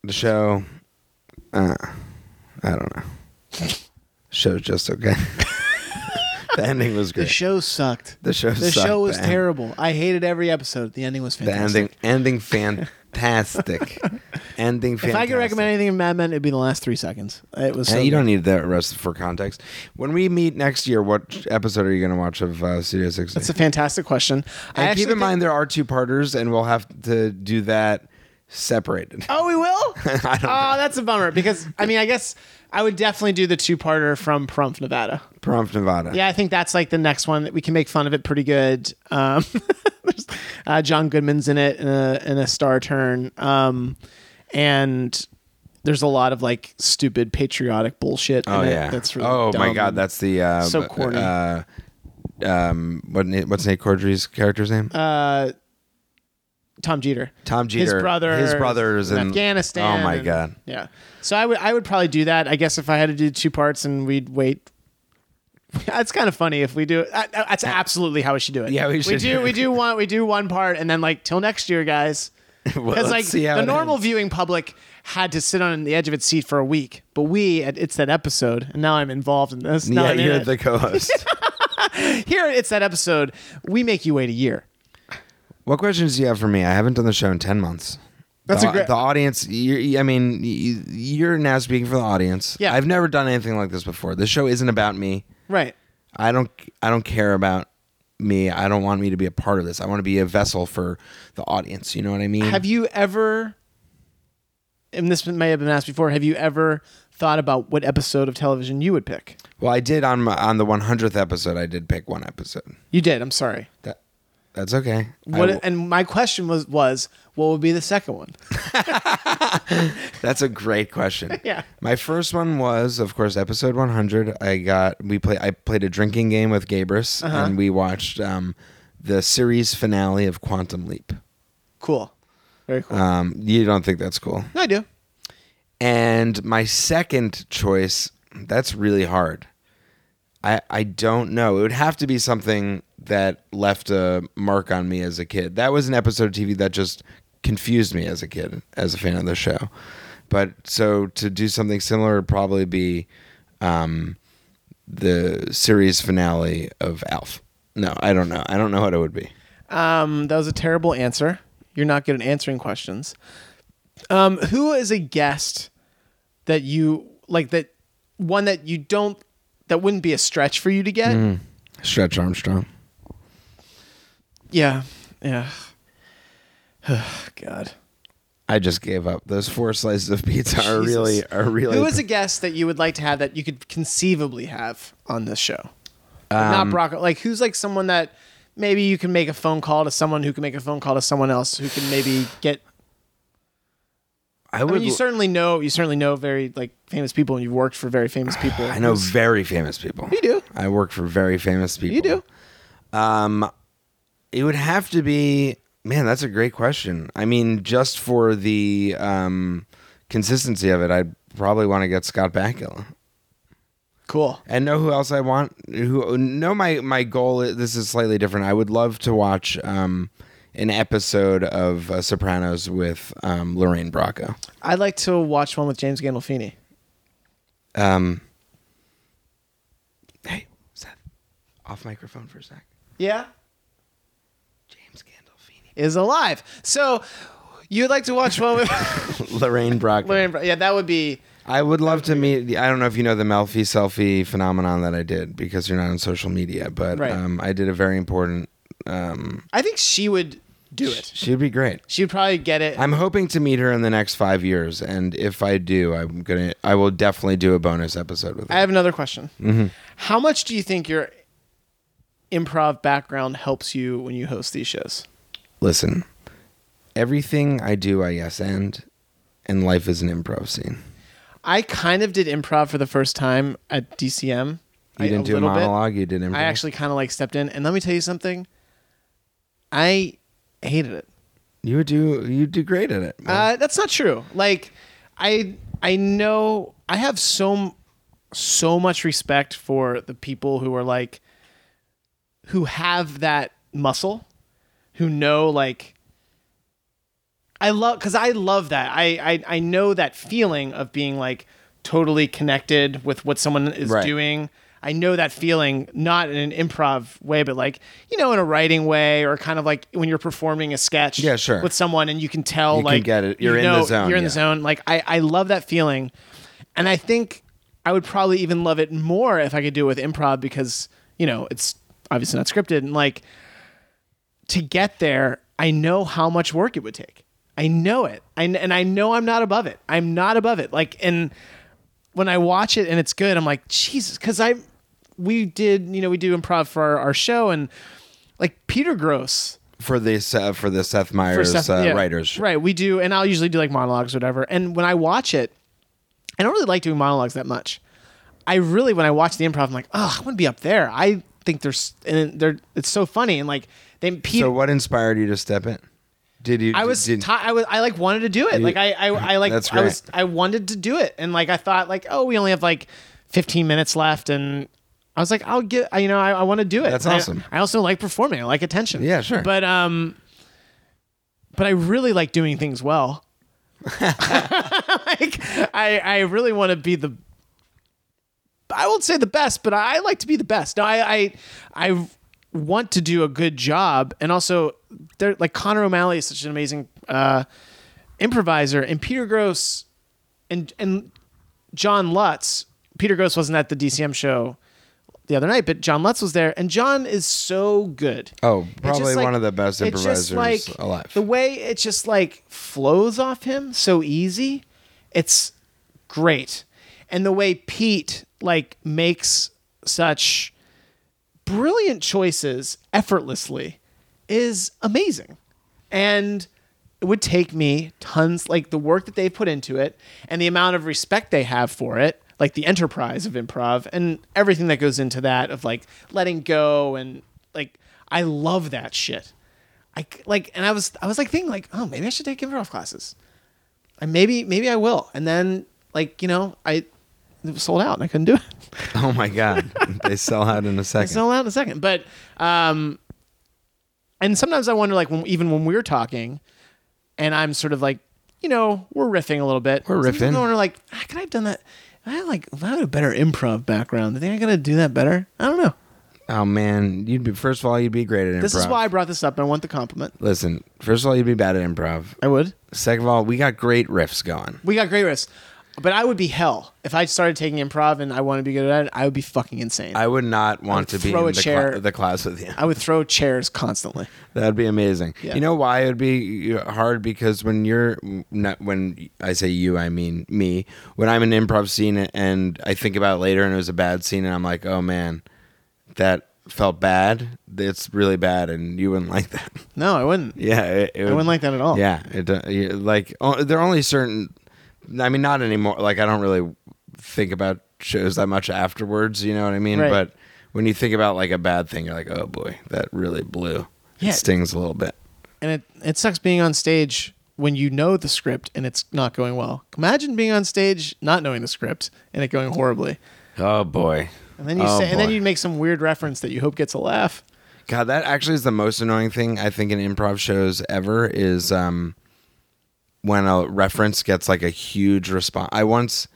Speaker 1: The show, uh, I don't know. Show's just okay. the ending was
Speaker 4: The
Speaker 1: great.
Speaker 4: show sucked.
Speaker 1: The show
Speaker 4: The
Speaker 1: sucked.
Speaker 4: show was
Speaker 1: The end-
Speaker 4: terrible. I hated every episode. The ending was
Speaker 1: The
Speaker 4: fantastic.
Speaker 1: ending, ending fantastic. ending fantastic.
Speaker 4: If I could recommend anything in Mad Men, it'd be the last three seconds. It was.
Speaker 1: Hey,
Speaker 4: so
Speaker 1: you don't
Speaker 4: good.
Speaker 1: need the rest for context. When we meet next year, what episode are you going to watch of uh, Studio 60?
Speaker 4: It's a fantastic question. I
Speaker 1: and keep
Speaker 4: actually
Speaker 1: in
Speaker 4: think-
Speaker 1: mind there are two parters, and we'll have to do that separated.
Speaker 4: Oh, we will.
Speaker 1: I don't
Speaker 4: oh, that's a bummer because I mean, I guess I would definitely do the two-parter from Prump, Nevada.
Speaker 1: Prompt Nevada.
Speaker 4: Yeah, I think that's like the next one that we can make fun of it pretty good. Um, there's, uh, John Goodman's in it in a, in a star turn, um, and there's a lot of like stupid patriotic bullshit. in
Speaker 1: Oh
Speaker 4: it
Speaker 1: yeah.
Speaker 4: that's really
Speaker 1: oh my
Speaker 4: dumb.
Speaker 1: god, that's the uh,
Speaker 4: So
Speaker 1: b-
Speaker 4: corny.
Speaker 1: Uh, um, what, what's Nate Cordry's character's name?
Speaker 4: Uh, Tom Jeter.
Speaker 1: Tom
Speaker 4: His
Speaker 1: Jeter.
Speaker 4: brother.
Speaker 1: His brother's
Speaker 4: in
Speaker 1: in-
Speaker 4: Afghanistan.
Speaker 1: Oh my
Speaker 4: and-
Speaker 1: God.
Speaker 4: Yeah. So I would I would probably do that. I guess if I had to do two parts and we'd wait. It's kind of funny if we do. I- I- That's absolutely how we should do it.
Speaker 1: Yeah, we
Speaker 4: We
Speaker 1: should.
Speaker 4: do. We do one. We do one part, and then like till next year, guys.
Speaker 1: Well,
Speaker 4: Because
Speaker 1: let's
Speaker 4: like
Speaker 1: see how
Speaker 4: the
Speaker 1: it
Speaker 4: normal
Speaker 1: ends.
Speaker 4: viewing public had to sit on the edge of its seat for a week, but we at it's that episode, and now I'm involved in this. Now
Speaker 1: Yeah,
Speaker 4: I'm in
Speaker 1: you're
Speaker 4: it.
Speaker 1: the co-host.
Speaker 4: here. at It's that episode. We make you wait a year.
Speaker 1: what questions do you have for me? I haven't done the show in ten months.
Speaker 4: That's
Speaker 1: the,
Speaker 4: a great-
Speaker 1: the audience. You're, I mean, you- you're now speaking for the audience.
Speaker 4: Yeah.
Speaker 1: I've never done anything like this before. The show isn't about me.
Speaker 4: Right.
Speaker 1: I don't I don't care about me. I don't want me to be a part of this. I want to be a vessel for the audience. You know what I mean?
Speaker 4: Have you ever, and this may have been asked before, have you ever thought about what episode of television you would pick?
Speaker 1: well, I did on my, on the 100th episode. I did pick one episode.
Speaker 4: You did. I'm sorry.
Speaker 1: That that's okay. I
Speaker 4: What,
Speaker 1: will-
Speaker 4: and my question was was what would be the second one?
Speaker 1: that's a great question.
Speaker 4: Yeah.
Speaker 1: My first one was, of course, episode 100. I got we play I played a drinking game with Gabrus
Speaker 4: Uh-huh.
Speaker 1: and we watched um, the series finale of Quantum Leap.
Speaker 4: Cool. Very cool.
Speaker 1: Um, you don't think that's cool?
Speaker 4: No, I do.
Speaker 1: And my second choice, that's really hard. I I don't know. It would have to be something that left a mark on me as a kid. That was an episode of TV that just confused me as a kid, as a fan of the show. But so to do something similar would probably be um, the series finale of Alf. No, I don't know. I don't know what it would be.
Speaker 4: Um, that was a terrible answer. You're not good at answering questions. Um, who is a guest that you like that one that you don't that wouldn't be a stretch for you to get?
Speaker 1: Stretch Armstrong.
Speaker 4: Yeah. Yeah. God.
Speaker 1: I just gave up. Those four slices of pizza are
Speaker 4: Jesus.
Speaker 1: really are really
Speaker 4: Who is a guest that you would like to have that you could conceivably have on this show? Like,
Speaker 1: Um,
Speaker 4: Not Brock. Like who's like someone that maybe you can make a phone call to someone who can make a phone call to someone else who can maybe get.
Speaker 1: I
Speaker 4: I
Speaker 1: would.
Speaker 4: mean, you certainly know you certainly know very like famous people, and you've worked for very famous people.
Speaker 1: I know
Speaker 4: Who's-
Speaker 1: very famous people.
Speaker 4: You do.
Speaker 1: I work for very famous people.
Speaker 4: you do.
Speaker 1: It would have to be. Man, that's a great question. I mean, just for the um, consistency of it, I'd probably want to get Scott Bakula.
Speaker 4: Cool.
Speaker 1: And know who else I want? Who know my my goal? Is, this is slightly different. I would love to watch um, an episode of uh, Sopranos with um, Lorraine Bracco.
Speaker 4: I'd like to watch one with James Gandolfini.
Speaker 1: Um, hey, Seth, off microphone for a sec.
Speaker 4: Yeah.
Speaker 1: James Gandolfini,
Speaker 4: Is alive. So you'd like to watch one with
Speaker 1: Lorraine Bracco.
Speaker 4: Lorraine. Bra- Yeah, that would be.
Speaker 1: I would love to meet. the- I don't know if you know the Melfi selfie phenomenon that I did because you're not on social media, but
Speaker 4: Right.
Speaker 1: um, I did a very important.
Speaker 4: I think she would do it.
Speaker 1: She'd be great.
Speaker 4: She'd probably get it.
Speaker 1: I'm hoping to meet her in the next five years, and if I do, I'm gonna. I will definitely do a bonus episode with her.
Speaker 4: I have another question.
Speaker 1: Mm-hmm.
Speaker 4: How much do you think your improv background helps you when you host these shows?
Speaker 1: Listen, everything I do, I yes and, and life is an improv scene.
Speaker 4: I kind of did improv for the first time at DCM.
Speaker 1: You
Speaker 4: I-
Speaker 1: didn't do a
Speaker 4: little bit.
Speaker 1: monologue. Mm-hmm. You did improv.
Speaker 4: I actually kind of like stepped in, and let me tell you something. I hated it.
Speaker 1: You would do. You do great at it.
Speaker 4: Uh, that's not true. Like, I I know I have so m- so much respect for the people who are like who have that muscle, who know like I love because I love that. I, I I know that feeling of being like totally connected with what someone is
Speaker 1: Right.
Speaker 4: doing. I know that feeling not in an improv way, but like you know, in a writing way, or kind of like when you're performing a sketch.
Speaker 1: Yeah, sure.
Speaker 4: With someone, and you can tell
Speaker 1: You can
Speaker 4: like
Speaker 1: get it. You're
Speaker 4: you
Speaker 1: in the
Speaker 4: know-
Speaker 1: zone,
Speaker 4: You're in
Speaker 1: yeah.
Speaker 4: the zone. Like I I love that feeling, and I think I would probably even love it more if I could do it with improv because you know it's obviously not scripted and like to get there, I know how much work it would take. I know it. I, and I know I'm not above it. I'm not above it. Like, and when I watch it and it's good, I'm like, Jesus, because I, we did, you know, we do improv for our, our show and like Peter Gross
Speaker 1: for this uh, for the Seth Meyers
Speaker 4: for stuff-
Speaker 1: uh,
Speaker 4: yeah.
Speaker 1: writers.
Speaker 4: Right. We do, and I'll usually do like monologues or whatever. And when I watch it, I don't really like doing monologues that much. I really, when I watch the improv, I'm like, oh, I want to be up there. I think there's, and they're, it's so funny. And like, they, Peter,
Speaker 1: So what inspired you to step in? Did you?
Speaker 4: I was,
Speaker 1: Did,
Speaker 4: ti- I was, I like wanted to do it. Like I, I, I like,
Speaker 1: That's
Speaker 4: I was,
Speaker 1: great.
Speaker 4: I wanted to do it, and like I thought, like, oh, we only have like 15 minutes left, and I was like, I'll get, I- you know, I, I want to do it.
Speaker 1: That's
Speaker 4: And I-
Speaker 1: awesome.
Speaker 4: I, also like performing. I like attention.
Speaker 1: Yeah, sure.
Speaker 4: But um, but I really like doing things well. like I, I really want to be the. I won't say the best, but I like to be the best. No, I, I, I want to do a good job, and also, there like Connor O'Malley is such an amazing uh, improviser, and Peter Gross, and and John Lutz. Peter Gross wasn't at the DCM show the other night, but John Lutz was there, and John is so good.
Speaker 1: Oh,
Speaker 4: It's just
Speaker 1: probably
Speaker 4: like-
Speaker 1: one of the best
Speaker 4: it's just
Speaker 1: improvisers
Speaker 4: like
Speaker 1: alive.
Speaker 4: The way it just like flows off him so easy, it's great. And the way Pete like makes such brilliant choices effortlessly is amazing. And it would take me tons, like the work that they've put into it and the amount of respect they have for it, like the enterprise of improv and everything that goes into that of like letting go and like, I love that shit. I c- like, and I was, I was like thinking like, oh, maybe I should take improv classes. And maybe, maybe I will. And then like, you know, I, it was sold out and I couldn't do it.
Speaker 1: oh my god, they sell out in a second.
Speaker 4: It's all out in a second. But um, and sometimes I wonder, like, when, even when we're talking, and I'm sort of like, you know, we're riffing a little bit.
Speaker 1: We're riffing.
Speaker 4: Sometimes I wonder, like, ah, could I have done that? I like, if I had a better improv background, do you think I gotta do that better? I don't know.
Speaker 1: oh man, you'd be first of all, you'd be great at improv.
Speaker 4: This is why I brought this up. and I want the compliment.
Speaker 1: Listen, first of all, you'd be bad at improv.
Speaker 4: I would.
Speaker 1: Second of all, we got great riffs going.
Speaker 4: We got great riffs, but I would be hell if I started taking improv and I wanted to be good at it. I would be fucking insane. I,
Speaker 1: I would not want to be in
Speaker 4: throw a
Speaker 1: the,
Speaker 4: chair.
Speaker 1: Cl- the class with you.
Speaker 4: would throw chairs constantly.
Speaker 1: That'd be amazing.
Speaker 4: Yeah.
Speaker 1: You know why it would be uh, hard because when you're not when I say you, I mean me. When I'm in improv scene and I think about it later and it was a bad scene and I'm like, oh man, that felt bad. It's really bad and you wouldn't like that.
Speaker 4: No, I wouldn't.
Speaker 1: yeah, it, it
Speaker 4: I wouldn't like that at all.
Speaker 1: Yeah, it do- you- like o- there are only certain. I mean, not anymore. Like I don't really think about shows that much afterwards. You know what I mean?
Speaker 4: Right.
Speaker 1: But when you think about like a bad thing, you're like, oh boy, that really blew.
Speaker 4: Yeah.
Speaker 1: It stings a little bit.
Speaker 4: and it it sucks being on stage when you know the script and it's not going well. Imagine being on stage not knowing the script and it going horribly,
Speaker 1: Oh boy.
Speaker 4: and then you
Speaker 1: Oh,
Speaker 4: say, and then
Speaker 1: boy.
Speaker 4: you make some weird reference that you hope gets a laugh.
Speaker 1: God, that actually is the most annoying thing I think in improv shows ever is um, when a reference gets like a huge response. I once,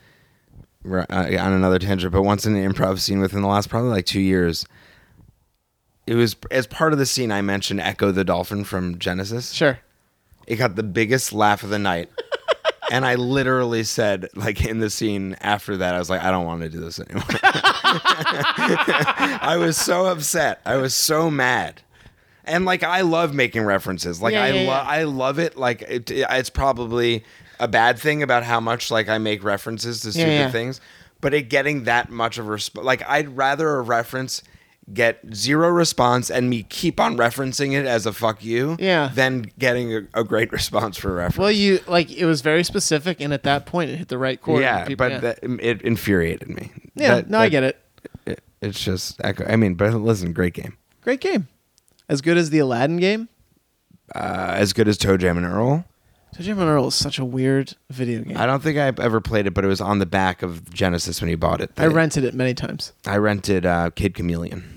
Speaker 1: r- uh, on another tangent, but once in an improv scene within the last probably like two years, it was as part of the scene I mentioned Echo the Dolphin from Genesis.
Speaker 4: Sure,
Speaker 1: It got the biggest laugh of the night. and I literally said, like in the scene after that, I was like, I don't want to do this anymore. I was so upset. I was so mad. And like I love making references. Like
Speaker 4: Yeah,
Speaker 1: I
Speaker 4: yeah,
Speaker 1: lo-
Speaker 4: yeah.
Speaker 1: I love it. Like it, it's probably a bad thing about how much like I make references to stupid
Speaker 4: yeah.
Speaker 1: things, but it getting that much of a resp- like I'd rather a reference get zero response and me keep on referencing it as a fuck you
Speaker 4: Yeah.
Speaker 1: than getting a, a great response for a reference.
Speaker 4: well, you like it was very specific, and at that point it hit the right chord.
Speaker 1: yeah,
Speaker 4: and people-
Speaker 1: but That, mm, it infuriated me.
Speaker 4: yeah,
Speaker 1: That-
Speaker 4: no, I
Speaker 1: that-
Speaker 4: get it.
Speaker 1: it. It's just echo. I mean, but listen, great game.
Speaker 4: Great game, as good as the Aladdin game.
Speaker 1: Uh, as good as Toe Jam and Earl.
Speaker 4: Jim Earl is such a weird video game.
Speaker 1: I
Speaker 4: I,
Speaker 1: don't think I've ever played it, but it was on the back of Genesis when you bought it. They-
Speaker 4: rented it many times.
Speaker 1: I rented uh, Kid Chameleon.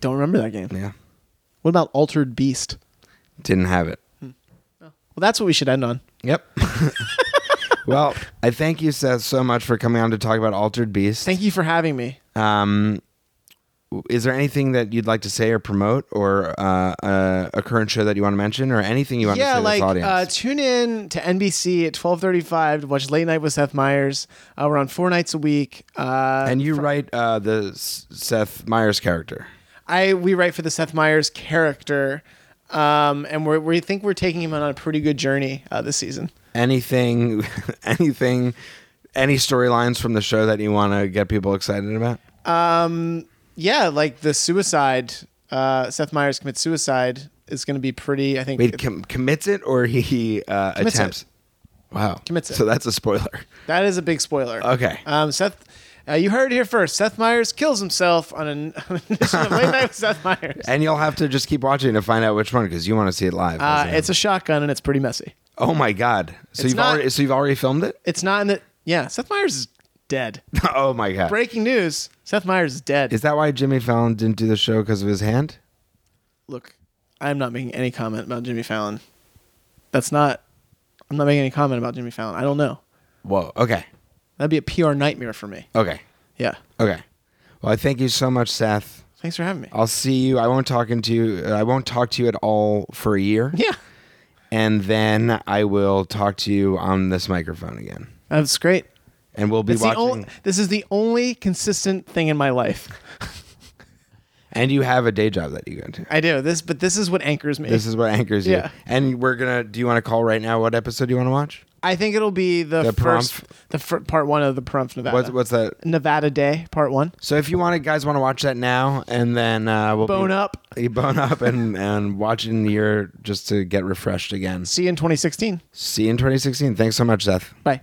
Speaker 4: Don't remember that game.
Speaker 1: Yeah,
Speaker 4: What about Altered Beast?
Speaker 1: didn't have it.
Speaker 4: Well, that's what we should end on.
Speaker 1: Yep. well, I thank you, Seth, so much for coming on to talk about Altered Beast.
Speaker 4: Thank you for having me.
Speaker 1: Um, is there anything that you'd like to say or promote, or uh, uh, a current show that you want to mention, or anything you want to
Speaker 4: yeah,
Speaker 1: say to
Speaker 4: like
Speaker 1: this audience?
Speaker 4: uh, tune in to NBC at twelve thirty-five to watch Late Night with Seth Meyers. Uh, we're on four nights a week. Uh,
Speaker 1: and you write uh, the S- Seth Meyers character.
Speaker 4: I we write for the Seth Meyers character, um, and we're, we think we're taking him on a pretty good journey uh, this season.
Speaker 1: Anything, anything, any storylines from the show that you want to get people excited about?
Speaker 4: Yeah, like the suicide, uh, Seth Meyers commits suicide is going to be pretty. I think
Speaker 1: Wait, com- commits it or he uh,
Speaker 4: Commits it.
Speaker 1: attempts? Wow,
Speaker 4: Commits it.
Speaker 1: So that's a spoiler.
Speaker 4: that is a big spoiler.
Speaker 1: Okay.
Speaker 4: um, Seth. Uh, you heard it here first. Seth Meyers kills himself on an, on an edition of Late Night with Seth Meyers.
Speaker 1: And you'll have to just keep watching to find out which one because you want to see it live.
Speaker 4: Uh,
Speaker 1: isn't it?
Speaker 4: it's a shotgun and it's pretty messy.
Speaker 1: oh my god! So
Speaker 4: it's
Speaker 1: you've
Speaker 4: not-
Speaker 1: already so you've already filmed it?
Speaker 4: It's not in the yeah. Seth Meyers is dead.
Speaker 1: oh my god!
Speaker 4: Breaking news: Seth Meyers is dead.
Speaker 1: Is that why Jimmy Fallon didn't do the show because of his hand?
Speaker 4: Look, I'm not making any comment about Jimmy Fallon. That's not. I'm not making any comment about Jimmy Fallon. I don't know.
Speaker 1: Whoa. Okay.
Speaker 4: That'd be a PR nightmare for me.
Speaker 1: Okay.
Speaker 4: Yeah.
Speaker 1: Okay. Well, I thank you so much, Seth.
Speaker 4: Thanks for having me.
Speaker 1: I'll see you. I won't talk into you. I won't talk to you at all for a year.
Speaker 4: Yeah.
Speaker 1: And then I will talk to you on this microphone again.
Speaker 4: That's great.
Speaker 1: And we'll be
Speaker 4: It's the
Speaker 1: watching.
Speaker 4: only, this is the only consistent thing in my life.
Speaker 1: and you have a day job that you go to.
Speaker 4: I do this, but this is what anchors me.
Speaker 1: This is what anchors you.
Speaker 4: Yeah.
Speaker 1: And we're gonna. Do you want to call right now? What episode do you want to watch?
Speaker 4: I think it'll be the,
Speaker 1: The
Speaker 4: first,
Speaker 1: Prompt?
Speaker 4: the fir- part one of the Prompt Nevada.
Speaker 1: What's what's that?
Speaker 4: Nevada Day Part One?
Speaker 1: So if you want to, guys, want to watch that now, and then uh, we'll
Speaker 4: Bone
Speaker 1: be,
Speaker 4: up.
Speaker 1: You bone up and and watch it in the year just to get refreshed again.
Speaker 4: See you in 2016.
Speaker 1: See you in 2016. Thanks so much, Seth.
Speaker 4: Bye.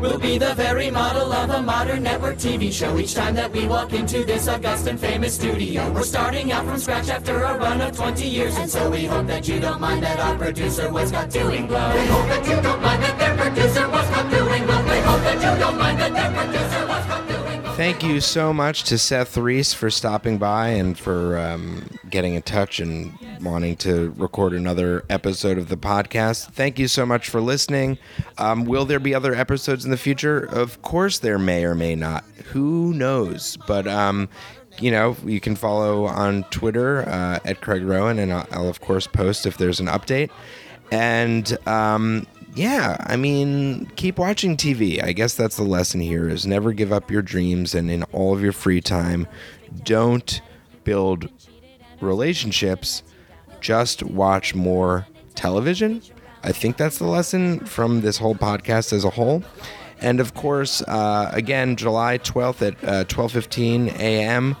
Speaker 8: We'll be the very model of a modern network TV show. Each time that we walk into this august and famous studio, we're starting out from scratch after a run of 20 years. And so we hope that you don't mind that our producer was not doing well. We hope that you don't mind that their producer was not doing well. We hope that you don't mind that their producer was not doing well.
Speaker 1: Thank you so much to Seth Reese for stopping by and for um, getting in touch and wanting to record another episode of the podcast. Thank you so much for listening. Um, will there be other episodes in the future? Of course, there may or may not. Who knows? But um, you know, you can follow on Twitter uh, at Craig Rowan, and I'll, I'll of course post if there's an update. And um, yeah, I mean, keep watching TV. I guess that's the lesson here: is never give up your dreams, and in all of your free time, don't build relationships. Just watch more television. I think that's the lesson from this whole podcast as a whole. And of course, uh, again, July 12th at uh, 12:15 a.m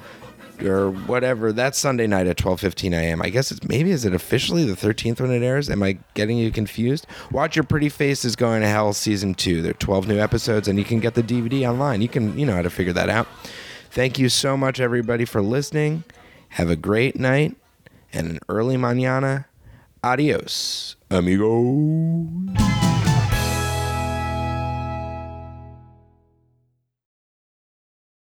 Speaker 1: or whatever. That's Sunday night at 12:15 a.m. I guess it's maybe is it officially the 13th when it airs? Am I getting you confused? Watch Your Pretty Face is going to hell season 2. There are 12 new episodes and you can get the DVD online. You can you know how to figure that out. Thank you so much everybody for listening. Have a great night and an early mañana. Adios, amigo.